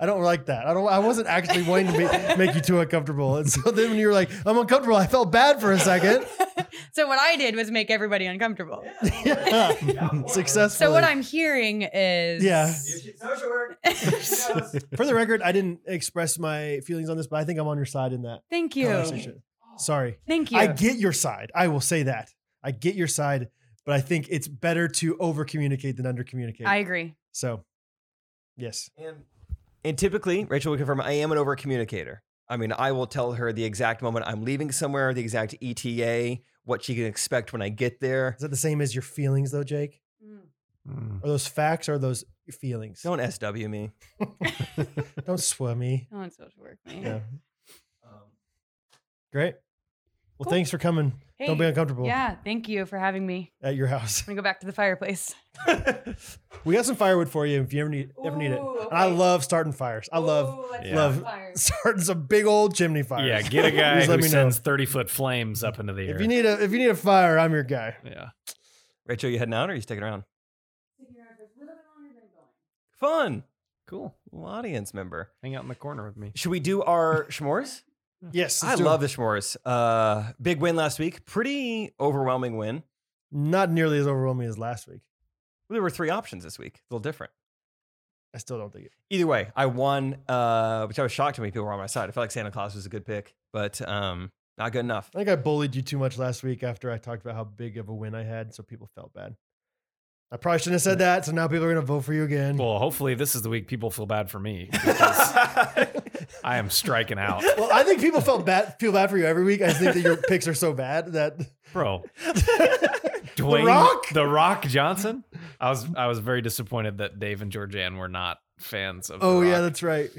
Speaker 2: I don't like that. I don't. I wasn't actually wanting to be, make you too uncomfortable. And so then when you were like, "I'm uncomfortable," I felt bad for a second.
Speaker 4: So what I did was make everybody uncomfortable.
Speaker 2: Yeah. Successfully.
Speaker 4: So what I'm hearing is
Speaker 2: Yeah.
Speaker 1: Social work.
Speaker 2: for the record, I didn't express my feelings on this, but I think I'm on your side in that
Speaker 4: Thank you.
Speaker 2: conversation. Sorry,
Speaker 4: Thank you.
Speaker 2: I get your side. I will say that I get your side, but I think it's better to over communicate than under communicate.
Speaker 4: I agree.
Speaker 2: so, yes.
Speaker 1: And, and typically, Rachel will confirm I am an over communicator. I mean, I will tell her the exact moment I'm leaving somewhere, the exact ETA, what she can expect when I get there.
Speaker 2: Is that the same as your feelings though, Jake? Are those facts or are those feelings?
Speaker 1: Don't SW me.
Speaker 2: Don't swim me.
Speaker 4: No one's social work. me.
Speaker 2: Yeah. Great. Well, thanks for coming. Don't be
Speaker 4: Hey,
Speaker 2: uncomfortable
Speaker 4: Yeah. Thank you for having me.
Speaker 2: at your house.
Speaker 4: I'm gonna go back to the fireplace.
Speaker 2: We got some firewood for you if you ever need ever need it.
Speaker 4: Ooh,
Speaker 2: And I
Speaker 4: okay.
Speaker 2: love starting fires. I love
Speaker 3: Yeah.
Speaker 2: love starting some big old chimney fires.
Speaker 3: Yeah, get a guy
Speaker 2: Just
Speaker 3: who
Speaker 2: let me know.
Speaker 3: sends thirty foot flames up into the air.
Speaker 2: If you need a if you need a fire, I'm your guy.
Speaker 3: yeah.
Speaker 1: Rachel, you heading out or are you sticking around? Fun. Cool. Little audience member.
Speaker 3: Hang out in the corner with me.
Speaker 1: Should we do our s'mores?
Speaker 2: Yes,
Speaker 1: I
Speaker 2: let's do
Speaker 1: love
Speaker 2: it.
Speaker 1: the s'mores. Uh, big win last week. Pretty overwhelming win.
Speaker 2: Not nearly as overwhelming as last week.
Speaker 1: There were three options this week. A little different.
Speaker 2: I still don't think it.
Speaker 1: Either way, I won, uh, which I was shocked how many people were on my side. I felt like Santa Claus was a good pick, but um, not good enough.
Speaker 2: I think I bullied you too much last week after I talked about how big of a win I had, so people felt bad. I probably shouldn't have said that, so now people are gonna vote for you again.
Speaker 3: Well, hopefully this is the week people feel bad for me because I am striking out,
Speaker 2: Well, I think people felt bad feel bad for you every week. I just think that your picks are so bad that
Speaker 3: bro. Dwayne
Speaker 2: Rock?
Speaker 3: The Rock Johnson. I was I was very disappointed that Dave and Georgianne were not fans of. The
Speaker 2: Oh yeah,
Speaker 3: Rock.
Speaker 2: that's right.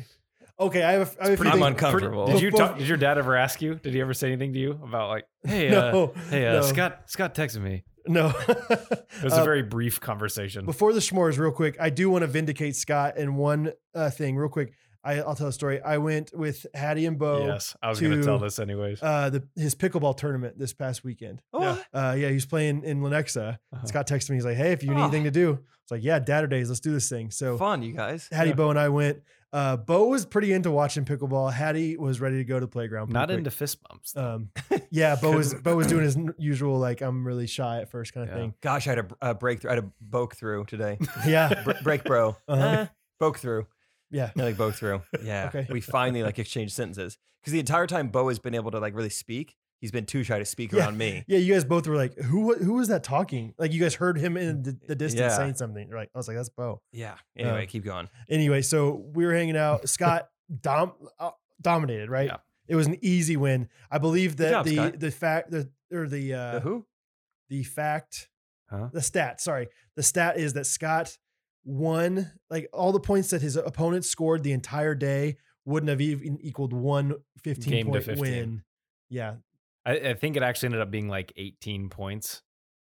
Speaker 2: Okay, I have a, f- I have a few
Speaker 1: I'm
Speaker 2: things-
Speaker 1: on- uncomfortable.
Speaker 3: did you
Speaker 2: Before-
Speaker 3: talk, Did your dad ever ask you? Did he ever say anything to you about like, hey, uh,
Speaker 2: No,
Speaker 3: hey, uh,
Speaker 2: no.
Speaker 3: Scott, Scott texted me.
Speaker 2: No.
Speaker 3: It was
Speaker 2: Uh,
Speaker 3: a very brief conversation.
Speaker 2: Before the s'mores, real quick, I do want to vindicate Scott in one uh, thing, real quick. I, I'll tell a story. I went with Hattie and Bo.
Speaker 3: yes, I was going
Speaker 2: to-
Speaker 3: to tell this anyways.
Speaker 2: Uh, the his pickleball tournament this past weekend.
Speaker 1: Oh,
Speaker 3: Yeah.
Speaker 2: Uh, yeah, he was playing in Lenexa.
Speaker 3: Uh-huh.
Speaker 2: Scott texted me. He's like, "Hey, if you need
Speaker 1: Oh.
Speaker 2: anything to do," it's like, "Yeah, Dad or days, let's do this thing." So
Speaker 1: fun, you guys.
Speaker 2: Hattie, Bo, and I went. Uh, Bo was pretty into watching pickleball. Hattie was ready to go to playground. pretty
Speaker 3: not
Speaker 2: quick.
Speaker 3: into fist bumps.
Speaker 2: Um, yeah, Bo was Bo was doing his n- usual like I'm really shy at first kind of
Speaker 3: Yeah.
Speaker 2: thing.
Speaker 1: Gosh, I had a, a breakthrough. I had a boke through today.
Speaker 2: Yeah,
Speaker 1: Br- break, bro.
Speaker 2: Uh-huh.
Speaker 1: Uh, boke through.
Speaker 2: yeah.
Speaker 1: No, like both through. Yeah.
Speaker 2: Okay.
Speaker 1: We finally like exchange sentences because the entire time Bo has been able to like really speak, he's been too shy to speak
Speaker 2: Yeah.
Speaker 1: around me.
Speaker 2: Yeah, you guys both were like, who wa- who was that talking? Like you guys heard him in the, the distance
Speaker 1: Yeah.
Speaker 2: saying something. You're like, I was like, that's Bo.
Speaker 1: Yeah. Anyway,
Speaker 2: Uh,
Speaker 1: keep going.
Speaker 2: Anyway, so we were hanging out. Scott dom uh, dominated, right?
Speaker 3: Yeah.
Speaker 2: It was an easy win. I believe that
Speaker 1: job,
Speaker 2: the
Speaker 1: Scott.
Speaker 2: the fact the or the uh,
Speaker 1: The who?
Speaker 2: the fact
Speaker 3: Huh?
Speaker 2: the stat sorry the stat is that scott won like all the points that his opponent scored the entire day wouldn't have even equaled one 15
Speaker 3: Game to
Speaker 2: point
Speaker 3: 15.
Speaker 2: win yeah
Speaker 3: I, I think it actually ended up being like 18 points.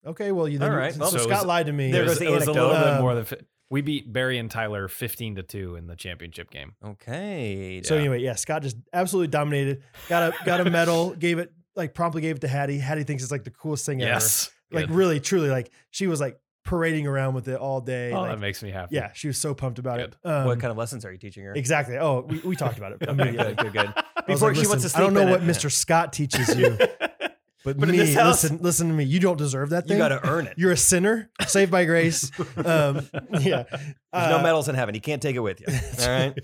Speaker 2: okay well you
Speaker 1: All
Speaker 2: then,
Speaker 1: right,
Speaker 2: so,
Speaker 1: well,
Speaker 3: so it
Speaker 2: scott
Speaker 3: was-
Speaker 2: lied to me
Speaker 1: There
Speaker 3: it
Speaker 1: goes
Speaker 3: was,
Speaker 1: the
Speaker 3: it was a little
Speaker 1: anecdote.
Speaker 3: bit
Speaker 2: Um,
Speaker 3: more than. Fi- We beat Barry and Tyler 15 to 2 in the championship game.
Speaker 1: Okay.
Speaker 2: So
Speaker 1: yeah.
Speaker 2: anyway, yeah, Scott just absolutely dominated. Got a got a medal. gave it like promptly gave it to Hattie. Hattie thinks it's like the coolest thing
Speaker 3: Yes.
Speaker 2: ever. Like
Speaker 1: Good.
Speaker 2: really, truly, like she was like parading around with it all day.
Speaker 3: Oh,
Speaker 2: like,
Speaker 3: that makes me happy.
Speaker 2: yeah, she was so pumped about
Speaker 3: Good.
Speaker 2: it. Um,
Speaker 1: what kind of lessons are you teaching her?
Speaker 2: exactly. Oh, we, we talked about it. I mean,
Speaker 1: Okay,
Speaker 2: yeah.
Speaker 1: good, good, good.
Speaker 2: I was
Speaker 1: Before
Speaker 2: like,
Speaker 1: she wants to
Speaker 2: "Listen, I don't know
Speaker 1: sleep
Speaker 2: what
Speaker 1: in it."
Speaker 2: Mr. Scott teaches you, but,
Speaker 1: But in
Speaker 2: me,
Speaker 1: this house-
Speaker 2: listen, listen to me. You don't deserve that thing.
Speaker 1: You got to earn it.
Speaker 2: You're a sinner, saved by grace. Um, yeah,
Speaker 1: There's
Speaker 2: Uh,
Speaker 1: no medals in heaven. You can't take it with you. All right.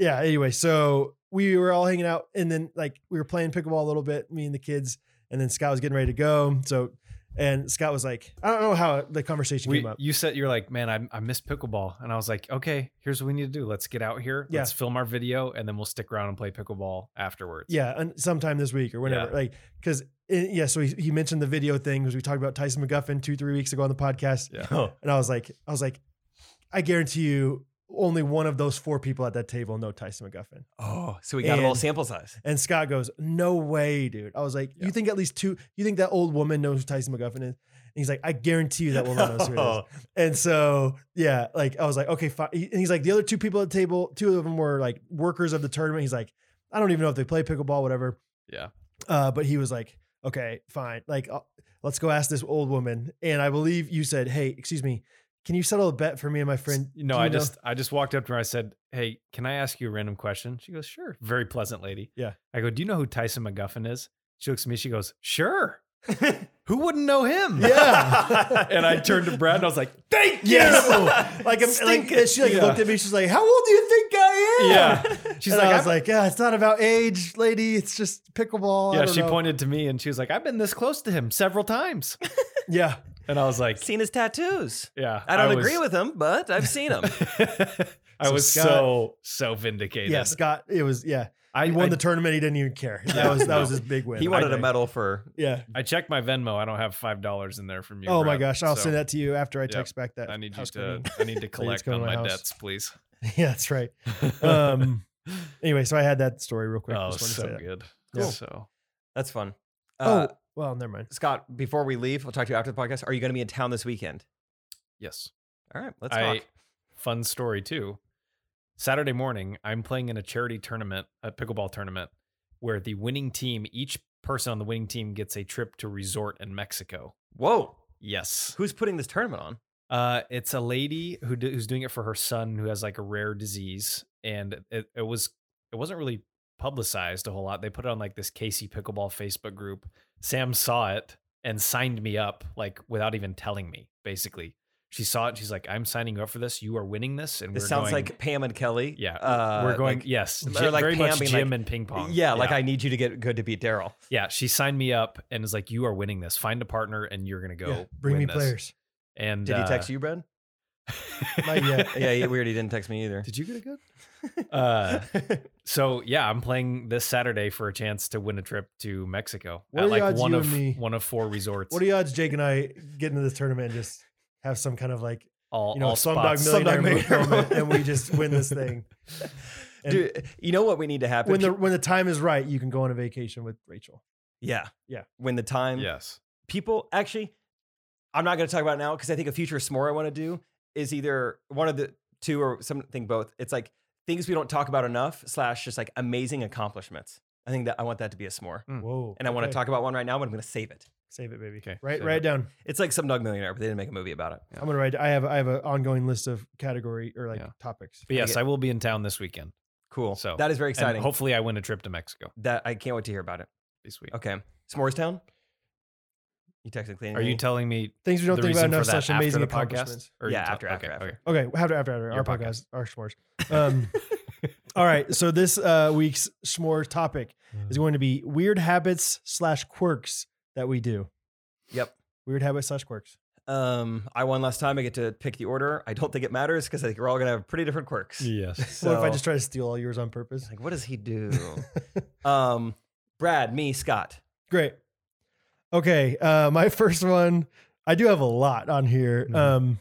Speaker 2: yeah. Anyway, so we were all hanging out, and then like we were playing pickleball a little bit, me and the kids, and then Scott was getting ready to go. So, and Scott was like, I don't know how the conversation
Speaker 3: We,
Speaker 2: came up.
Speaker 3: you said you're like, man, I, I missed pickleball, and I was like, okay, here's what we need to do. Let's get out here.
Speaker 2: Yeah.
Speaker 3: Let's film our video, and then we'll stick around and play pickleball afterwards.
Speaker 2: Yeah, and sometime this week or whenever,
Speaker 3: Yeah.
Speaker 2: like because yeah. So he, he mentioned the video thing because we talked about Tyson McGuffin two three weeks ago on the podcast.
Speaker 3: Yeah.
Speaker 1: Oh,
Speaker 2: And I was like, I was like, I guarantee you, only one of those four people at that table know Tyson McGuffin.
Speaker 1: oh, so we got a
Speaker 2: And-
Speaker 1: little sample size.
Speaker 2: And Scott goes, No way, dude. I was like, You think at least two? You think that old woman knows who Tyson McGuffin is? And he's like, I guarantee you that woman knows who it is. And so, yeah, like I was like, okay, fine. He- And he's like, the other two people at the table, two of them were like workers of the tournament. He's like, I don't even know if they play pickleball, whatever.
Speaker 3: Yeah.
Speaker 2: Uh, but he was like, okay, fine. Like, uh, let's go ask this old woman. And I believe you said, hey, excuse me, can you settle a bet for me and my friend?
Speaker 3: No,
Speaker 2: Do
Speaker 3: I
Speaker 2: you know-
Speaker 3: just I just walked up to her. I said, "Hey, can I ask you a random question?" She goes, "Sure." Very pleasant lady.
Speaker 2: Yeah.
Speaker 3: I go, "Do you know who Tyson McGuffin is?" She looks at me. She goes, "Sure." who wouldn't know him?
Speaker 2: Yeah.
Speaker 3: and I turned to Brad and I was like, "Thank you."
Speaker 2: Yes. like, I'm, like, and she like
Speaker 3: Yeah.
Speaker 2: looked at me. She's like, how old do you think I am?
Speaker 3: Yeah. She's
Speaker 2: She's like,
Speaker 3: like,
Speaker 2: I was
Speaker 3: "I've-"
Speaker 2: like, yeah, it's not about age, lady. It's just pickleball. I
Speaker 3: Yeah,
Speaker 2: don't
Speaker 3: she
Speaker 2: know."
Speaker 3: pointed to me and she was like, "I've been this close to him several times,"
Speaker 2: Yeah.
Speaker 3: and I was like,
Speaker 1: Seen his tattoos.
Speaker 3: "Yeah,
Speaker 1: I don't
Speaker 3: was-
Speaker 1: agree with him, but I've seen him.
Speaker 3: I
Speaker 2: So
Speaker 3: was
Speaker 2: Scott-
Speaker 3: so so vindicated.
Speaker 2: Yeah. Scott, it was, yeah.
Speaker 3: I
Speaker 2: He won
Speaker 3: I,
Speaker 2: the tournament. He didn't even care. That
Speaker 3: Yeah.
Speaker 2: was that was
Speaker 3: No.
Speaker 2: his big win.
Speaker 1: he wanted
Speaker 2: I
Speaker 1: a
Speaker 2: think.
Speaker 1: medal for.
Speaker 2: Yeah.
Speaker 3: I checked my Venmo. I don't have five dollars in there from you.
Speaker 2: oh my
Speaker 3: Brad,
Speaker 2: gosh, I'll
Speaker 3: so
Speaker 2: send that to you after I
Speaker 3: Yep.
Speaker 2: text back that.
Speaker 3: I need you
Speaker 2: house
Speaker 3: to.
Speaker 2: cleaning.
Speaker 3: I need to collect
Speaker 2: go to
Speaker 3: on
Speaker 2: my
Speaker 3: my,
Speaker 2: house.
Speaker 3: debts, please.
Speaker 2: yeah, that's right. Um. anyway, so I had that story real quick.
Speaker 3: oh,
Speaker 2: Just wanted to say
Speaker 3: so
Speaker 2: that.
Speaker 3: good.
Speaker 1: Cool.
Speaker 3: So
Speaker 1: That's fun. Uh,
Speaker 2: Oh, well, never mind.
Speaker 1: Scott, before we leave, we'll talk to you after the podcast. Are you going to be in town this weekend?
Speaker 3: yes,
Speaker 1: All right, let's
Speaker 3: I-
Speaker 1: talk.
Speaker 3: fun story too. Saturday morning, I'm playing in a charity tournament, a pickleball tournament, where the winning team, each person on the winning team, gets a trip to resort in Mexico.
Speaker 1: Whoa,
Speaker 3: Yes.
Speaker 1: who's putting this tournament on?
Speaker 3: Uh, it's a lady who do, who's doing it for her son who has like a rare disease, and it, it was it wasn't really publicized a whole lot. They put it on like this Casey Pickleball Facebook group. Sam saw it and signed me up like without even telling me. Basically, she saw it. She's like, "I'm signing you up for this. You are winning this." And
Speaker 1: This
Speaker 3: we're
Speaker 1: sounds
Speaker 3: going,
Speaker 1: like Pam and Kelly.
Speaker 3: yeah,
Speaker 1: uh,
Speaker 3: we're going.
Speaker 1: like-
Speaker 3: yes,
Speaker 1: or
Speaker 3: gy-
Speaker 1: like
Speaker 3: very
Speaker 1: Pam
Speaker 3: much
Speaker 1: being
Speaker 3: gym
Speaker 1: like-
Speaker 3: and ping pong.
Speaker 1: yeah, like I need you to get good to beat Daryl.
Speaker 3: yeah. She signed me up and is like, "You are winning this. Find a partner, and you're gonna go
Speaker 2: Yeah, bring me
Speaker 3: win this."
Speaker 2: players.
Speaker 3: And uh,
Speaker 1: Did he text you, Brad?
Speaker 2: Not yet.
Speaker 1: yeah, yeah, weird. He didn't text me either.
Speaker 3: Did you get a good? Uh, so yeah, I'm playing this Saturday for a chance to win a trip to Mexico
Speaker 2: What are
Speaker 3: at
Speaker 2: the
Speaker 3: like
Speaker 2: odds
Speaker 3: one
Speaker 2: you
Speaker 3: of
Speaker 2: and me-
Speaker 3: one of four resorts.
Speaker 2: What are the odds Jake and I get into this tournament and just have some kind of like
Speaker 3: all,
Speaker 2: you know
Speaker 3: all
Speaker 2: slumdog
Speaker 3: spots.
Speaker 2: millionaire
Speaker 1: Slumdog Millionaire
Speaker 2: moment, and
Speaker 1: moment.
Speaker 2: we just win this thing? And
Speaker 1: Dude, you know what we need to happen?
Speaker 2: when the when the time is right, you can go on a vacation with Rachel.
Speaker 1: yeah,
Speaker 2: Yeah.
Speaker 1: When the time,
Speaker 3: Yes.
Speaker 1: people actually i'm not going to talk about it now because i think a future smore i want to do is either one of the two or something both it's like things we don't talk about enough slash just like amazing accomplishments i think that i want that to be a smore
Speaker 3: Mm.
Speaker 2: Whoa!
Speaker 1: and i want to
Speaker 2: okay.
Speaker 1: talk about one right now but i'm going to save it
Speaker 2: Save it, baby.
Speaker 3: Okay,
Speaker 2: Right,
Speaker 3: save
Speaker 2: write
Speaker 3: it.
Speaker 2: it down.
Speaker 1: it's like some dog millionaire but they didn't make a movie about it
Speaker 3: Yeah.
Speaker 2: I'm gonna write. I have I have an ongoing list of category or like
Speaker 3: Yeah.
Speaker 2: topics.
Speaker 3: But yes,
Speaker 1: Okay.
Speaker 3: I will be in town this weekend.
Speaker 1: cool
Speaker 3: So,
Speaker 1: so that is very exciting
Speaker 3: And hopefully, I win a trip to Mexico.
Speaker 1: that i can't wait to hear about it
Speaker 3: Be sweet.
Speaker 1: okay smorestown you technically
Speaker 3: Are you telling me
Speaker 2: Things we don't
Speaker 3: the
Speaker 2: think about
Speaker 3: reason
Speaker 2: enough.
Speaker 3: for that
Speaker 2: Such
Speaker 3: after
Speaker 2: amazing
Speaker 3: the
Speaker 2: accomplishments.
Speaker 3: podcast? Or you
Speaker 1: Yeah,
Speaker 3: tell-
Speaker 1: after, after, after.
Speaker 2: Okay, after after after our
Speaker 3: Your
Speaker 2: podcast, our s'mores. Um, all right. So this uh, week's s'more topic is going to be weird habits slash quirks that we do.
Speaker 1: yep
Speaker 2: Weird habits slash quirks.
Speaker 1: um i won last time i get to pick the order i don't think it matters because i think we're all going to have pretty different quirks
Speaker 3: Yes.
Speaker 1: so
Speaker 2: what if I just try to steal all yours on purpose?
Speaker 1: Like, what does he do? um, Brad, me, Scott.
Speaker 2: Great. Okay. Uh, my first one. I do have a lot on here.
Speaker 3: Mhm.
Speaker 2: Um,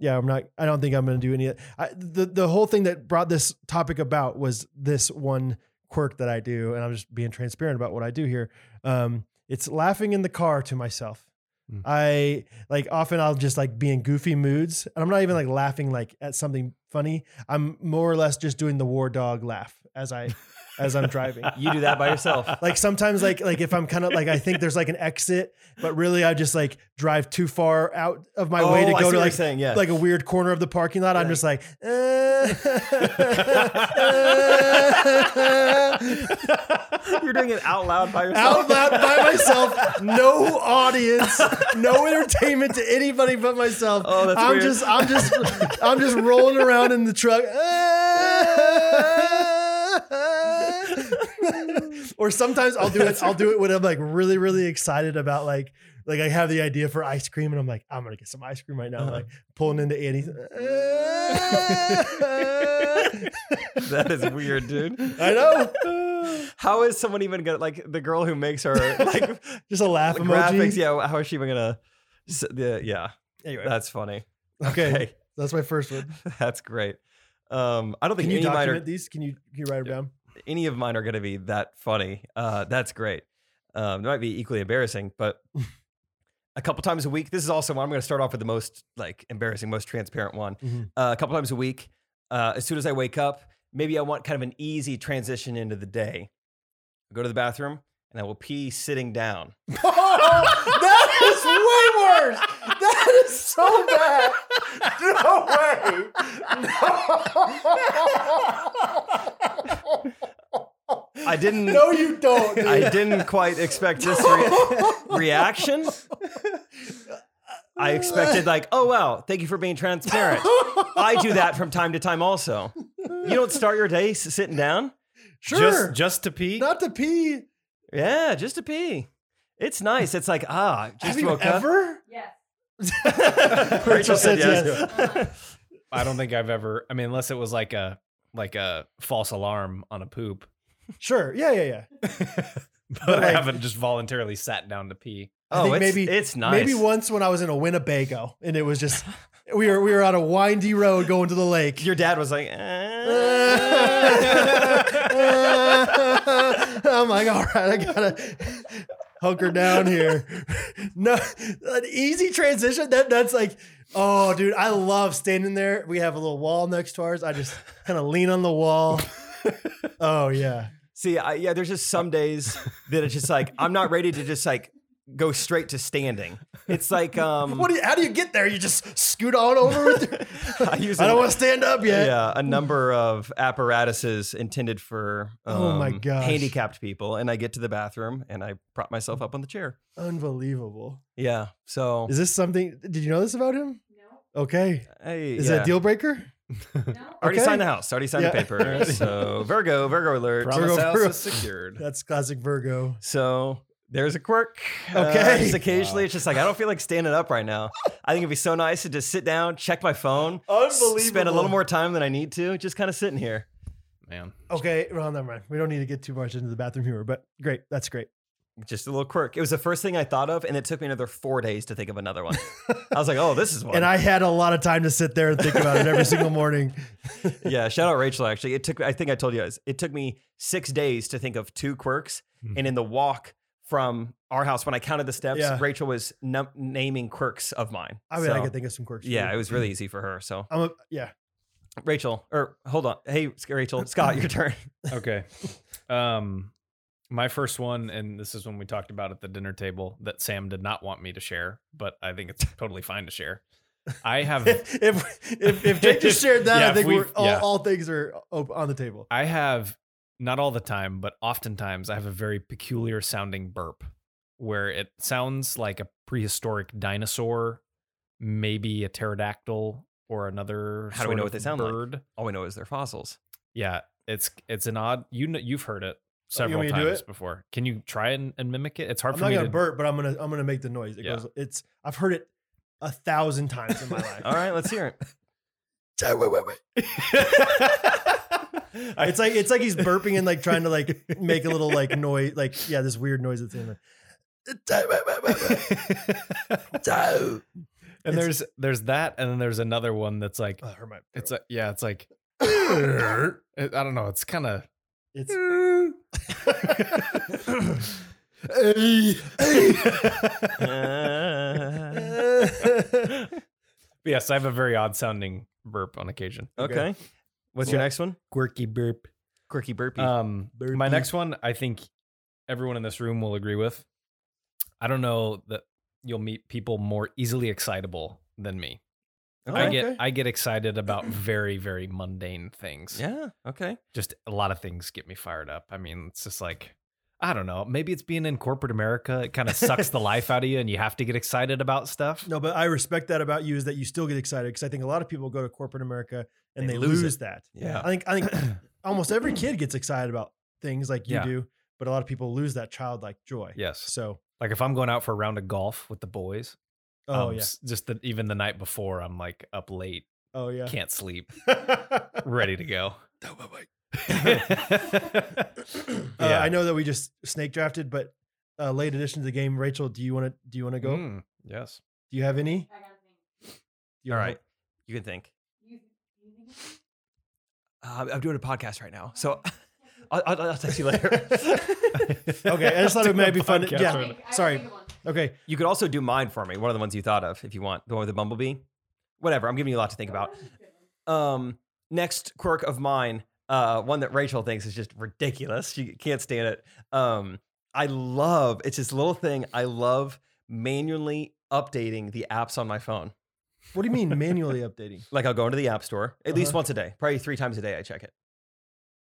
Speaker 2: yeah, I'm not. I don't think I'm going to do any. I, the the whole thing that brought this topic about was this one quirk that I do, and I'm just being transparent about what I do here. Um, it's laughing in the car to myself.
Speaker 3: Mm.
Speaker 2: I like often I'll just like be in goofy moods, and I'm not even like laughing like at something funny. I'm more or less just doing the war dog laugh as I as I'm driving.
Speaker 1: You do that by yourself.
Speaker 2: Like sometimes like like if I'm kind of like I think there's like an exit, but really I just like drive too far out of my way to
Speaker 1: Oh, I see what
Speaker 2: go to
Speaker 1: you're
Speaker 2: like
Speaker 1: saying yeah.
Speaker 2: like a weird corner of the parking lot. I'm
Speaker 1: Yeah.
Speaker 2: just like, uh, uh,
Speaker 1: you're doing it out loud by yourself.
Speaker 2: out loud by myself, no audience, no entertainment to anybody but myself.
Speaker 1: Oh, that's
Speaker 2: I'm
Speaker 1: weird.
Speaker 2: just, I'm just, I'm just rolling around in the truck. or sometimes I'll do it. I'll do it when I'm like really, really excited about like. Like I have the idea for ice cream, and I'm like, I'm gonna get some ice cream right now.
Speaker 1: Uh-huh.
Speaker 2: Like pulling into Annie's.
Speaker 1: That is weird, dude.
Speaker 2: I know.
Speaker 1: How is someone even gonna like the girl who makes her like
Speaker 2: Just a laugh emoji.
Speaker 1: graphics? Yeah, how is she even gonna? s- Yeah, yeah.
Speaker 2: Anyway.
Speaker 1: that's funny.
Speaker 2: Okay. That's my first one.
Speaker 1: that's great. Um, I don't think
Speaker 2: Can you
Speaker 1: any of mine
Speaker 2: document
Speaker 1: are
Speaker 2: these? Can you can you write them down?
Speaker 1: any of mine are going to be that funny. Uh, that's great. Um, they might be equally embarrassing, but a couple times a week. This is also I'm going to start off with the most like embarrassing, most transparent one.
Speaker 2: Mhm.
Speaker 1: Uh, a couple times a week, uh, as soon as I wake up, maybe I want kind of an easy transition into the day. I go to the bathroom and I will pee sitting down.
Speaker 2: that is way worse. That is so bad. No way. No.
Speaker 1: I didn't.
Speaker 2: No, you don't. Dude.
Speaker 1: I didn't quite expect this re- reaction. I expected like, oh wow, thank you for being transparent. I do that from time to time also. You don't start your day s- sitting down?
Speaker 2: Sure.
Speaker 3: Just just to pee.
Speaker 2: Not to pee.
Speaker 1: Yeah, just to pee. It's nice. It's like, ah, just
Speaker 2: Have you
Speaker 1: woke
Speaker 2: ever?
Speaker 4: Yes.
Speaker 1: up. Rachel said
Speaker 2: said
Speaker 1: yes.
Speaker 3: I don't think I've ever. I mean, unless it was like a like a false alarm on a poop.
Speaker 2: Sure. Yeah, yeah, yeah.
Speaker 3: But, I
Speaker 2: like-
Speaker 3: haven't just voluntarily sat down to pee.
Speaker 2: I
Speaker 1: Oh,
Speaker 2: think
Speaker 1: it's,
Speaker 2: maybe-
Speaker 1: it's nice.
Speaker 2: Maybe once when I was in a Winnebago and it was just we were we were on a windy road going to the lake.
Speaker 1: Your dad was like, eh.
Speaker 2: I'm like, all right, I gotta hunker down here. No, an easy transition. That that's like, oh, dude, I love standing there. We have a little wall next to ours. I just kind of lean on the wall. Oh yeah,
Speaker 1: See, I, yeah, there's just some days that it's just like I'm not ready to just like go straight to standing. It's like um,
Speaker 2: what? Do you, how do you get there? You just scoot on over. With your,
Speaker 1: I use
Speaker 2: I
Speaker 1: a-
Speaker 2: don't want to stand up yet.
Speaker 1: yeah, a number of apparatuses intended for um,
Speaker 2: Oh my gosh.
Speaker 1: handicapped people, and I get to the bathroom and I prop myself up on the chair.
Speaker 2: Unbelievable.
Speaker 1: Yeah, so
Speaker 2: Is this something? Did you know this about him? Okay.
Speaker 1: hey,
Speaker 2: Is
Speaker 1: yeah.
Speaker 2: that a deal breaker?
Speaker 1: Already
Speaker 2: okay.
Speaker 1: signed the house. Already signed
Speaker 2: Yeah.
Speaker 1: the paper. so Virgo, Virgo alert.
Speaker 3: Promise
Speaker 2: Virgo,
Speaker 3: house
Speaker 2: Virgo.
Speaker 3: is secured.
Speaker 2: That's classic Virgo.
Speaker 1: So there's a quirk. Uh,
Speaker 2: Okay.
Speaker 1: just occasionally, it's just like I don't feel like standing up right now. I think it'd be so nice to just sit down, check my phone, s- spend a little more time than I need to, just kind of sitting here.
Speaker 3: Man,
Speaker 2: Okay, well, never mind. We don't need to get too much into the bathroom humor, but great. That's great.
Speaker 1: Just a little quirk. It was the first thing I thought of, and it took me another four days to think of another one. I was like, oh, this is one.
Speaker 2: And I had a lot of time to sit there and think about it every single morning.
Speaker 1: yeah, shout out Rachel. Actually, it took. I think I told you guys. It took me six days to think of two quirks,
Speaker 2: Hmm.
Speaker 1: and in the walk from our house, when I counted the steps,
Speaker 2: Yeah.
Speaker 1: Rachel was num- naming quirks of mine.
Speaker 2: I mean, I
Speaker 1: So,
Speaker 2: could think of some quirks. too. Hmm.
Speaker 1: Yeah, it was really easy for her. So
Speaker 2: I'm a, yeah.
Speaker 1: Rachel, or hold on. Hey, S- Rachel, Scott, your turn.
Speaker 3: okay. Um, my first one, and this is when we talked about at the dinner table that Sam did not want me to share, but I think it's totally fine to share. I have
Speaker 2: If if, if Jake just shared that,
Speaker 3: Um, Yeah,
Speaker 2: I
Speaker 3: if
Speaker 2: think
Speaker 3: we-
Speaker 2: we're all,
Speaker 3: yeah.
Speaker 2: all things are op- on the table.
Speaker 3: I have not all the time, but oftentimes I have a very peculiar sounding burp where it sounds like a prehistoric dinosaur, maybe a pterodactyl or another.
Speaker 1: How do we
Speaker 3: sort
Speaker 1: know
Speaker 3: of
Speaker 1: what they sound like?
Speaker 3: bird.
Speaker 1: All we know is they're fossils.
Speaker 3: Yeah, it's it's an odd. You know, you've heard it several
Speaker 2: want me to do
Speaker 3: times
Speaker 2: it?
Speaker 3: before. Can you try and, and mimic it? It's hard
Speaker 2: I'm
Speaker 3: for
Speaker 2: not
Speaker 3: me
Speaker 2: gonna
Speaker 3: to.
Speaker 2: burp, but I'm gonna I'm gonna make the noise. It
Speaker 3: Yeah.
Speaker 2: goes. It's I've heard it a thousand times in my life.
Speaker 1: All right, let's hear it.
Speaker 2: It's like it's like he's burping and like trying to like make a little like noise, like yeah, this weird noise at the end.
Speaker 3: and
Speaker 2: Oh, It's-
Speaker 3: there's there's that, and then there's another one that's like
Speaker 2: Oh, never mind.
Speaker 3: it's a, yeah, it's like I don't know. It's kind of
Speaker 2: It's
Speaker 1: Uh,
Speaker 3: But yes, I have a very odd sounding burp on occasion.
Speaker 1: Okay. What's your
Speaker 3: Yeah.
Speaker 1: next one?
Speaker 3: Quirky burp.
Speaker 1: Quirky burpee.
Speaker 2: Uh,
Speaker 3: Um, my
Speaker 2: Burpee.
Speaker 3: next one, I think everyone in this room will agree with. I don't know that you'll meet people more easily excitable than me. I
Speaker 1: Okay.
Speaker 3: get
Speaker 2: okay.
Speaker 3: I get excited about very very mundane things.
Speaker 1: yeah. Okay.
Speaker 3: Just a lot of things get me fired up. I mean, it's just like I don't know. Maybe it's being in corporate America. It kind of sucks the life out of you, and you have to get excited about stuff.
Speaker 2: No, but I respect that about you is that you still get excited because I think a lot of people go to corporate America and
Speaker 3: They
Speaker 2: they,
Speaker 3: lose
Speaker 2: lose,
Speaker 3: it.
Speaker 2: that.
Speaker 1: Yeah.
Speaker 2: I think I think almost every kid gets excited about things like you
Speaker 3: Yeah.
Speaker 2: do, but a lot of people lose that childlike joy.
Speaker 3: Yes.
Speaker 2: So,
Speaker 3: Like if I'm going out for a round of golf with the boys.
Speaker 2: oh
Speaker 3: um,
Speaker 2: yeah,
Speaker 3: s- Just the, even the night before, I'm like up late,
Speaker 2: oh yeah.
Speaker 3: can't sleep,
Speaker 2: Uh,
Speaker 3: ready to go. Yeah.
Speaker 2: I know that we just snake drafted, but uh, late addition to the game. Rachel, do you want to do you want to go?
Speaker 3: Mm, yes.
Speaker 2: Do you have any? You
Speaker 1: All
Speaker 2: wanna-
Speaker 1: right. You can think. Uh, I'm doing a podcast right now, so I'll, I'll, I'll text you later.
Speaker 2: Okay, I just thought it
Speaker 3: Doing a
Speaker 2: might be fun.
Speaker 3: podcast
Speaker 2: Yeah,
Speaker 3: right
Speaker 2: sorry. Okay,
Speaker 1: you could also do mine for me. One of the ones you thought of, if you want, the one with the bumblebee. Whatever. I'm giving you a lot to think about. Um, next quirk of mine, uh, one that Rachel thinks is just ridiculous. She can't stand it. Um, I love it's this little thing. I love manually updating the apps on my phone.
Speaker 2: what do you mean manually updating?
Speaker 1: Like I'll go into the app store at least
Speaker 2: Uh-huh.
Speaker 1: once a day, probably three times a day. I check it,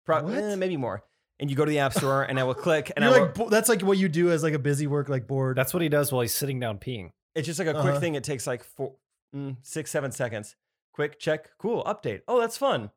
Speaker 1: probably
Speaker 2: What?
Speaker 1: maybe more. And you go to the app store, and I will click, and
Speaker 2: You're
Speaker 1: I will,
Speaker 2: like bo- that's like what you do as like a busy work like board.
Speaker 3: That's what he does while he's sitting down peeing.
Speaker 1: It's just like a quick
Speaker 2: Uh-huh.
Speaker 1: thing. It takes like four, mm, six, seven seconds. Quick check, cool update. Oh, that's fun.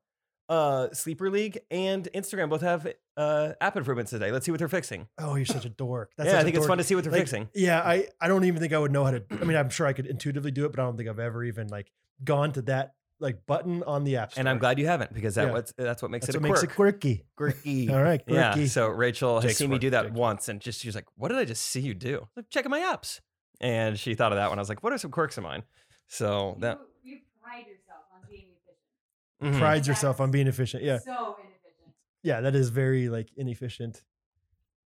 Speaker 1: Uh, Sleeper League and Instagram both have uh, app improvements today. Let's see what they're fixing.
Speaker 2: oh, you're such a dork. That's
Speaker 1: yeah,
Speaker 2: such
Speaker 1: I
Speaker 2: a
Speaker 1: think it's
Speaker 2: dork.
Speaker 1: fun to see what they're
Speaker 2: Like,
Speaker 1: fixing.
Speaker 2: Yeah, I I don't even think I would know how to. I mean, I'm sure I could intuitively do it, but I don't think I've ever even like gone to that like button on the app. Store.
Speaker 1: And I'm glad you haven't because that
Speaker 2: Yeah.
Speaker 1: what's, that's what makes
Speaker 2: that's
Speaker 1: it a
Speaker 2: what makes
Speaker 1: quirk.
Speaker 2: it quirky.
Speaker 1: quirky.
Speaker 2: All right,
Speaker 1: Yeah.
Speaker 2: quirky.
Speaker 1: So Rachel has
Speaker 3: Jake's
Speaker 1: seen me
Speaker 3: work,
Speaker 1: do that
Speaker 3: Jake.
Speaker 1: once, and just she was like, "What did I just see you do?" I'm like, checking my apps, and she thought of that when I was like, "What are some quirks of mine?" So that
Speaker 5: You, you pride yourself on being efficient.
Speaker 1: mhm.
Speaker 2: Prides yourself on being efficient. Yeah,
Speaker 5: So inefficient.
Speaker 2: yeah, that is very like inefficient.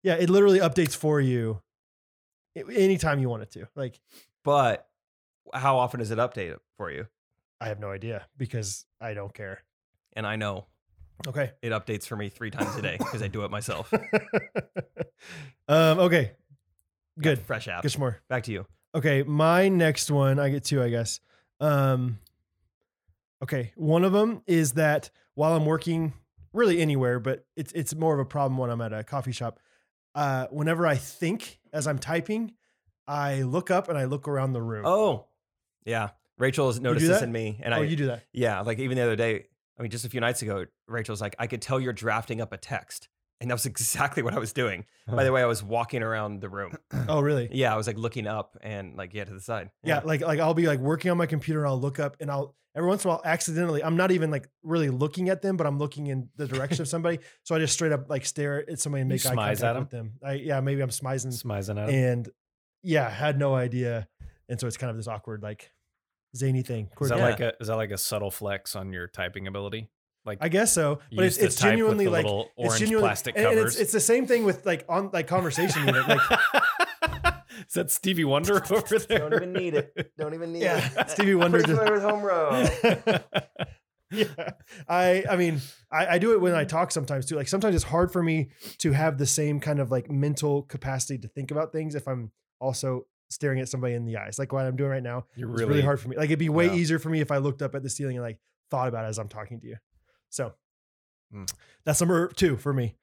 Speaker 2: Yeah, it literally updates for you i- anytime you want it to. Like,
Speaker 1: but how often is it updated for you?
Speaker 2: I have no idea because I don't care.
Speaker 1: And I know
Speaker 2: Okay.
Speaker 1: it updates for me three times a day because I do it myself.
Speaker 2: um. Okay. Good.
Speaker 1: Fresh app.
Speaker 2: Get some more.
Speaker 1: Back to you.
Speaker 2: Okay, my next one, I get two, I guess. Um Okay, one of them is that while I'm working really anywhere, but it's it's more of a problem when I'm at a coffee shop. Uh whenever I think as I'm typing, I look up and I look around the room.
Speaker 1: Oh, yeah. Rachel has noticed
Speaker 2: do
Speaker 1: this
Speaker 2: that?
Speaker 1: in me, and
Speaker 2: Oh,
Speaker 1: I
Speaker 2: you do that.
Speaker 1: yeah, like even the other day. I mean, just a few nights ago, Rachel's like, I could tell you're drafting up a text, and that was exactly what I was doing. By the way, I was walking around the room.
Speaker 2: Oh, really?
Speaker 1: Yeah, I was like looking up and like yeah to the side.
Speaker 2: Yeah, like like I'll be like working on my computer and I'll look up and I'll every once in a while accidentally I'm not even like really looking at them, but I'm looking in the direction of somebody. So I just straight up like stare at somebody and
Speaker 3: You
Speaker 2: make eye
Speaker 3: smize
Speaker 2: contact
Speaker 3: at
Speaker 2: with them. I yeah, maybe I'm smizing
Speaker 3: Smizing at him.
Speaker 2: Mm. and yeah, had no idea. And so it's kind of this awkward, like zany thing.
Speaker 3: Is that
Speaker 1: Yeah.
Speaker 3: like a is that like a subtle flex on your typing ability? Like
Speaker 2: I guess so,
Speaker 3: you
Speaker 2: but it's,
Speaker 3: used to
Speaker 2: it's
Speaker 3: type with
Speaker 2: genuinely
Speaker 3: the
Speaker 2: like
Speaker 3: little
Speaker 2: it's
Speaker 3: orange
Speaker 2: genuinely
Speaker 3: plastic
Speaker 2: and- and it's,
Speaker 3: covers.
Speaker 2: it's the same thing with like on like conversation unit. Like
Speaker 3: is that Stevie Wonder over there?
Speaker 1: Don't even need it. Don't even need
Speaker 2: yeah,
Speaker 1: it.
Speaker 2: Stevie Wonder.
Speaker 1: Pretty
Speaker 2: Just,
Speaker 1: familiar with home row.
Speaker 2: yeah, I I mean I, I do it when I talk sometimes too. Like sometimes it's hard for me to have the same kind of like mental capacity to think about things if I'm also staring at somebody in the eyes, like what I'm doing right now.
Speaker 3: You're
Speaker 2: It's really, hard for me. Like it'd be way
Speaker 3: Yeah.
Speaker 2: easier for me if I looked up at the ceiling and like thought about it as I'm talking to you. So
Speaker 3: Mm.
Speaker 2: that's number two for me.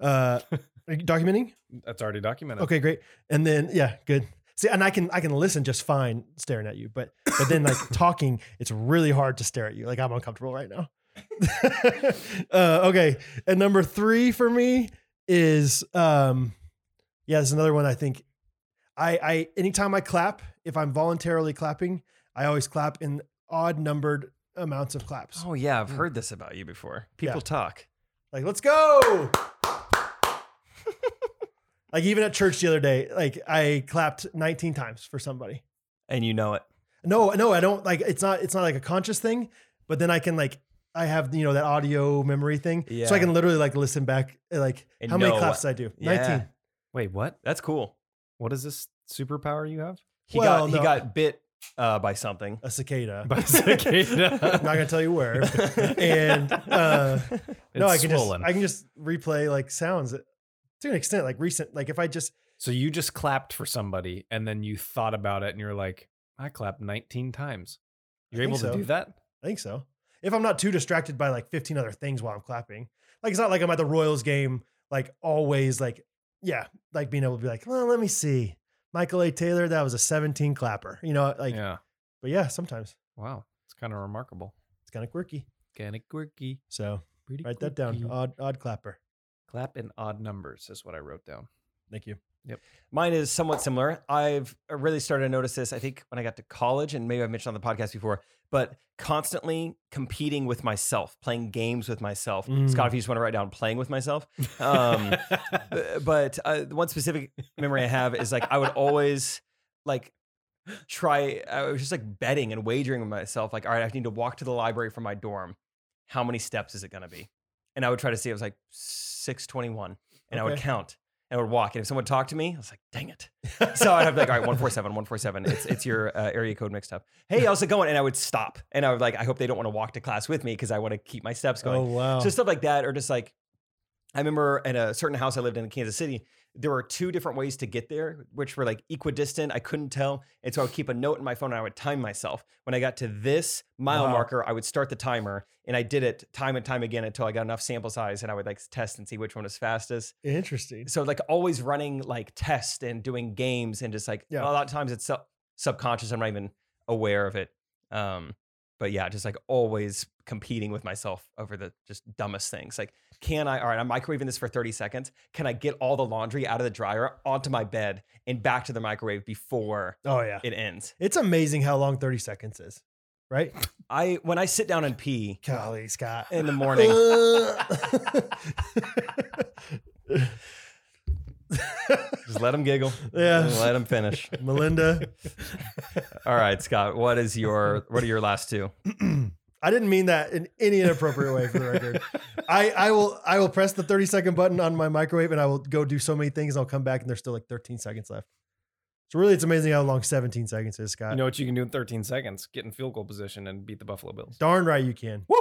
Speaker 2: Uh, are you documenting.
Speaker 3: That's already documented.
Speaker 2: Okay, great. And then yeah, good. See, and I can I can listen just fine staring at you, but but then like talking, it's really hard to stare at you. Like I'm uncomfortable right now. uh, okay, and number three for me is um, yeah, there's another one I think. I I anytime I clap, if I'm voluntarily clapping, I always clap in odd numbered amounts of claps.
Speaker 1: Oh yeah, I've heard this about you before. People
Speaker 2: Yeah.
Speaker 1: talk.
Speaker 2: Like, let's go. like even at church the other day, like I clapped 19 times for somebody.
Speaker 1: And you know it.
Speaker 2: No, no, I don't like it's not it's not like a conscious thing, but then I can like I have you know that audio memory thing. So
Speaker 1: Yeah.
Speaker 2: I can literally like listen back like
Speaker 1: And
Speaker 2: how many
Speaker 1: know
Speaker 2: claps did I do?
Speaker 1: Yeah.
Speaker 2: 19.
Speaker 3: Wait, what?
Speaker 1: That's cool.
Speaker 3: What is this superpower you have?
Speaker 1: He
Speaker 2: Well,
Speaker 1: got
Speaker 2: no.
Speaker 1: he got bit uh, by something.
Speaker 2: a cicada.
Speaker 3: By cicada.
Speaker 2: I'm not gonna tell you where. And, uh, no, I
Speaker 3: It's
Speaker 2: can
Speaker 3: swollen.
Speaker 2: just I can just replay like sounds to an extent, like recent. Like if I just
Speaker 3: So you just clapped for somebody and then you thought about it and you're like, I clapped 19 times. You're
Speaker 2: think
Speaker 3: able
Speaker 2: so.
Speaker 3: to do that?
Speaker 2: I think so. If I'm not too distracted by like 15 other things while I'm clapping. Like it's not like I'm at the Royals game, like always, like, yeah, like being able to be like, well, let me see. Michael A. Taylor, that was a 17 clapper. You know, like,
Speaker 3: yeah.
Speaker 2: but yeah, sometimes
Speaker 3: Wow. It's kind of remarkable.
Speaker 2: it's kind of quirky.
Speaker 3: Kind of quirky.
Speaker 2: So
Speaker 3: Pretty
Speaker 2: write that down. Uh,
Speaker 3: quirky.
Speaker 2: Odd, odd clapper.
Speaker 3: Clap in odd numbers is what I wrote down.
Speaker 2: Thank you.
Speaker 1: Mine is somewhat similar. I've uh, really started to notice this, I think, when I got to college, and maybe I've mentioned on the podcast before, but constantly competing with myself, playing games with myself.
Speaker 2: Mm.
Speaker 1: Scott, if you just want to write down playing with myself. Um, B- but uh, the one specific memory I have is like I would always like try. I was just like betting and wagering with myself. Like, all right, I need to walk to the library from my dorm. How many steps is it gonna be? And I would try to see. It was like six twenty one, and I would
Speaker 2: Okay.
Speaker 1: count and I would walk. And if someone talked to me, I was like, dang it. So I'd have like, all right, one four seven, one four seven. It's it's your uh, area code mixed up. Hey, how's it going? And I would stop, and I would like, I hope they don't want to walk to class with me because I want to keep my steps going.
Speaker 2: Oh, wow.
Speaker 1: So stuff like that, or just like, I remember at a certain house I lived in in Kansas City, there were two different ways to get there, which were like equidistant. I couldn't tell. And so I would keep a note in my phone and I would time myself. When I got to this mile
Speaker 2: Wow.
Speaker 1: marker, I would start the timer and I did it time and time again until I got enough sample size and I would like test and see which one was fastest.
Speaker 2: Interesting.
Speaker 1: So like always running like tests and doing games and just like
Speaker 2: Yeah.
Speaker 1: a lot of times it's sub- subconscious. I'm not even aware of it. Um, but yeah, just like always competing with myself over the just dumbest things. Like, can I? All right, I'm microwaving this for 30 seconds. Can I get all the laundry out of the dryer onto my bed and back to the microwave before
Speaker 2: Oh, yeah.
Speaker 1: it ends?
Speaker 2: It's amazing how long 30 seconds is, right?
Speaker 1: I when I sit down and pee
Speaker 2: Golly, Scott.
Speaker 1: in the morning, just let them giggle.
Speaker 2: Yeah.
Speaker 1: let them finish.
Speaker 2: Melinda,
Speaker 1: All right, Scott, what is your what are your last two?
Speaker 2: I didn't mean that in any inappropriate way for the record. I, I will I will press the 30 second button on my microwave and I will go do so many things and I'll come back and there's still like 13 seconds left. So really it's amazing how long 17 seconds is, Scott.
Speaker 3: You know what you can do in 13 seconds? Get in field goal position and beat the Buffalo Bills.
Speaker 2: Darn right you can.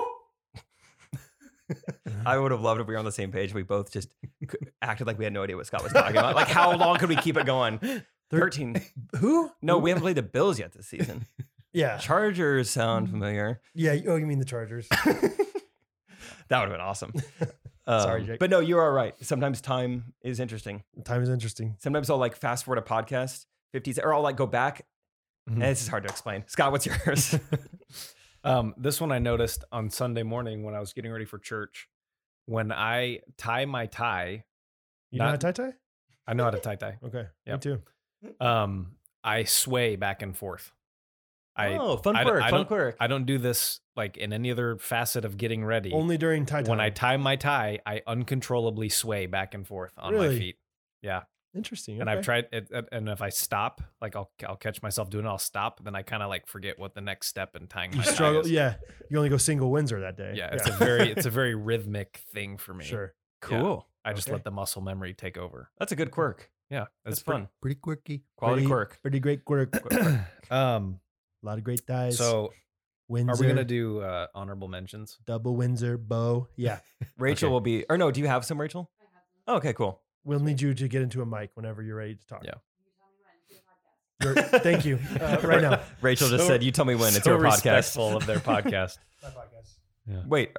Speaker 1: I would have loved if we were on the same page. We both just c- acted like we had no idea what Scott was talking about. Like, how long could we keep it going? 13.
Speaker 2: Who?
Speaker 1: No, we haven't played the Bills yet this season.
Speaker 2: Yeah.
Speaker 1: Chargers sound familiar.
Speaker 2: Yeah. Oh, you mean the Chargers.
Speaker 1: That would have been awesome.
Speaker 2: Sorry,
Speaker 1: Um,
Speaker 2: Jake.
Speaker 1: But no, you are right. Sometimes time is interesting.
Speaker 2: Time is interesting.
Speaker 1: Sometimes I'll like fast forward a podcast, 50s, or I'll like go back.
Speaker 3: Mhm.
Speaker 1: Eh, This is hard to explain. Scott, what's yours?
Speaker 3: Um, this one I noticed on Sunday morning when I was getting ready for church. When I tie my tie,
Speaker 2: You know how
Speaker 3: Not-
Speaker 2: tie tie?
Speaker 3: I know how to tie tie.
Speaker 2: Okay.
Speaker 3: Yeah.
Speaker 2: Me too.
Speaker 3: Um, I sway back and forth. I
Speaker 1: oh, fun
Speaker 3: I d-
Speaker 1: quirk,
Speaker 3: I
Speaker 1: fun
Speaker 3: don't-
Speaker 1: quirk.
Speaker 3: I don't do this like in any other facet of getting ready.
Speaker 2: Only during tie tie.
Speaker 3: when I tie my tie, I uncontrollably sway back and forth on my
Speaker 2: Really?
Speaker 3: feet.
Speaker 2: interesting.
Speaker 3: And I've
Speaker 2: okay.
Speaker 3: tried it, it- and if I stop, like I'll I'll catch myself doing it, I'll stop, then I kind of like forget what the next step in tying
Speaker 2: you
Speaker 3: my
Speaker 2: struggle.
Speaker 3: tie is.
Speaker 2: Yeah. You only go single Windsor that day.
Speaker 3: Yeah, it's a very it's a very rhythmic thing for me.
Speaker 2: sure.
Speaker 1: cool.
Speaker 3: I just
Speaker 2: Okay.
Speaker 3: let the muscle memory take over.
Speaker 1: That's a good quirk.
Speaker 3: Yeah,
Speaker 1: That's,
Speaker 3: it's pretty-
Speaker 1: fun. Pretty quirky. Quality
Speaker 2: Pretty-
Speaker 1: quirk.
Speaker 2: Pretty great work. a
Speaker 3: Um,
Speaker 2: lot of great ties.
Speaker 3: so
Speaker 2: Windsor.
Speaker 3: are we gonna do uh, honorable mentions?
Speaker 2: double Windsor bow? Yeah.
Speaker 1: Rachel
Speaker 3: Okay.
Speaker 1: will be, or no, do you have some, Rachel?
Speaker 5: I have some.
Speaker 1: Oh, okay, cool.
Speaker 2: We'll need you to get into a mic whenever you're ready to talk.
Speaker 3: Yeah.
Speaker 5: You tell me when. Do a podcast.
Speaker 2: You're- thank you. Uh, right now.
Speaker 1: Rachel just
Speaker 3: So-
Speaker 1: said, "You tell me when it's
Speaker 3: so
Speaker 1: your podcast."
Speaker 3: respectful of their podcast.
Speaker 1: Wait,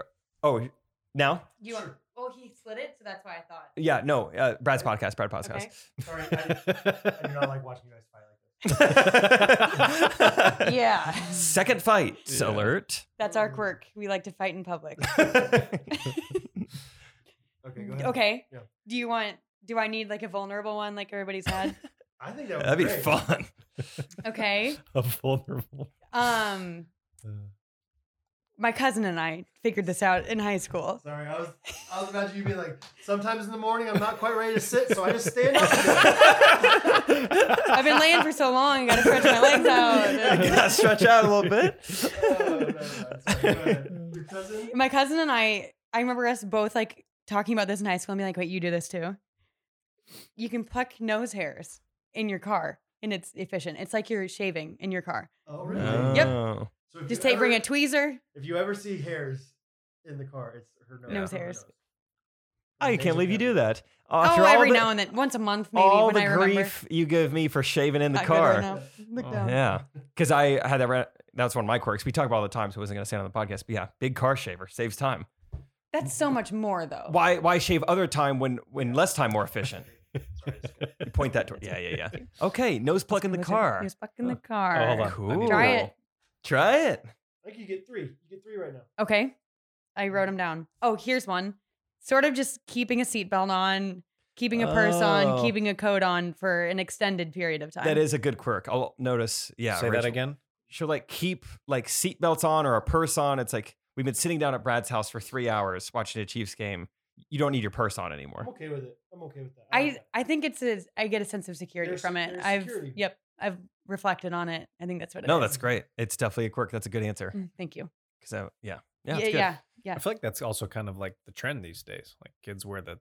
Speaker 1: oh, now?
Speaker 5: You want? Oh, he split it, so that's why I thought.
Speaker 1: Yeah, no, uh, Brad's podcast, Brad podcast.
Speaker 5: Okay.
Speaker 2: Sorry, I, I do not like watching you guys fight like this.
Speaker 4: Yeah.
Speaker 1: Second fight
Speaker 3: Yeah.
Speaker 1: alert.
Speaker 4: That's our quirk. We like to fight in public.
Speaker 2: Okay, go ahead.
Speaker 4: Okay.
Speaker 2: Yeah.
Speaker 4: Do you want do I need like a vulnerable one like everybody's had?
Speaker 2: I think that would
Speaker 1: That'd be
Speaker 2: great.
Speaker 1: fun.
Speaker 4: Okay.
Speaker 3: A vulnerable.
Speaker 4: Um
Speaker 2: Uh.
Speaker 4: my cousin and I figured this out in high school.
Speaker 2: Sorry, I was I was about you being like, sometimes in the morning I'm not quite ready to sit, so I just stand up. Oh,
Speaker 4: I've been laying for so long, I gotta stretch my legs out.
Speaker 1: Gotta stretch out a little bit.
Speaker 2: oh, no, no, no, sorry, go ahead. Your cousin?
Speaker 4: My cousin and I I remember us both like talking about this in high school and being like, wait, you do this too. You can pluck nose hairs in your car. and it's efficient. It's like you're shaving in your car.
Speaker 2: Oh,
Speaker 4: Yep.
Speaker 1: Oh.
Speaker 2: So if
Speaker 4: Just
Speaker 2: you
Speaker 4: take bring a
Speaker 2: ever-
Speaker 4: tweezer.
Speaker 2: If you ever see hairs in the car, it's her nose.
Speaker 4: Nose
Speaker 2: her
Speaker 4: hairs.
Speaker 1: I can't believe you do that.
Speaker 4: Oh,
Speaker 1: After all
Speaker 4: every
Speaker 1: the,
Speaker 4: now and then, once a month maybe
Speaker 1: all
Speaker 4: when
Speaker 1: the
Speaker 4: I remember.
Speaker 1: grief you give me for shaving in the
Speaker 4: Not good
Speaker 1: car.
Speaker 4: enough. Look
Speaker 2: Oh,
Speaker 4: down.
Speaker 1: Yeah, because I had that. Ra- that's one of my quirks. We talk about it all the time, so I wasn't going to say it on the podcast. But yeah, big car shaver saves time.
Speaker 4: That's so much more though.
Speaker 1: Why why shave other time when when less time more efficient? You point that toward. Yeah, yeah, yeah. Okay, nose plug in the
Speaker 4: Was it-
Speaker 1: car.
Speaker 4: Just fuck in the
Speaker 3: Huh.
Speaker 4: car.
Speaker 3: Oh, hold on. I need to
Speaker 4: Try
Speaker 1: Cool.
Speaker 4: it.
Speaker 3: roll.
Speaker 1: Try it.
Speaker 2: Like you get three. You get three right now.
Speaker 4: Okay. I
Speaker 1: Mm.
Speaker 4: wrote them down. Oh, here's one. Sort of just keeping a seatbelt on, keeping a purse
Speaker 1: Oh.
Speaker 4: on, keeping a coat on for an extended period of time.
Speaker 1: That is a good quirk. I'll notice. Yeah,
Speaker 3: Say that
Speaker 1: Rachel.
Speaker 3: again.
Speaker 1: She'll like keep like seatbelts on or a purse on. It's like we've been sitting down at Brad's house for three hours watching a Chiefs game. You don't need your purse on
Speaker 2: I'm
Speaker 1: anymore.
Speaker 2: okay with it. I'm okay with that. like
Speaker 1: uh,
Speaker 4: I
Speaker 2: that.
Speaker 4: I think it's a, I get a sense of security
Speaker 2: There's-
Speaker 4: from it.
Speaker 2: there's
Speaker 4: I've
Speaker 2: security.
Speaker 4: yep. I've reflected on it. I think that's what it is.
Speaker 1: No, that's great. It's definitely a quirk. That's a good answer.
Speaker 4: Mm, Thank you.
Speaker 1: Because yeah, yeah,
Speaker 4: Yeah,
Speaker 1: it's
Speaker 4: yeah,
Speaker 1: good.
Speaker 4: yeah.
Speaker 3: I feel like that's also kind of like the trend these days. Like kids wear the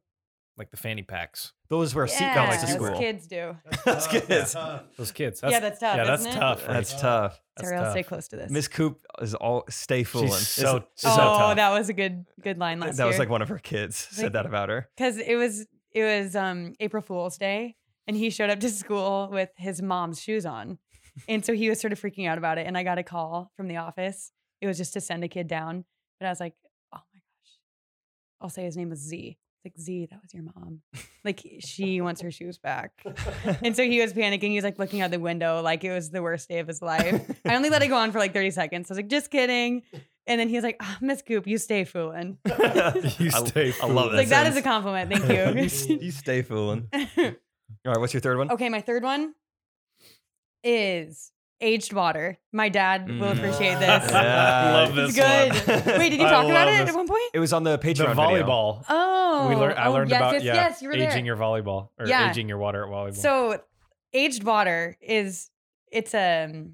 Speaker 3: like the fanny packs.
Speaker 1: Those were
Speaker 4: yeah,
Speaker 1: seatbelts to
Speaker 4: that's
Speaker 1: school.
Speaker 4: what kids do.
Speaker 1: That's
Speaker 2: tough.
Speaker 1: good.
Speaker 2: tough.
Speaker 3: Those kids.
Speaker 4: yeah, that's tough.
Speaker 3: Yeah, that's
Speaker 4: isn't it?
Speaker 3: tough. right?
Speaker 1: That's tough.
Speaker 4: Sorry, I'll stay close to this.
Speaker 1: Miss Coop is all stay fooling.
Speaker 3: so-
Speaker 1: Isn't-
Speaker 3: so
Speaker 4: oh,
Speaker 3: tough.
Speaker 4: that was a good good line last
Speaker 1: that was
Speaker 4: year.
Speaker 1: like one of her kids said
Speaker 4: Like-
Speaker 1: that about her.
Speaker 4: because it was it was um April Fool's Day, and he showed up to school with his mom's shoes on, and so he was sort of freaking out about it. And I got a call from the office. It was just to send a kid down, but I was like, oh my gosh, I'll say his name was Z. It's Like Z, that was your mom. Like she wants her shoes back, and so he was panicking. He was like looking out the window, like it was the worst day of his life. I only let it go on for like thirty seconds. I was like, just kidding, and then he was like, oh, Miss Coop, you stay fooling.
Speaker 3: You
Speaker 1: I-
Speaker 3: stay
Speaker 1: I love
Speaker 3: fooled.
Speaker 1: that
Speaker 4: Like that is a
Speaker 1: sentence.
Speaker 4: compliment. Thank you.
Speaker 1: you stay fooling. All right, what's your third one?
Speaker 4: okay, my third one is aged water. My dad will
Speaker 1: Mm.
Speaker 4: appreciate this.
Speaker 1: Yeah.
Speaker 3: I love this.
Speaker 4: It's good.
Speaker 3: one.
Speaker 4: Wait, did you
Speaker 3: I
Speaker 4: talk about
Speaker 3: love
Speaker 4: it
Speaker 3: this.
Speaker 4: at one point?
Speaker 1: It was on the Patreon.
Speaker 3: The
Speaker 1: video.
Speaker 3: volleyball.
Speaker 4: Oh,
Speaker 3: we learned. I
Speaker 4: oh,
Speaker 3: learned
Speaker 4: yes,
Speaker 3: about
Speaker 4: yes,
Speaker 3: yeah,
Speaker 4: yes. You were
Speaker 3: aging
Speaker 4: there.
Speaker 3: your volleyball or
Speaker 4: Yeah.
Speaker 3: aging your water at volleyball.
Speaker 4: so, aged water is it's a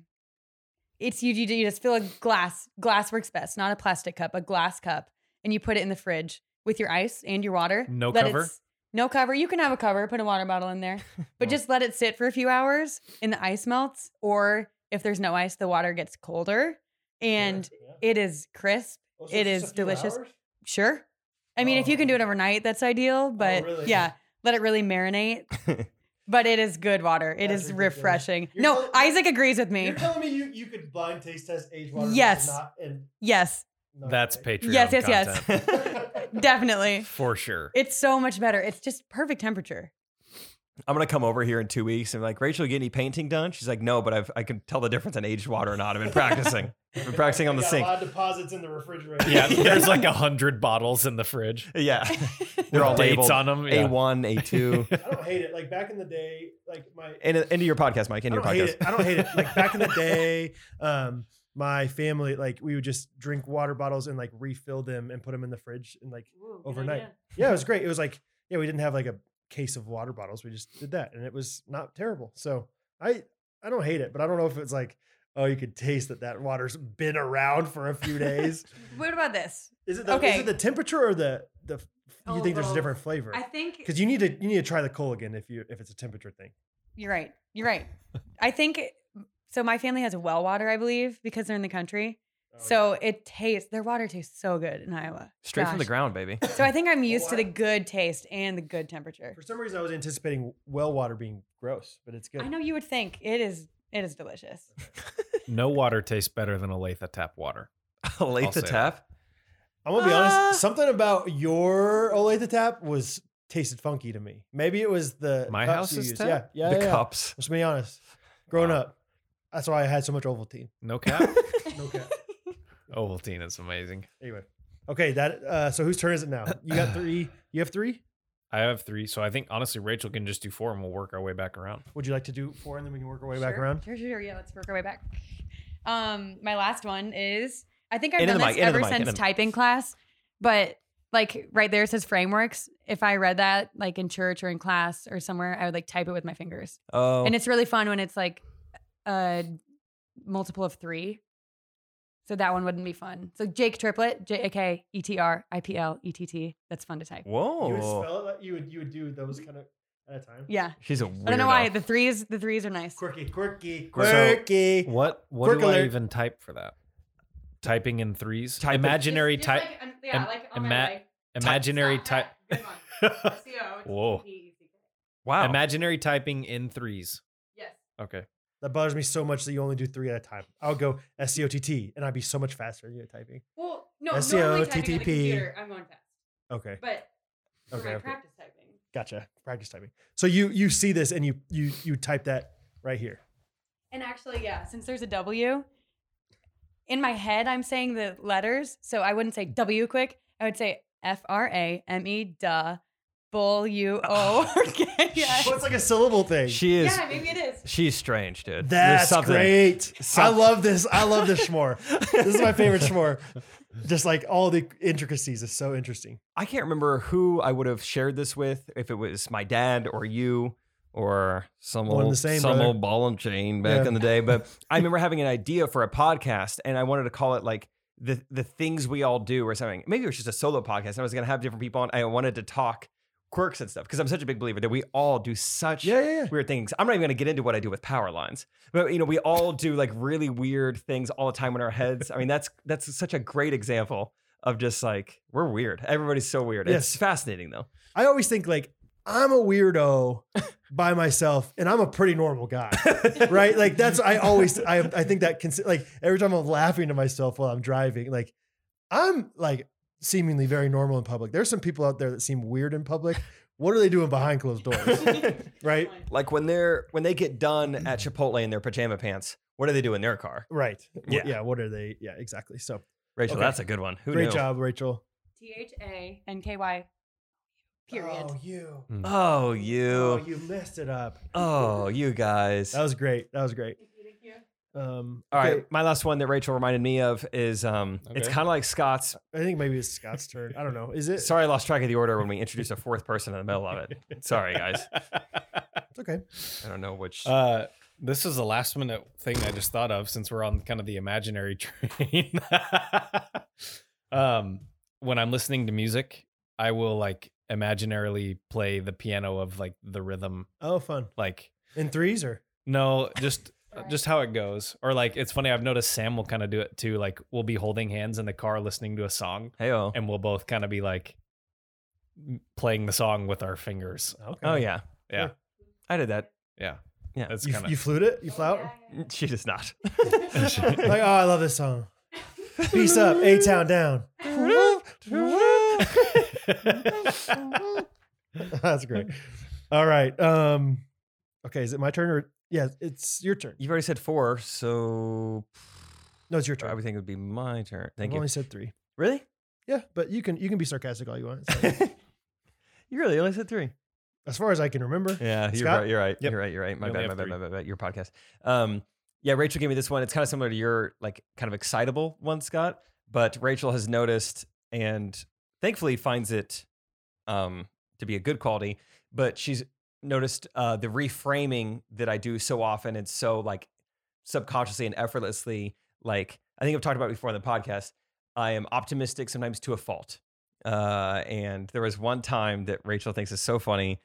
Speaker 4: it's you, you you just fill a glass glass works best, not a plastic cup, a glass cup, and you put it in the fridge with your ice and your water.
Speaker 3: No
Speaker 4: Let
Speaker 3: cover?
Speaker 4: it s- No cover. You can have a cover. Put a water bottle in there, but just let it sit for a few hours, and the ice melts. Or if there's no ice, the water gets colder, and
Speaker 2: Yeah.
Speaker 4: it is crisp.
Speaker 2: Oh, so
Speaker 4: it
Speaker 2: it's just
Speaker 4: is
Speaker 2: a few
Speaker 4: delicious.
Speaker 2: hours?
Speaker 4: Sure. I mean, if you can do it overnight, that's ideal. But
Speaker 2: really?
Speaker 4: yeah, let it really marinate. but it is good water. It
Speaker 2: That's
Speaker 4: is
Speaker 2: ridiculous.
Speaker 4: refreshing.
Speaker 2: You're
Speaker 4: no,
Speaker 2: telling-
Speaker 4: Isaac agrees with me.
Speaker 2: You're telling me you, you could blind taste test age water? and
Speaker 4: Yes.
Speaker 2: Not, and
Speaker 4: yes,
Speaker 2: not
Speaker 3: that's
Speaker 2: okay?
Speaker 3: Patreon.
Speaker 4: Yes, yes, yes.
Speaker 3: content,
Speaker 4: definitely.
Speaker 3: for sure.
Speaker 4: It's so much better. It's just perfect temperature.
Speaker 1: I'm gonna come over here in two weeks and be like, Rachel, you get any painting done? She's like, No, but I've I can tell the difference in aged water or not. I've been practicing. I've been practicing on
Speaker 2: I
Speaker 1: the
Speaker 2: got
Speaker 1: sink.
Speaker 2: A lot of deposits in the refrigerator.
Speaker 3: yeah, there's like a hundred bottles in the fridge.
Speaker 1: Uh, Yeah, they're all
Speaker 3: dates
Speaker 1: labeled
Speaker 3: on them. Yeah.
Speaker 1: A1, A2.
Speaker 2: I don't hate it. Like back in the day, like my
Speaker 1: And into your podcast, Mike. Into
Speaker 2: I
Speaker 1: your
Speaker 2: don't hate
Speaker 1: podcast.
Speaker 2: it. I don't hate it. Like back in the day, um, my family like we would just drink water bottles and like refill them and put them in the fridge and like Overnight. yeah, it was great. It was like yeah, we didn't have like a case of water bottles. We just did that and it was not terrible. So I I don't hate it, but I don't know if it's like oh you could taste that that water's been around for a few days.
Speaker 4: What about this?
Speaker 2: is it the, is
Speaker 4: Okay.
Speaker 2: it the temperature or the the you
Speaker 5: Oh,
Speaker 2: think there's a
Speaker 5: both.
Speaker 2: different flavor?
Speaker 5: I think
Speaker 2: Because you need to you need to try the coal again if you if it's a temperature thing.
Speaker 4: You're right. You're right. I think so. My family has well water, I believe, because they're in the country. so it tastes their water tastes so good in Iowa.
Speaker 1: Straight from the
Speaker 4: Gosh.
Speaker 1: ground, baby.
Speaker 4: So I think I'm used to the good taste and the good temperature.
Speaker 2: For some reason, I was anticipating well water being gross, but it's good.
Speaker 4: I know you would think it is. It is delicious.
Speaker 3: No water tastes better than Olathe tap water.
Speaker 1: Late the
Speaker 3: say it.
Speaker 1: tap.
Speaker 2: I'm gonna be
Speaker 3: Uh.
Speaker 1: Ah.
Speaker 2: honest. Something about your Olathe tap was tasted funky to me. Maybe it was the
Speaker 3: My
Speaker 2: cups you
Speaker 3: house's
Speaker 2: used.
Speaker 3: tap?
Speaker 2: Yeah, yeah,
Speaker 1: the
Speaker 2: yeah.
Speaker 1: cups.
Speaker 2: Let's be honest. Growing
Speaker 3: Wow.
Speaker 2: up, that's why I had so much Ovaltine.
Speaker 3: No cap.
Speaker 2: Okay.
Speaker 3: Ovaltine is amazing.
Speaker 2: anyway, okay. That. Uh, so whose turn is it now? You got three. You have three.
Speaker 3: I have three, so I think honestly Rachel can just do four, and we'll work our way back around.
Speaker 2: Would you like to do four, and then we can work our way
Speaker 4: sure.
Speaker 2: back around?
Speaker 4: Sure, sure, sure. Yeah, let's work our way back. Um, my last one is I think I've
Speaker 1: Into
Speaker 4: done
Speaker 1: the
Speaker 4: this
Speaker 1: mic, into the
Speaker 4: ever
Speaker 1: mic, into
Speaker 4: since
Speaker 1: the-
Speaker 4: typing class, but like right there it says frameworks. If I read that like in church or in class or somewhere, I would like type it with my fingers,
Speaker 1: Oh,
Speaker 4: and it's really fun when it's like a multiple of three. So that one wouldn't be fun. So Jake Triplet, J A K E T R I P L E T T. That's fun to type.
Speaker 2: You would
Speaker 1: whoa.
Speaker 3: Oh.
Speaker 2: spell it. like- You would. You would do those kind of. at a time.
Speaker 4: Yeah.
Speaker 1: She's a weirdo.
Speaker 4: I don't know why. The threes the threes are nice.
Speaker 2: Quirky, quirky,
Speaker 3: So-
Speaker 2: quirky.
Speaker 3: What what
Speaker 2: Quick
Speaker 3: do
Speaker 2: alert.
Speaker 3: I even type for that? Typing in threes?
Speaker 1: Type it-
Speaker 3: imaginary
Speaker 5: Just-
Speaker 3: type
Speaker 5: just Like, um, yeah,
Speaker 3: im-
Speaker 4: oh
Speaker 5: like on my
Speaker 3: ima-
Speaker 5: leg.
Speaker 3: imaginary
Speaker 5: Stop
Speaker 3: type
Speaker 5: that. Good one.
Speaker 4: E
Speaker 5: CO, it's
Speaker 3: Whoa.
Speaker 5: P-E-C-K.
Speaker 1: Wow.
Speaker 3: imaginary typing in threes.
Speaker 5: Yes.
Speaker 3: Okay.
Speaker 2: That bothers me so much that you only do three at a time. I'll go S C O T T, and I'd be so much faster than you at typing.
Speaker 5: Well, no,
Speaker 2: SEO,
Speaker 5: normally typing on the
Speaker 2: TTP.
Speaker 5: computer, I'm going fast.
Speaker 2: Okay,
Speaker 5: But for
Speaker 2: E. Okay,
Speaker 5: my
Speaker 2: okay.
Speaker 5: practice typing,
Speaker 2: gotcha. Practice typing. So you you see this and you you you type that right here.
Speaker 5: and actually, yeah,
Speaker 4: Since there's a W, in my head I'm saying the letters, so I wouldn't say W quick. I would say F R A M E duh bull U O R K
Speaker 2: Well,
Speaker 4: S.
Speaker 2: it's like a syllable thing.
Speaker 1: She is.
Speaker 5: yeah, maybe it is.
Speaker 1: She's strange, dude. There's
Speaker 2: That's
Speaker 1: something.
Speaker 2: great.
Speaker 1: Something.
Speaker 2: I love this. I love this schmore. this is my favorite schmore. Just like all the intricacies is so interesting.
Speaker 1: I can't remember who I would have shared this with, if it was my dad or you or some
Speaker 2: One and the
Speaker 1: old,
Speaker 2: same,
Speaker 1: some
Speaker 2: brother.
Speaker 1: old ball and chain back
Speaker 2: Yeah.
Speaker 1: in the day. But I remember having an idea for a podcast, and I wanted to call it like the the things we all do or something. Maybe it was just a solo podcast, and I was going to have different people on. I wanted to talk quirks and stuff because I'm such a big believer that we all do such
Speaker 2: Yeah, yeah, yeah.
Speaker 1: weird things. I'm not even going to get into what I do with power lines, but you know, we all do like really weird things all the time in our heads. I mean, that's that's such a great example of just like we're weird. Everybody's so weird.
Speaker 2: Yes.
Speaker 1: It's fascinating though.
Speaker 2: I always think like I'm a weirdo by myself, and I'm a pretty normal guy, right? Like that's I always I I think that consi- like every time I'm laughing to myself while I'm driving, like I'm like seemingly very normal in public. There's some people out there that seem weird in public. What are they doing behind closed doors, right?
Speaker 1: Like when they're when they get done at Chipotle in their pajama pants, what do they do in their car?
Speaker 2: Right.
Speaker 1: Yeah.
Speaker 2: Yeah. What are they? Yeah. Exactly. So
Speaker 1: Rachel,
Speaker 2: Okay.
Speaker 1: that's a good one. Who
Speaker 2: great
Speaker 1: knew?
Speaker 2: job, Rachel.
Speaker 4: T H A N K Y. Period.
Speaker 2: Oh, you.
Speaker 1: Oh,
Speaker 2: Oh,
Speaker 1: you.
Speaker 2: you messed it up.
Speaker 1: Oh, you guys.
Speaker 2: That was great. That was great.
Speaker 5: Thank you, thank you.
Speaker 2: Um,
Speaker 1: All right,
Speaker 2: okay,
Speaker 1: my last one that Rachel reminded me of is um, it's
Speaker 3: Okay.
Speaker 1: kind of like Scott's
Speaker 2: I think maybe it's Scott's turn. I don't know. Is it?
Speaker 1: Sorry, I lost track of the order when we introduced a fourth person in the middle of it. Sorry, guys.
Speaker 2: It's okay.
Speaker 1: I don't know which.
Speaker 3: Uh, this is a last minute thing I just thought of since we're on kind of the imaginary train. um, when I'm listening to music, I will like imaginarily play the piano of like the rhythm,
Speaker 2: Oh, fun.
Speaker 3: like
Speaker 2: In threes or?
Speaker 3: no, just uh,
Speaker 5: Sorry.
Speaker 3: just how it goes. Or like it's funny. I've noticed Sam will kind of do it too. Like we'll be holding hands in the car listening to a song,
Speaker 1: hey, oh.
Speaker 3: and we'll both kind of be like m- playing the song with our fingers.
Speaker 2: Okay.
Speaker 1: Oh, yeah.
Speaker 3: Yeah.
Speaker 1: I did that.
Speaker 3: Yeah,
Speaker 1: Yeah.
Speaker 3: That's
Speaker 2: You,
Speaker 3: kind of
Speaker 2: you flute it? You
Speaker 5: Oh,
Speaker 2: flout?
Speaker 5: yeah, yeah,
Speaker 1: She does not.
Speaker 2: like, oh, I love this song. Peace up, A Town Down. That's great. All right. Um, okay. Is it my turn or? Yeah, it's your turn.
Speaker 1: You've already said four, so
Speaker 2: No, it's your
Speaker 1: I
Speaker 2: turn.
Speaker 1: would think it would be my turn. Thank
Speaker 2: I've
Speaker 1: you.
Speaker 2: only said three.
Speaker 1: Really?
Speaker 2: Yeah, but you can you can be sarcastic all you want. It's like-
Speaker 1: You really only said three.
Speaker 2: as far as I can remember.
Speaker 1: Yeah, you're
Speaker 2: Scott?
Speaker 1: right. You're right.
Speaker 3: Yep.
Speaker 1: You're right. You're right. My
Speaker 3: You only
Speaker 1: bad. My
Speaker 3: have
Speaker 1: bad.
Speaker 3: three.
Speaker 1: My bad. My bad. Your podcast. Um, yeah, Rachel gave me this one. It's kind of similar to your like kind of excitable one, Scott. But Rachel has noticed and thankfully finds it um, to be a good quality. But she's noticed uh, the reframing that I do so often and so like subconsciously and effortlessly. Like I think I've talked about it before on the podcast. I am optimistic sometimes to a fault. Uh, and there was one time that Rachel thinks is so funny.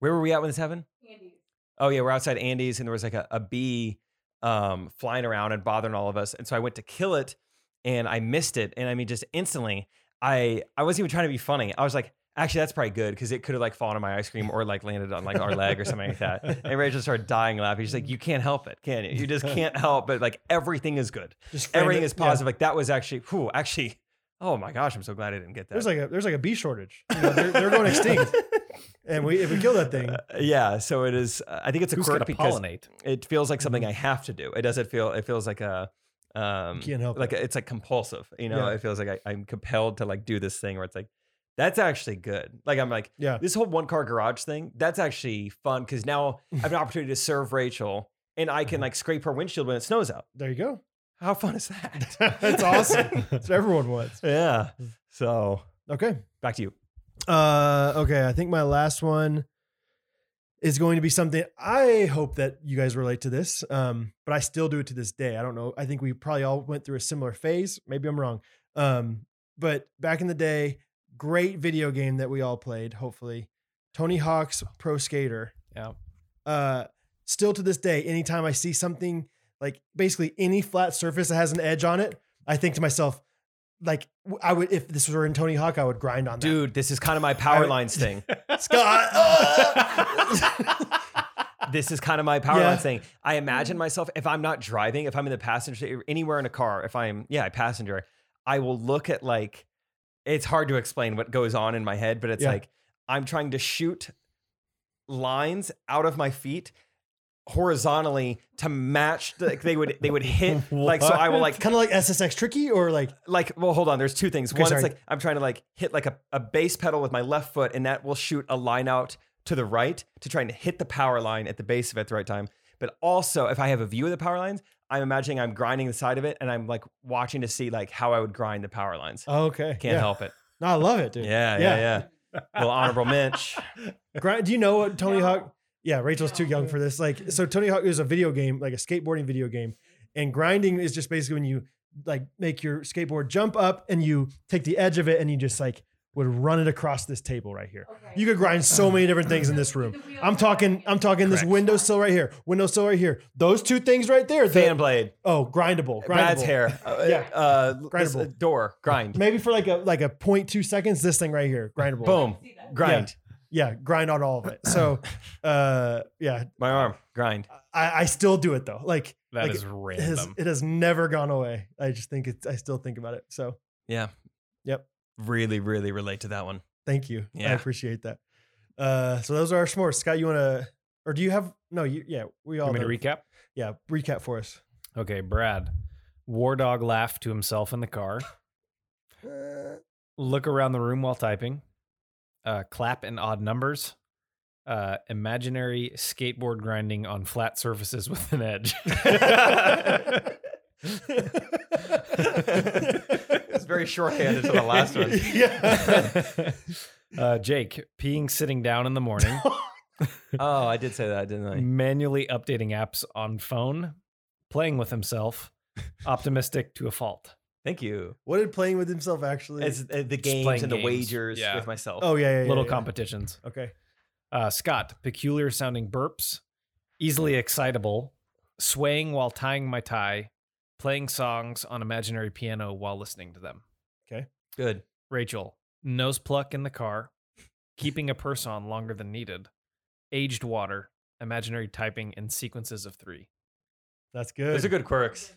Speaker 1: Where were we at when this happened?
Speaker 5: Candy.
Speaker 1: oh yeah, we're outside Andy's and there was like a, a bee um, flying around and bothering all of us. And so I went to kill it and I missed it. And I mean, just instantly, I I wasn't even trying to be funny. I was like, actually, that's probably good because it could have like fallen on my ice cream or like landed on like our leg or something like that. And Rachel started dying laughing. She's like, you can't help it, can you? You just can't help but like everything is good.
Speaker 2: Just frame
Speaker 1: Everything
Speaker 2: it-
Speaker 1: is
Speaker 2: yeah.
Speaker 1: positive. Like that was actually, whew, actually, oh my gosh, I'm so glad I didn't get that.
Speaker 2: There's like a there's like a bee shortage. You know, they're, they're going extinct, and we if we kill that thing,
Speaker 1: Uh, yeah, so it is. uh, I think it's a
Speaker 3: who's
Speaker 1: quirk
Speaker 3: gonna
Speaker 1: because
Speaker 3: pollinate?
Speaker 1: it feels like
Speaker 2: Mm-hmm.
Speaker 1: something I have to do. It doesn't feel. It feels like a. Um,
Speaker 2: can't help
Speaker 1: like it's like compulsive. You know,
Speaker 2: Yeah.
Speaker 1: it feels like I, I'm compelled to like do this thing where it's like, that's actually good. Like I'm like,
Speaker 2: Yeah.
Speaker 1: this whole one car garage thing. That's actually fun because now I have an opportunity to serve Rachel, and I
Speaker 2: Uh-huh.
Speaker 1: can like scrape her windshield when it snows out.
Speaker 2: there you go.
Speaker 1: How fun is that?
Speaker 2: That's awesome. Mm. That's what everyone wants.
Speaker 1: yeah. So
Speaker 2: Okay.
Speaker 1: back to you.
Speaker 2: Uh, okay. I think my last one is going to be something I hope that you guys relate to this. Um, but I still do it to this day. I don't know. I think we probably all went through a similar phase. Maybe I'm wrong. Um, but back in the day, great video game that we all played, hopefully. Tony Hawk's Pro Skater.
Speaker 3: Yeah.
Speaker 2: Uh, still to this day, anytime I see something like basically any flat surface that has an edge on it, I think to myself, like w- I would if this were in Tony Hawk, I would grind on that.
Speaker 1: Dude, this is kind of my power
Speaker 2: I-
Speaker 1: lines thing.
Speaker 2: Scott.
Speaker 1: this is kind of my power
Speaker 2: Yeah. Mm-hmm.
Speaker 1: lines thing. I imagine myself if I'm not driving, if I'm in the passenger seat, anywhere in a car, if I'm yeah, a passenger, I will look at like it's hard to explain what goes on in my head, but it's
Speaker 2: Yeah.
Speaker 1: like I'm trying to shoot lines out of my feet horizontally to match like they would they would hit like so I will like
Speaker 2: kind of like SSX tricky or like
Speaker 1: like well hold on there's two things
Speaker 2: Okay,
Speaker 1: one
Speaker 2: sorry.
Speaker 1: it's like i'm trying to like hit like a, a base pedal with my left foot and that will shoot a line out to the right to try and hit the power line at the base of it at the right time but also if i have a view of the power lines i'm imagining i'm grinding the side of it and i'm like watching to see like how i would grind the power lines
Speaker 2: oh, okay.
Speaker 1: can't
Speaker 2: yeah.
Speaker 1: help it
Speaker 2: No, I love it, dude.
Speaker 1: yeah yeah yeah, well honorable mensch
Speaker 2: Grind, do you know what Tony
Speaker 5: No.
Speaker 2: Hawk? Yeah, Rachel's too young for this. Like, so Tony Hawk is a video game, like a skateboarding video game, and grinding is just basically when you like make your skateboard jump up and you take the edge of it and you just like would run it across this table right here.
Speaker 5: Okay.
Speaker 2: You could grind so many different things in this room. I'm talking, I'm talking this
Speaker 1: Correct.
Speaker 2: windowsill right here, windowsill right here. Those two things right there. the-
Speaker 1: fan blade
Speaker 2: oh, grindable, grindable.
Speaker 1: brad's hair uh,
Speaker 2: Yeah.
Speaker 1: uh, this, uh,
Speaker 2: Grindable.
Speaker 1: door grind
Speaker 2: Maybe for like a like a 0.2 seconds, this thing right here, grindable.
Speaker 1: boom grind
Speaker 2: Yeah, grind on all of it. So, uh, yeah,
Speaker 1: my arm grind
Speaker 2: I, I still do it though. Like
Speaker 3: That
Speaker 2: like,
Speaker 3: is
Speaker 2: it has,
Speaker 3: random.
Speaker 2: it has never gone away. I just think it's. I still think about it. So
Speaker 1: yeah
Speaker 2: Yep.
Speaker 1: really really relate to that one
Speaker 2: thank you. I
Speaker 1: Yeah.
Speaker 2: appreciate that. Uh, so those are our s'mores. Scott, you want to, or do you have? No, you. Yeah, we
Speaker 3: You
Speaker 2: all.
Speaker 3: want me to
Speaker 2: know.
Speaker 3: recap?
Speaker 2: yeah, recap for us.
Speaker 3: Okay, Brad. War dog laughed to himself in the car. Look around the room while typing. Uh, clap in odd numbers. Uh, imaginary skateboard grinding on flat surfaces with an edge.
Speaker 1: it's very shorthanded to the last one.
Speaker 3: uh, Jake peeing sitting down in the morning.
Speaker 1: Oh, I did say that, didn't I?
Speaker 3: manually updating apps on phone, playing with himself, optimistic to a fault.
Speaker 1: Thank you.
Speaker 2: What did playing with himself actually?
Speaker 1: It's uh, the games
Speaker 3: playing
Speaker 1: and the
Speaker 3: games.
Speaker 1: wagers
Speaker 3: Yeah.
Speaker 1: with myself.
Speaker 2: oh yeah, yeah, yeah
Speaker 3: Little
Speaker 2: yeah.
Speaker 3: competitions.
Speaker 2: Okay.
Speaker 3: Uh, Scott, peculiar sounding burps, easily excitable, swaying while tying my tie, playing songs on imaginary piano while listening to them.
Speaker 1: good.
Speaker 3: Rachel, nose pluck in the car, keeping a purse on longer than needed, aged water, imaginary typing in sequences of three.
Speaker 2: That's good.
Speaker 1: Those are good quirks.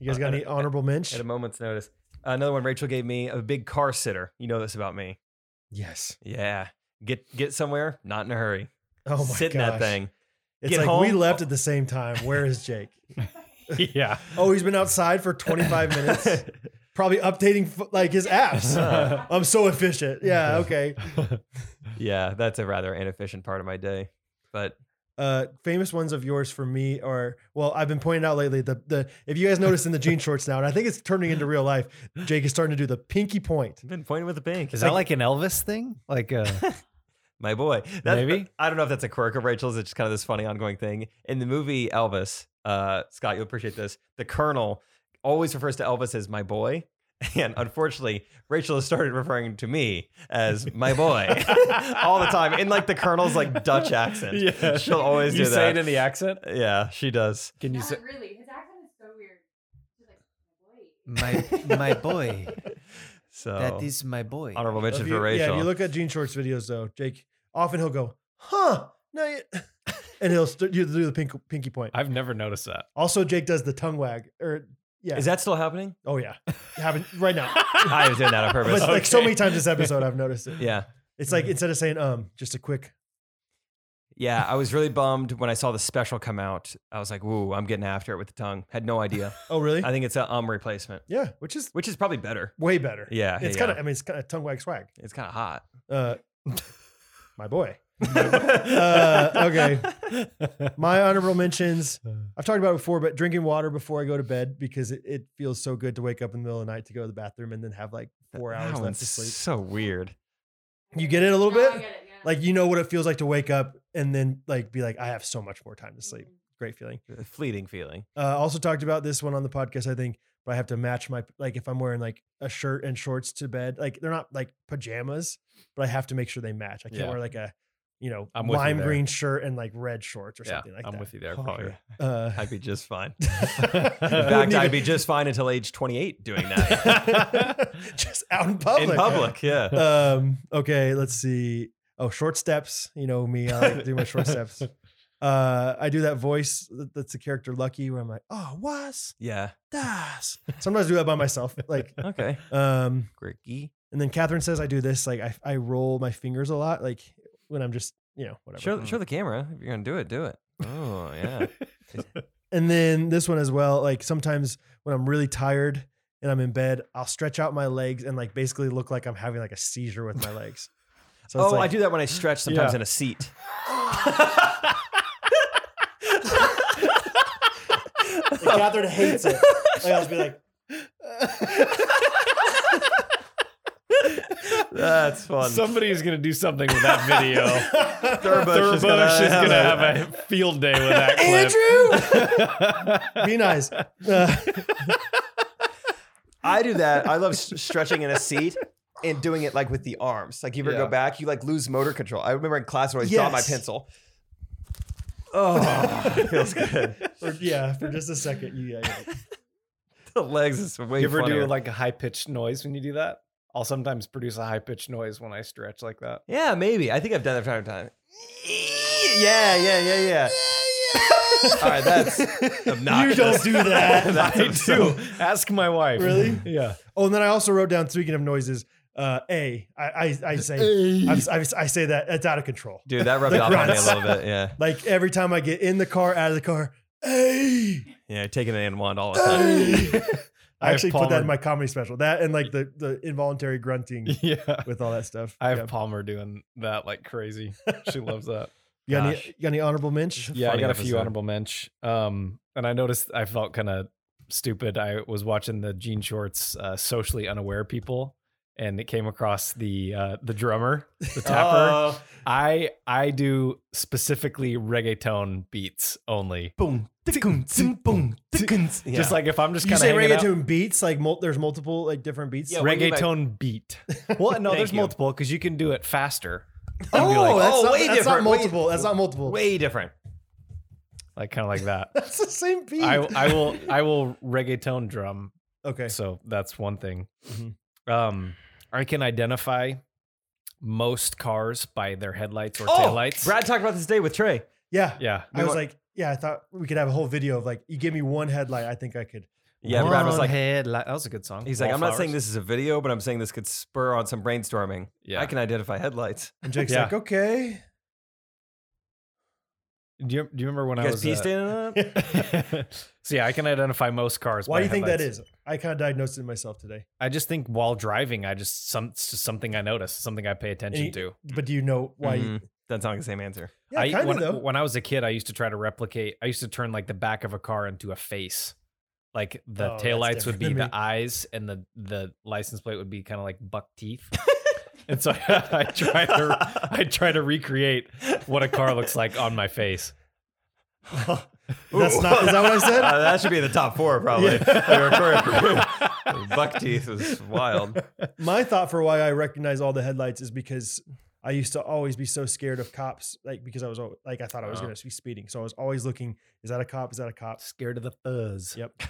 Speaker 2: You guys got any honorable
Speaker 1: At
Speaker 2: mention?
Speaker 1: a moment's notice. Another one Rachel gave me a big car sitter. You know this about me.
Speaker 2: Yes.
Speaker 1: Yeah. Get get somewhere, not in a hurry.
Speaker 2: Oh my
Speaker 1: Sit in
Speaker 2: gosh.
Speaker 1: that thing.
Speaker 2: It's
Speaker 1: Get
Speaker 2: like we
Speaker 1: home.
Speaker 2: left at the same time. Where is Jake?
Speaker 3: yeah.
Speaker 2: Oh, he's been outside for 25 minutes, probably updating f- like his apps.
Speaker 1: Uh-huh.
Speaker 2: I'm so efficient. Yeah, okay.
Speaker 1: yeah, that's a rather inefficient part of my day. But
Speaker 2: Uh, famous ones of yours for me are well, I've been pointing out lately the the if you guys notice in the jean shorts now, and I think it's turning into real life. Jake is starting to do the pinky point.
Speaker 1: I've been pointing with the pink.
Speaker 3: Is that like an Elvis thing? Like uh
Speaker 1: my boy. That's,
Speaker 3: Maybe.
Speaker 1: I don't know if that's a quirk of Rachel's. It's just kind of this funny ongoing thing. In the movie Elvis, uh, Scott, you'll appreciate this. The Colonel always refers to Elvis as my boy. And unfortunately, Rachel has started referring to me as my boy all the time in like the Colonel's like Dutch accent.
Speaker 3: Yeah.
Speaker 1: She'll always
Speaker 3: you
Speaker 1: do
Speaker 3: say
Speaker 1: that.
Speaker 3: it in the accent?
Speaker 1: yeah, she does.
Speaker 3: Can you
Speaker 5: Not
Speaker 3: say
Speaker 5: really. His accent is so weird. He's like, wait.
Speaker 6: My my boy.
Speaker 1: So
Speaker 6: That is my boy.
Speaker 1: honorable mention
Speaker 2: If
Speaker 1: for
Speaker 2: you-
Speaker 1: Rachel.
Speaker 2: Yeah, if you look at jean shorts videos though, Jake often he'll go, huh? No, you-" and he'll st- do the pink, pinky point.
Speaker 3: I've never noticed that.
Speaker 2: Also, Jake does the tongue wag or yeah.
Speaker 1: is that still happening?
Speaker 2: oh yeah, happen right now.
Speaker 1: I was doing that on
Speaker 2: But
Speaker 1: purpose.
Speaker 2: like so many times this episode, I've noticed it.
Speaker 1: yeah.
Speaker 2: It's like instead of saying um, just a quick
Speaker 1: Yeah, I was really bummed when I saw the special come out. I was like, "Ooh, I'm getting after it with the tongue." Had no idea.
Speaker 2: Oh really?
Speaker 1: I think it's a um replacement,
Speaker 2: yeah, which is
Speaker 1: which is probably better.
Speaker 2: way better.
Speaker 1: Yeah,
Speaker 2: It's
Speaker 1: yeah.
Speaker 2: kind of I mean it's kind of tongue wag swag.
Speaker 1: It's kind of hot.
Speaker 2: Uh my boy. Uh, okay. My honorable mentions.
Speaker 1: Uh.
Speaker 2: I've talked about it before, but drinking water before I go to bed because it, it feels so good to wake up in the middle of the night to go to the bathroom and then have like four
Speaker 1: That
Speaker 2: hours left
Speaker 1: one's
Speaker 2: to sleep.
Speaker 1: So weird.
Speaker 2: You get it a little
Speaker 5: Now I
Speaker 2: bit?
Speaker 5: get it, yeah.
Speaker 2: Like you know what it feels like to wake up and then like be like, I have so much more time to sleep.
Speaker 1: Mm.
Speaker 2: Great feeling.
Speaker 1: A fleeting feeling.
Speaker 2: Uh, also talked about this one on the podcast, I think, but I have to match my like if I'm wearing like a shirt and shorts to bed, like they're not like pajamas, but I have to make sure they match. I can't
Speaker 3: Yeah.
Speaker 2: wear like a you know,
Speaker 3: I'm with you
Speaker 2: lime
Speaker 3: there.
Speaker 2: green shirt and like red shorts or
Speaker 3: Yeah,
Speaker 2: something like
Speaker 3: I'm
Speaker 2: that.
Speaker 3: with you there.
Speaker 1: Oh,
Speaker 3: probably.
Speaker 1: yeah.
Speaker 2: Uh,
Speaker 1: I'd be just fine.
Speaker 3: oh,
Speaker 1: In
Speaker 2: Wouldn't
Speaker 1: fact,
Speaker 2: even-
Speaker 1: I'd be just fine until age 28 doing that
Speaker 2: just out in public.
Speaker 1: in public. Yeah.
Speaker 2: Um, okay, let's see. Oh, short steps. You know me. I like to do my short steps. Uh, I do that voice. that- That's the character Lucky, where I'm like, oh, was
Speaker 1: Yeah.
Speaker 2: das? Sometimes I do that by myself. Like,
Speaker 1: Okay.
Speaker 2: um,
Speaker 1: Gricky.
Speaker 2: and then Catherine says I do this. Like, I I roll my fingers a lot. Like when I'm just you know whatever.
Speaker 1: Show, show the camera. If you're going to do it, do it. Oh, yeah.
Speaker 2: And then this one as well. Like sometimes when I'm really tired and I'm in bed, I'll stretch out my legs and like basically look like I'm having like a seizure with my legs. So
Speaker 1: oh,
Speaker 2: it's like,
Speaker 1: I do that when I stretch sometimes
Speaker 3: Yeah.
Speaker 1: in a seat.
Speaker 2: Catherine hates it. Like, I'll just be like,
Speaker 1: That's fun.
Speaker 3: Somebody's gonna do something with that video.
Speaker 1: Thurbush
Speaker 3: Thurbush
Speaker 1: is
Speaker 3: is
Speaker 1: gonna
Speaker 3: gonna,
Speaker 1: have a-
Speaker 3: have a field day with that clip.
Speaker 2: be nice. Uh,
Speaker 1: I do that. I love s- stretching in a seat and doing it like with the arms. Like you ever
Speaker 3: Yeah.
Speaker 1: go back, you like lose motor control. I remember in class where I dropped my
Speaker 2: Yes.
Speaker 1: pencil. Oh, it feels good.
Speaker 2: for, yeah, for just a second. You, yeah, yeah.
Speaker 1: The legs is way
Speaker 3: you ever
Speaker 1: funnier.
Speaker 3: do like a high pitched noise when you do that? I'll sometimes produce a high pitched noise when I stretch like that.
Speaker 1: yeah, maybe. I think I've done that from time to time. Yeah, yeah, yeah, yeah. All right, that's obnoxious.
Speaker 2: You don't do that.
Speaker 1: That's
Speaker 3: I do.
Speaker 1: absurd.
Speaker 3: Ask my wife.
Speaker 2: Really?
Speaker 3: Yeah.
Speaker 2: Oh, and then I also wrote down speaking of noises. Uh, a, I, I, I say, I'm, I, I say that it's out of control.
Speaker 1: Dude, that rubbed off on me a
Speaker 2: grunts.
Speaker 1: little bit. Yeah,
Speaker 2: Like every time I get in the car, out of the car, hey,
Speaker 1: yeah, taking it in one all the time.
Speaker 2: hey. I
Speaker 3: I have
Speaker 2: actually put that in
Speaker 3: Palmer-
Speaker 2: my comedy special. That and like the the involuntary grunting
Speaker 3: Yeah.
Speaker 2: with all that stuff.
Speaker 3: I have
Speaker 2: Yeah.
Speaker 3: Palmer doing that like crazy. She loves that.
Speaker 2: You got, any,
Speaker 1: Gosh.
Speaker 2: you got any honorable mentions?
Speaker 3: yeah, I
Speaker 1: funny
Speaker 3: got a
Speaker 1: episode.
Speaker 3: few honorable mench. Um, and I noticed I felt kind of stupid. I was watching the Gene Shorts uh, socially unaware people, and it came across the uh, the drummer, the tapper.
Speaker 1: Oh,
Speaker 3: I I do specifically reggaeton beats only.
Speaker 1: boom, tickun, zing, boom, tickun. Yeah.
Speaker 3: Just like if I'm just
Speaker 2: You
Speaker 3: kind
Speaker 2: say
Speaker 3: of
Speaker 2: reggaeton beats? Like mul- there's multiple like different beats.
Speaker 1: Yeah, what do you mean by-
Speaker 3: reggaeton beat. Well, no,
Speaker 1: Thank
Speaker 3: there's
Speaker 1: you.
Speaker 3: multiple because you can do it faster.
Speaker 2: Oh,
Speaker 1: like,
Speaker 2: that's,
Speaker 1: oh,
Speaker 2: not,
Speaker 1: way
Speaker 2: that's not
Speaker 1: different, way-
Speaker 2: multiple. that's not multiple.
Speaker 1: way different.
Speaker 3: Like kind of like that.
Speaker 2: That's the same beat.
Speaker 3: I I will I will reggaeton drum
Speaker 2: okay.
Speaker 3: So that's one thing.
Speaker 2: Mhm.
Speaker 1: Mm-hmm.
Speaker 3: Um, I can identify most cars by their headlights or
Speaker 1: Oh,
Speaker 3: taillights.
Speaker 1: Brad talked about this today with Trey.
Speaker 2: Yeah.
Speaker 3: Yeah.
Speaker 2: I was like, yeah, I thought we could have a whole video of like, you give me one headlight, I think I could.
Speaker 1: Yeah, Brad was
Speaker 3: One
Speaker 1: like,
Speaker 3: headlight. That was a good song.
Speaker 1: he's like, I'm not saying
Speaker 3: Wallflowers.
Speaker 1: this is a video, but I'm saying this could spur on some brainstorming.
Speaker 3: Yeah.
Speaker 1: I can identify headlights.
Speaker 2: And Jake's
Speaker 3: Yeah.
Speaker 2: like, okay.
Speaker 3: Do you, do you remember when
Speaker 1: You
Speaker 3: I
Speaker 1: guys
Speaker 3: was?
Speaker 1: pieced
Speaker 3: uh,
Speaker 1: in on that?
Speaker 3: so yeah, I can identify most cars.
Speaker 2: Why
Speaker 3: by
Speaker 2: do you think that
Speaker 3: headlights.
Speaker 2: is? I kind of diagnosed it myself today.
Speaker 3: I just think while driving, I just some it's just something I notice, something I pay attention
Speaker 2: Any-
Speaker 3: to.
Speaker 2: But do you know why?
Speaker 3: Mm.
Speaker 2: you-
Speaker 1: Mhm. That's not the same answer.
Speaker 2: Yeah,
Speaker 3: I,
Speaker 2: kind of
Speaker 3: when,
Speaker 2: though.
Speaker 3: when I was a kid, I used to try to replicate. I used to turn like the back of a car into a face, like
Speaker 2: Oh,
Speaker 3: the
Speaker 2: that's
Speaker 3: taillights
Speaker 2: different
Speaker 3: would be
Speaker 2: than
Speaker 3: the
Speaker 2: me.
Speaker 3: eyes, and the the license plate would be kind of like buck teeth. and so I try to I try to recreate what a car looks like on my face.
Speaker 2: That's not- is that what I said?
Speaker 1: Uh, that should be in the top four, probably. Buck teeth is wild.
Speaker 2: my thought for why I recognize all the headlights is because I used to always be so scared of cops, like because I was al- like I thought I was
Speaker 3: Oh.
Speaker 2: going to be speeding, so I was always looking: is that a cop? Is that a cop?
Speaker 3: Uh, Scared of the fuzz.
Speaker 2: Yep.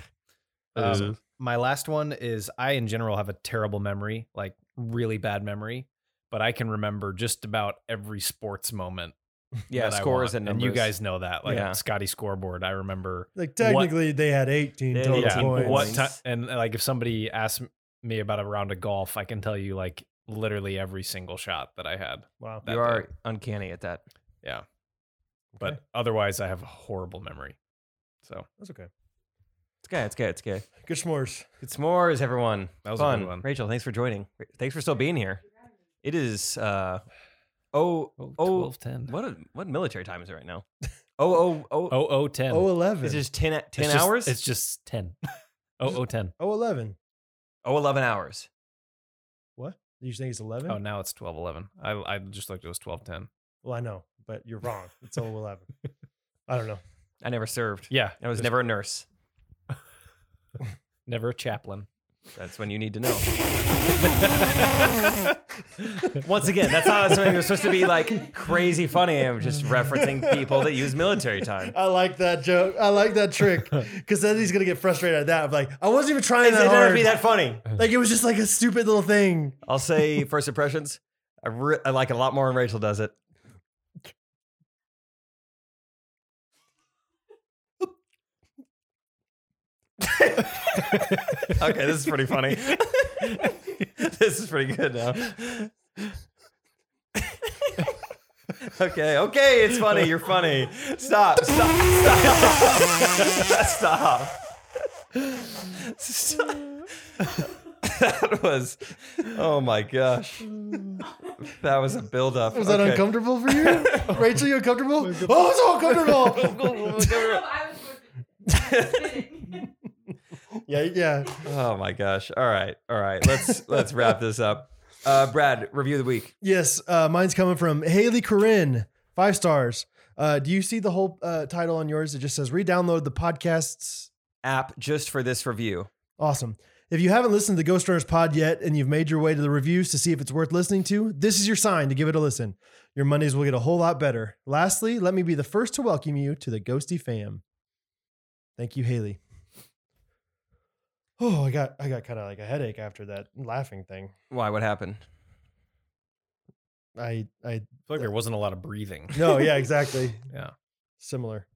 Speaker 3: Um, my last one is I in general have a terrible memory, like really bad memory, but I can remember just about every sports moment.
Speaker 1: Yeah,
Speaker 3: that I
Speaker 1: scores
Speaker 3: want.
Speaker 1: and numbers.
Speaker 3: you guys know that, like
Speaker 1: Yeah.
Speaker 3: Scotty scoreboard. I remember
Speaker 2: Like technically, they had eighteen
Speaker 1: They had
Speaker 2: total
Speaker 1: 18
Speaker 2: points.
Speaker 3: what
Speaker 1: points.
Speaker 3: time, and like if somebody asked me about a round of golf, I can tell you like literally every single shot that I had.
Speaker 2: Wow.
Speaker 3: that
Speaker 1: you are
Speaker 3: day.
Speaker 1: uncanny at that.
Speaker 3: but otherwise I have a horrible memory. So
Speaker 2: That's okay.
Speaker 1: It's okay. It's okay. It's okay.
Speaker 2: Good s'mores.
Speaker 1: Good s'mores, everyone.
Speaker 3: That was a
Speaker 1: fun.
Speaker 3: good one.
Speaker 1: Rachel, thanks for joining. Ra- Thanks for still being here. It is uh oh
Speaker 3: oh,
Speaker 1: Oh,
Speaker 3: 12, 10.
Speaker 1: what a- what military time is it right now? Oh oh oh.
Speaker 3: Oh, oh, 10.
Speaker 2: Oh eleven.
Speaker 1: It's just 10,
Speaker 3: It's
Speaker 1: 10
Speaker 3: just-
Speaker 1: hours?
Speaker 3: It's just 10. oh, oh, 10.
Speaker 2: oh eleven.
Speaker 1: oh 11 hours.
Speaker 2: What? You think it's eleven?
Speaker 3: Oh, now it's 12, 11. I, I just looked, it was 12, 10.
Speaker 2: Well, I know, but you're wrong. It's oh eleven. I don't know.
Speaker 1: I never served.
Speaker 3: Yeah.
Speaker 1: I was never a nurse.
Speaker 3: never a chaplain.
Speaker 1: That's when you need to know. Once again, that's not something that's supposed to be like crazy funny. I'm just referencing people that use military time.
Speaker 2: I like that joke. I like that trick because then he's gonna get frustrated at that. I'm like, I wasn't even trying
Speaker 1: It
Speaker 2: that
Speaker 1: doesn't have to
Speaker 2: hard.
Speaker 1: be that funny.
Speaker 2: Like it was just like a stupid little thing.
Speaker 1: I'll say first impressions. I, re- I like it a lot more when Rachel does it. okay, this is pretty funny. this is pretty good now. okay, okay, it's funny. You're funny. Stop, stop, stop. stop. Stop. that was, oh my gosh. That was a buildup.
Speaker 2: Was that
Speaker 1: Okay.
Speaker 2: uncomfortable for you, Rachel? You uncomfortable? oh, it's so uncomfortable.
Speaker 5: No, I was kidding.
Speaker 2: yeah, yeah.
Speaker 1: Oh my gosh. All right. All right. Let's let's wrap this up. Uh Brad, review of the week.
Speaker 2: Yes, uh, mine's coming from Haley Corinne, five stars. Uh, do you see the whole uh, title on yours? It just says re-download the podcasts
Speaker 1: App just for this review.
Speaker 2: Awesome. If you haven't listened to Ghost Runners Pod yet and you've made your way to the reviews to see if it's worth listening to, this is your sign to give it a listen. Your Mondays will get a whole lot better. Lastly, let me be the first to welcome you to the Ghosty fam. Thank you, Haley. Oh, I got I got kind of like a headache after that laughing thing.
Speaker 1: Why? What happened?
Speaker 2: I I
Speaker 3: feel like there wasn't a lot of breathing.
Speaker 2: no, yeah, exactly.
Speaker 3: Yeah.
Speaker 2: Similar.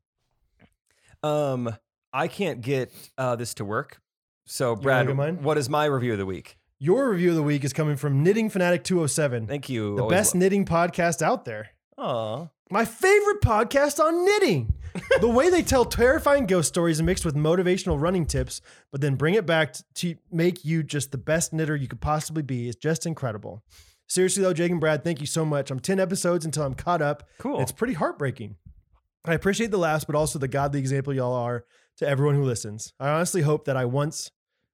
Speaker 1: Um, I can't get uh this to work. So
Speaker 2: look at mine?
Speaker 1: Brad, what is my review of the week?
Speaker 2: Your review of the week is coming from Knitting Fanatic 207.
Speaker 1: Thank you.
Speaker 2: the best knitting podcast out there.
Speaker 1: Oh,
Speaker 2: My favorite podcast on knitting. the way they tell terrifying ghost stories mixed with motivational running tips, but then bring it back to make you just the best knitter you could possibly be is just incredible. Seriously though, Jake and Brad, thank you so much. I'm 10 episodes until I'm caught up.
Speaker 1: cool.
Speaker 2: It's pretty heartbreaking. I appreciate the laughs, but also the godly example y'all are to everyone who listens. I honestly hope that I once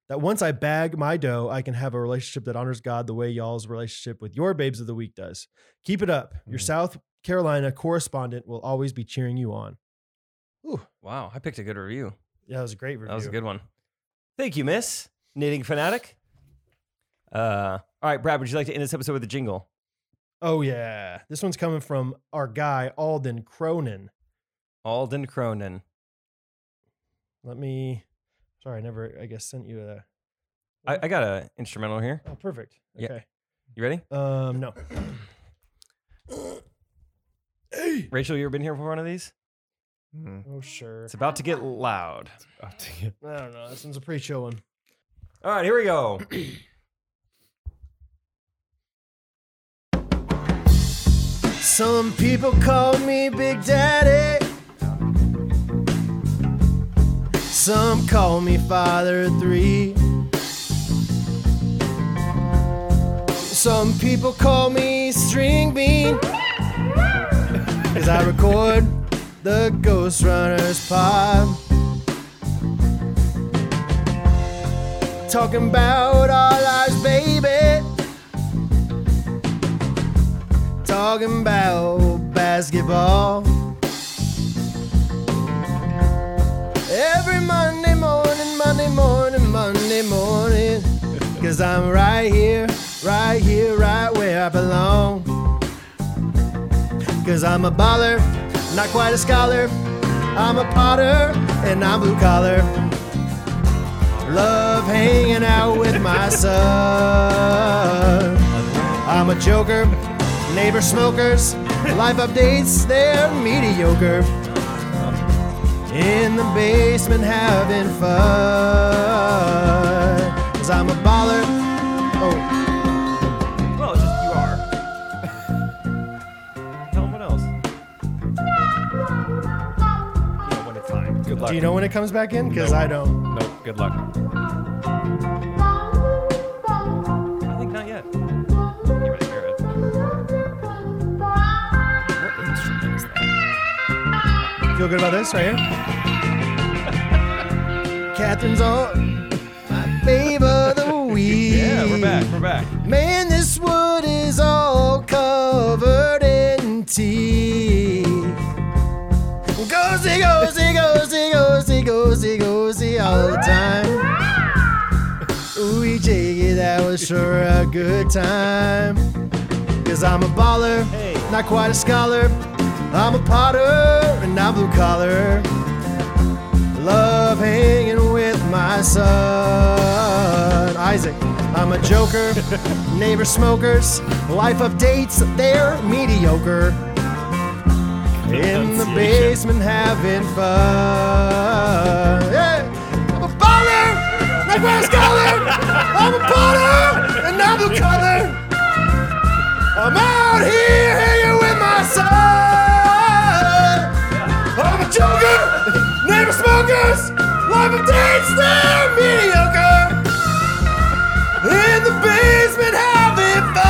Speaker 2: that once I bag my dough, I can have a relationship that honors God the way y'all's relationship with your babes of the week does. Keep it up. Your
Speaker 3: Mm.
Speaker 2: South Carolina correspondent will always be cheering you on.
Speaker 1: wow, I picked a good review.
Speaker 2: Yeah, that was a great review.
Speaker 1: That was a good one. Thank you, Miss Knitting Fanatic. Uh, all right, Brad, would you like to end this episode with a jingle?
Speaker 2: Oh yeah. This one's coming from our guy Alden Cronin.
Speaker 1: Alden Cronin.
Speaker 2: Let me Sorry, I never I guess sent you a
Speaker 1: I, I got an instrumental here.
Speaker 2: Oh, perfect.
Speaker 1: Yeah.
Speaker 2: Okay.
Speaker 1: You ready?
Speaker 2: Um no.
Speaker 1: Rachel, you ever been here for one of these?
Speaker 3: Mm.
Speaker 2: Oh sure.
Speaker 1: It's about to get loud.
Speaker 3: Oh, damn.
Speaker 2: I don't know. This one's a pretty chill one.
Speaker 1: All right, here we go.
Speaker 2: Some people call me Big Daddy. Some call me Father of Three. Some people call me String Bean. Cause I record the Ghost Runners pod. Talking about our lives, baby. Talking about basketball. Every Monday morning, Monday morning, Monday morning. Cause I'm right here, right here, right where I belong. Cause I'm a baller, not quite a scholar. I'm a potter, and I'm blue collar. Love hanging out with my son. I'm a joker, neighbor smokers, life updates, they're mediocre. In the basement having fun. Cause I'm a baller. Oh,
Speaker 1: Well, it's just you are. Tell them what else. You know, when it's time. Good luck.
Speaker 2: do you know when it comes back in? Cause I don't.
Speaker 3: Nope. Good luck.
Speaker 1: I think not yet. You really hear it.
Speaker 3: What instrument is that?
Speaker 2: Feel good about this right here? Catherine's on my fave of the week.
Speaker 1: Yeah, we're back. We're back.
Speaker 2: Man, this wood is all covered in teeth. Gozy, gozy, gozy, gozy, gozy, gozy all the time. Ooh, E that was sure a good time. Cause I'm a baller,
Speaker 7: Hey.
Speaker 2: not quite a scholar. I'm a potter and I'm blue collar. Love hanging with my son, Isaac. I'm a joker, neighbor smokers. Life updates, they're mediocre. In the basement having fun. Hey, I'm a baller, like my scholar. I'm a potter, and I'm a color. I'm out here hanging with my son. I'm a joker, neighbor smokers. Life updates, they're mediocre. In the basement having fun.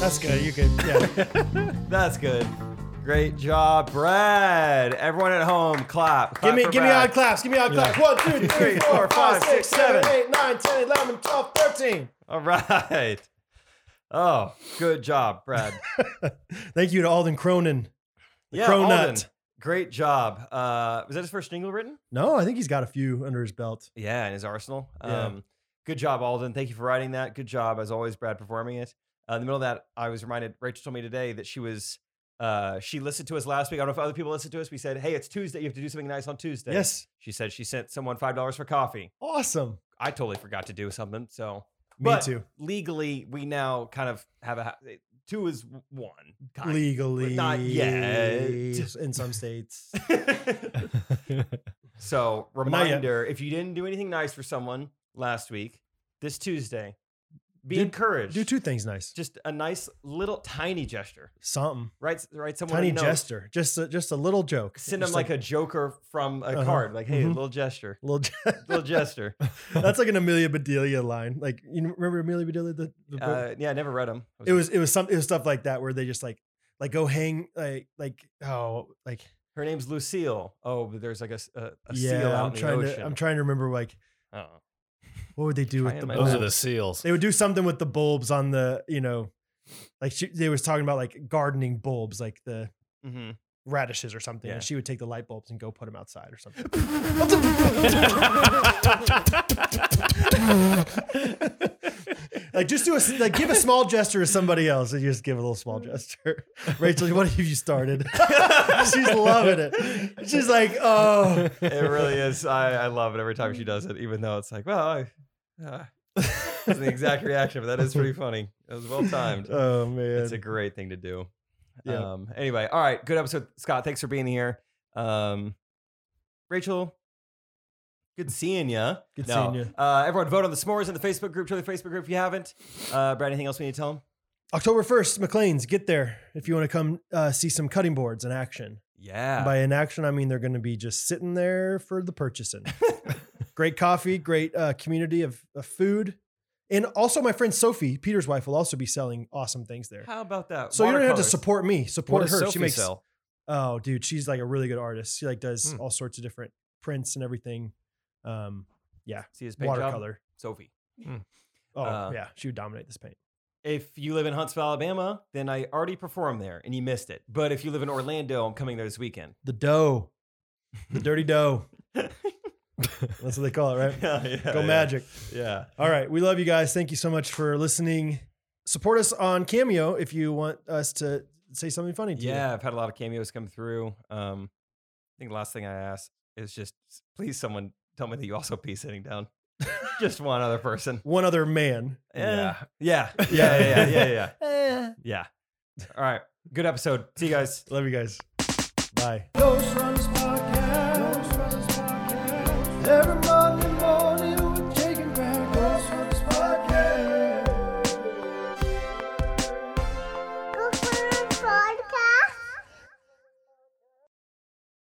Speaker 2: That's good. You could, yeah.
Speaker 1: That's good. Great job, Brad. Everyone at home, clap.
Speaker 2: give
Speaker 1: clap
Speaker 2: me,
Speaker 1: for
Speaker 2: give me
Speaker 1: Brad.
Speaker 2: odd claps. Give me odd claps. One, two, three, four, five, six, seven, eight, nine, ten, eleven, twelve, thirteen.
Speaker 1: All right. Oh, good job, Brad.
Speaker 2: Thank you to Alden Cronin.
Speaker 1: yeah,
Speaker 2: cronut.
Speaker 1: Great job. Uh, was that his first jingle written?
Speaker 2: No, I think he's got a few under his belt.
Speaker 1: Yeah, in his arsenal.
Speaker 2: Yeah.
Speaker 1: Um, good job, Alden. Thank you for writing that. Good job, as always, Brad, performing it. Uh, in the middle of that, I was reminded. Rachel told me today that she was. Uh, she listened to us last week. I don't know if other people listened to us. We said, "Hey, it's Tuesday. You have to do something nice on Tuesday."
Speaker 2: Yes.
Speaker 1: She said she sent someone five dollars for coffee.
Speaker 2: Awesome.
Speaker 1: I totally forgot to do something. So
Speaker 2: Me
Speaker 1: But
Speaker 2: too.
Speaker 1: Legally, we now kind of have a ha- eh, two is one. kind of.
Speaker 2: Legally.
Speaker 1: not yet.
Speaker 2: In some states.
Speaker 1: so
Speaker 2: not yet.
Speaker 1: reminder: if you didn't do anything nice for someone last week, this Tuesday, be
Speaker 2: Do-
Speaker 1: encouraged.
Speaker 2: Do two things nice.
Speaker 1: just a nice little tiny gesture.
Speaker 2: Something.
Speaker 1: Write write someone
Speaker 2: Tiny
Speaker 1: a note.
Speaker 2: gesture. Just a, just a little joke.
Speaker 1: Send them
Speaker 2: Just
Speaker 1: like, a joker from a
Speaker 2: Uh-huh.
Speaker 1: card. Like, hey,
Speaker 2: Mhm.
Speaker 1: little gesture,
Speaker 2: little.
Speaker 1: little gesture.
Speaker 2: That's like an Amelia Bedelia line. Like you kn- remember Amelia Bedelia the, the book?
Speaker 1: Uh, yeah, I never read them.
Speaker 2: it was it was some it was stuff like that where they just like like go hang like like oh like
Speaker 1: her name's Lucille. Oh, but there's like a, s- a- a
Speaker 2: yeah
Speaker 1: seal out
Speaker 2: I'm
Speaker 1: in
Speaker 2: trying
Speaker 1: the
Speaker 2: to
Speaker 1: ocean.
Speaker 2: I'm trying to remember like
Speaker 1: Oh.
Speaker 2: what would they do with
Speaker 1: Trying
Speaker 2: the
Speaker 1: my
Speaker 2: bulbs?
Speaker 3: Those are the seals.
Speaker 2: they would do something with the bulbs on the you know like she, they was talking about like gardening bulbs like the
Speaker 1: Mhm.
Speaker 2: radishes or something
Speaker 1: Yeah.
Speaker 2: and she would take the light bulbs and go put them outside or something like just do a s- like give a small gesture to somebody else and just give a little small gesture rachel what have you started she's loving it she's like oh
Speaker 1: It really is. I, I love it every time
Speaker 2: Mm-hmm.
Speaker 1: she does it, even though it's like, well, I, uh, that's the exact reaction, but that is pretty funny. It was well timed.
Speaker 2: oh man
Speaker 1: It's a great thing to do.
Speaker 2: Yeah.
Speaker 1: Um, anyway, all right. Good episode, Scott. Thanks for being here. Um, Rachel, good seeing you.
Speaker 2: Good seeing ya.
Speaker 1: Uh, everyone, vote on the s'mores in the Facebook group. Join the Facebook group if you haven't. Uh, Brad, anything else we need to tell them?
Speaker 2: October 1st, McLean's, get there if you want to come uh, see some cutting boards in action.
Speaker 1: Yeah.
Speaker 2: By in action, I mean they're going to be just sitting there for the purchasing. great coffee, great uh, community of, of food. And also, my friend Sophie, Peter's wife, will also be selling awesome things there.
Speaker 1: How about that?
Speaker 2: so you don't have to
Speaker 1: Watercolors.
Speaker 2: support me,
Speaker 3: What
Speaker 2: support
Speaker 3: does
Speaker 2: her.
Speaker 3: Sophie
Speaker 2: she makes,
Speaker 3: sell?
Speaker 2: oh, dude, she's like a really good artist. She like does
Speaker 3: Hmm.
Speaker 2: all sorts of different prints and everything. Um,
Speaker 1: See his paint job?
Speaker 2: watercolor.
Speaker 1: Sophie.
Speaker 2: Oh,
Speaker 1: Uh,
Speaker 2: yeah, she would dominate this paint.
Speaker 1: If you live in Huntsville, Alabama, then I already performed there and you missed it. But if you live in Orlando, I'm coming there this weekend.
Speaker 2: The dough, the dirty dough. That's what they call it, right?
Speaker 1: Yeah, yeah,
Speaker 2: Go
Speaker 1: yeah.
Speaker 2: magic.
Speaker 1: Yeah.
Speaker 2: All right. We love you guys. Thank you so much for listening. Support us on Cameo if you want us to say something funny to you.
Speaker 1: Yeah, I've had a lot of cameos come through. Um, I think the last thing I asked is just s- please someone tell me that you also pee sitting down. just one other person.
Speaker 2: One other man.
Speaker 1: Eh, Yeah. Yeah. Yeah. Yeah. Yeah. Yeah.
Speaker 2: Eh.
Speaker 1: yeah. All right. Good episode. See you guys.
Speaker 2: Love you guys. Bye.
Speaker 7: Ghost runs by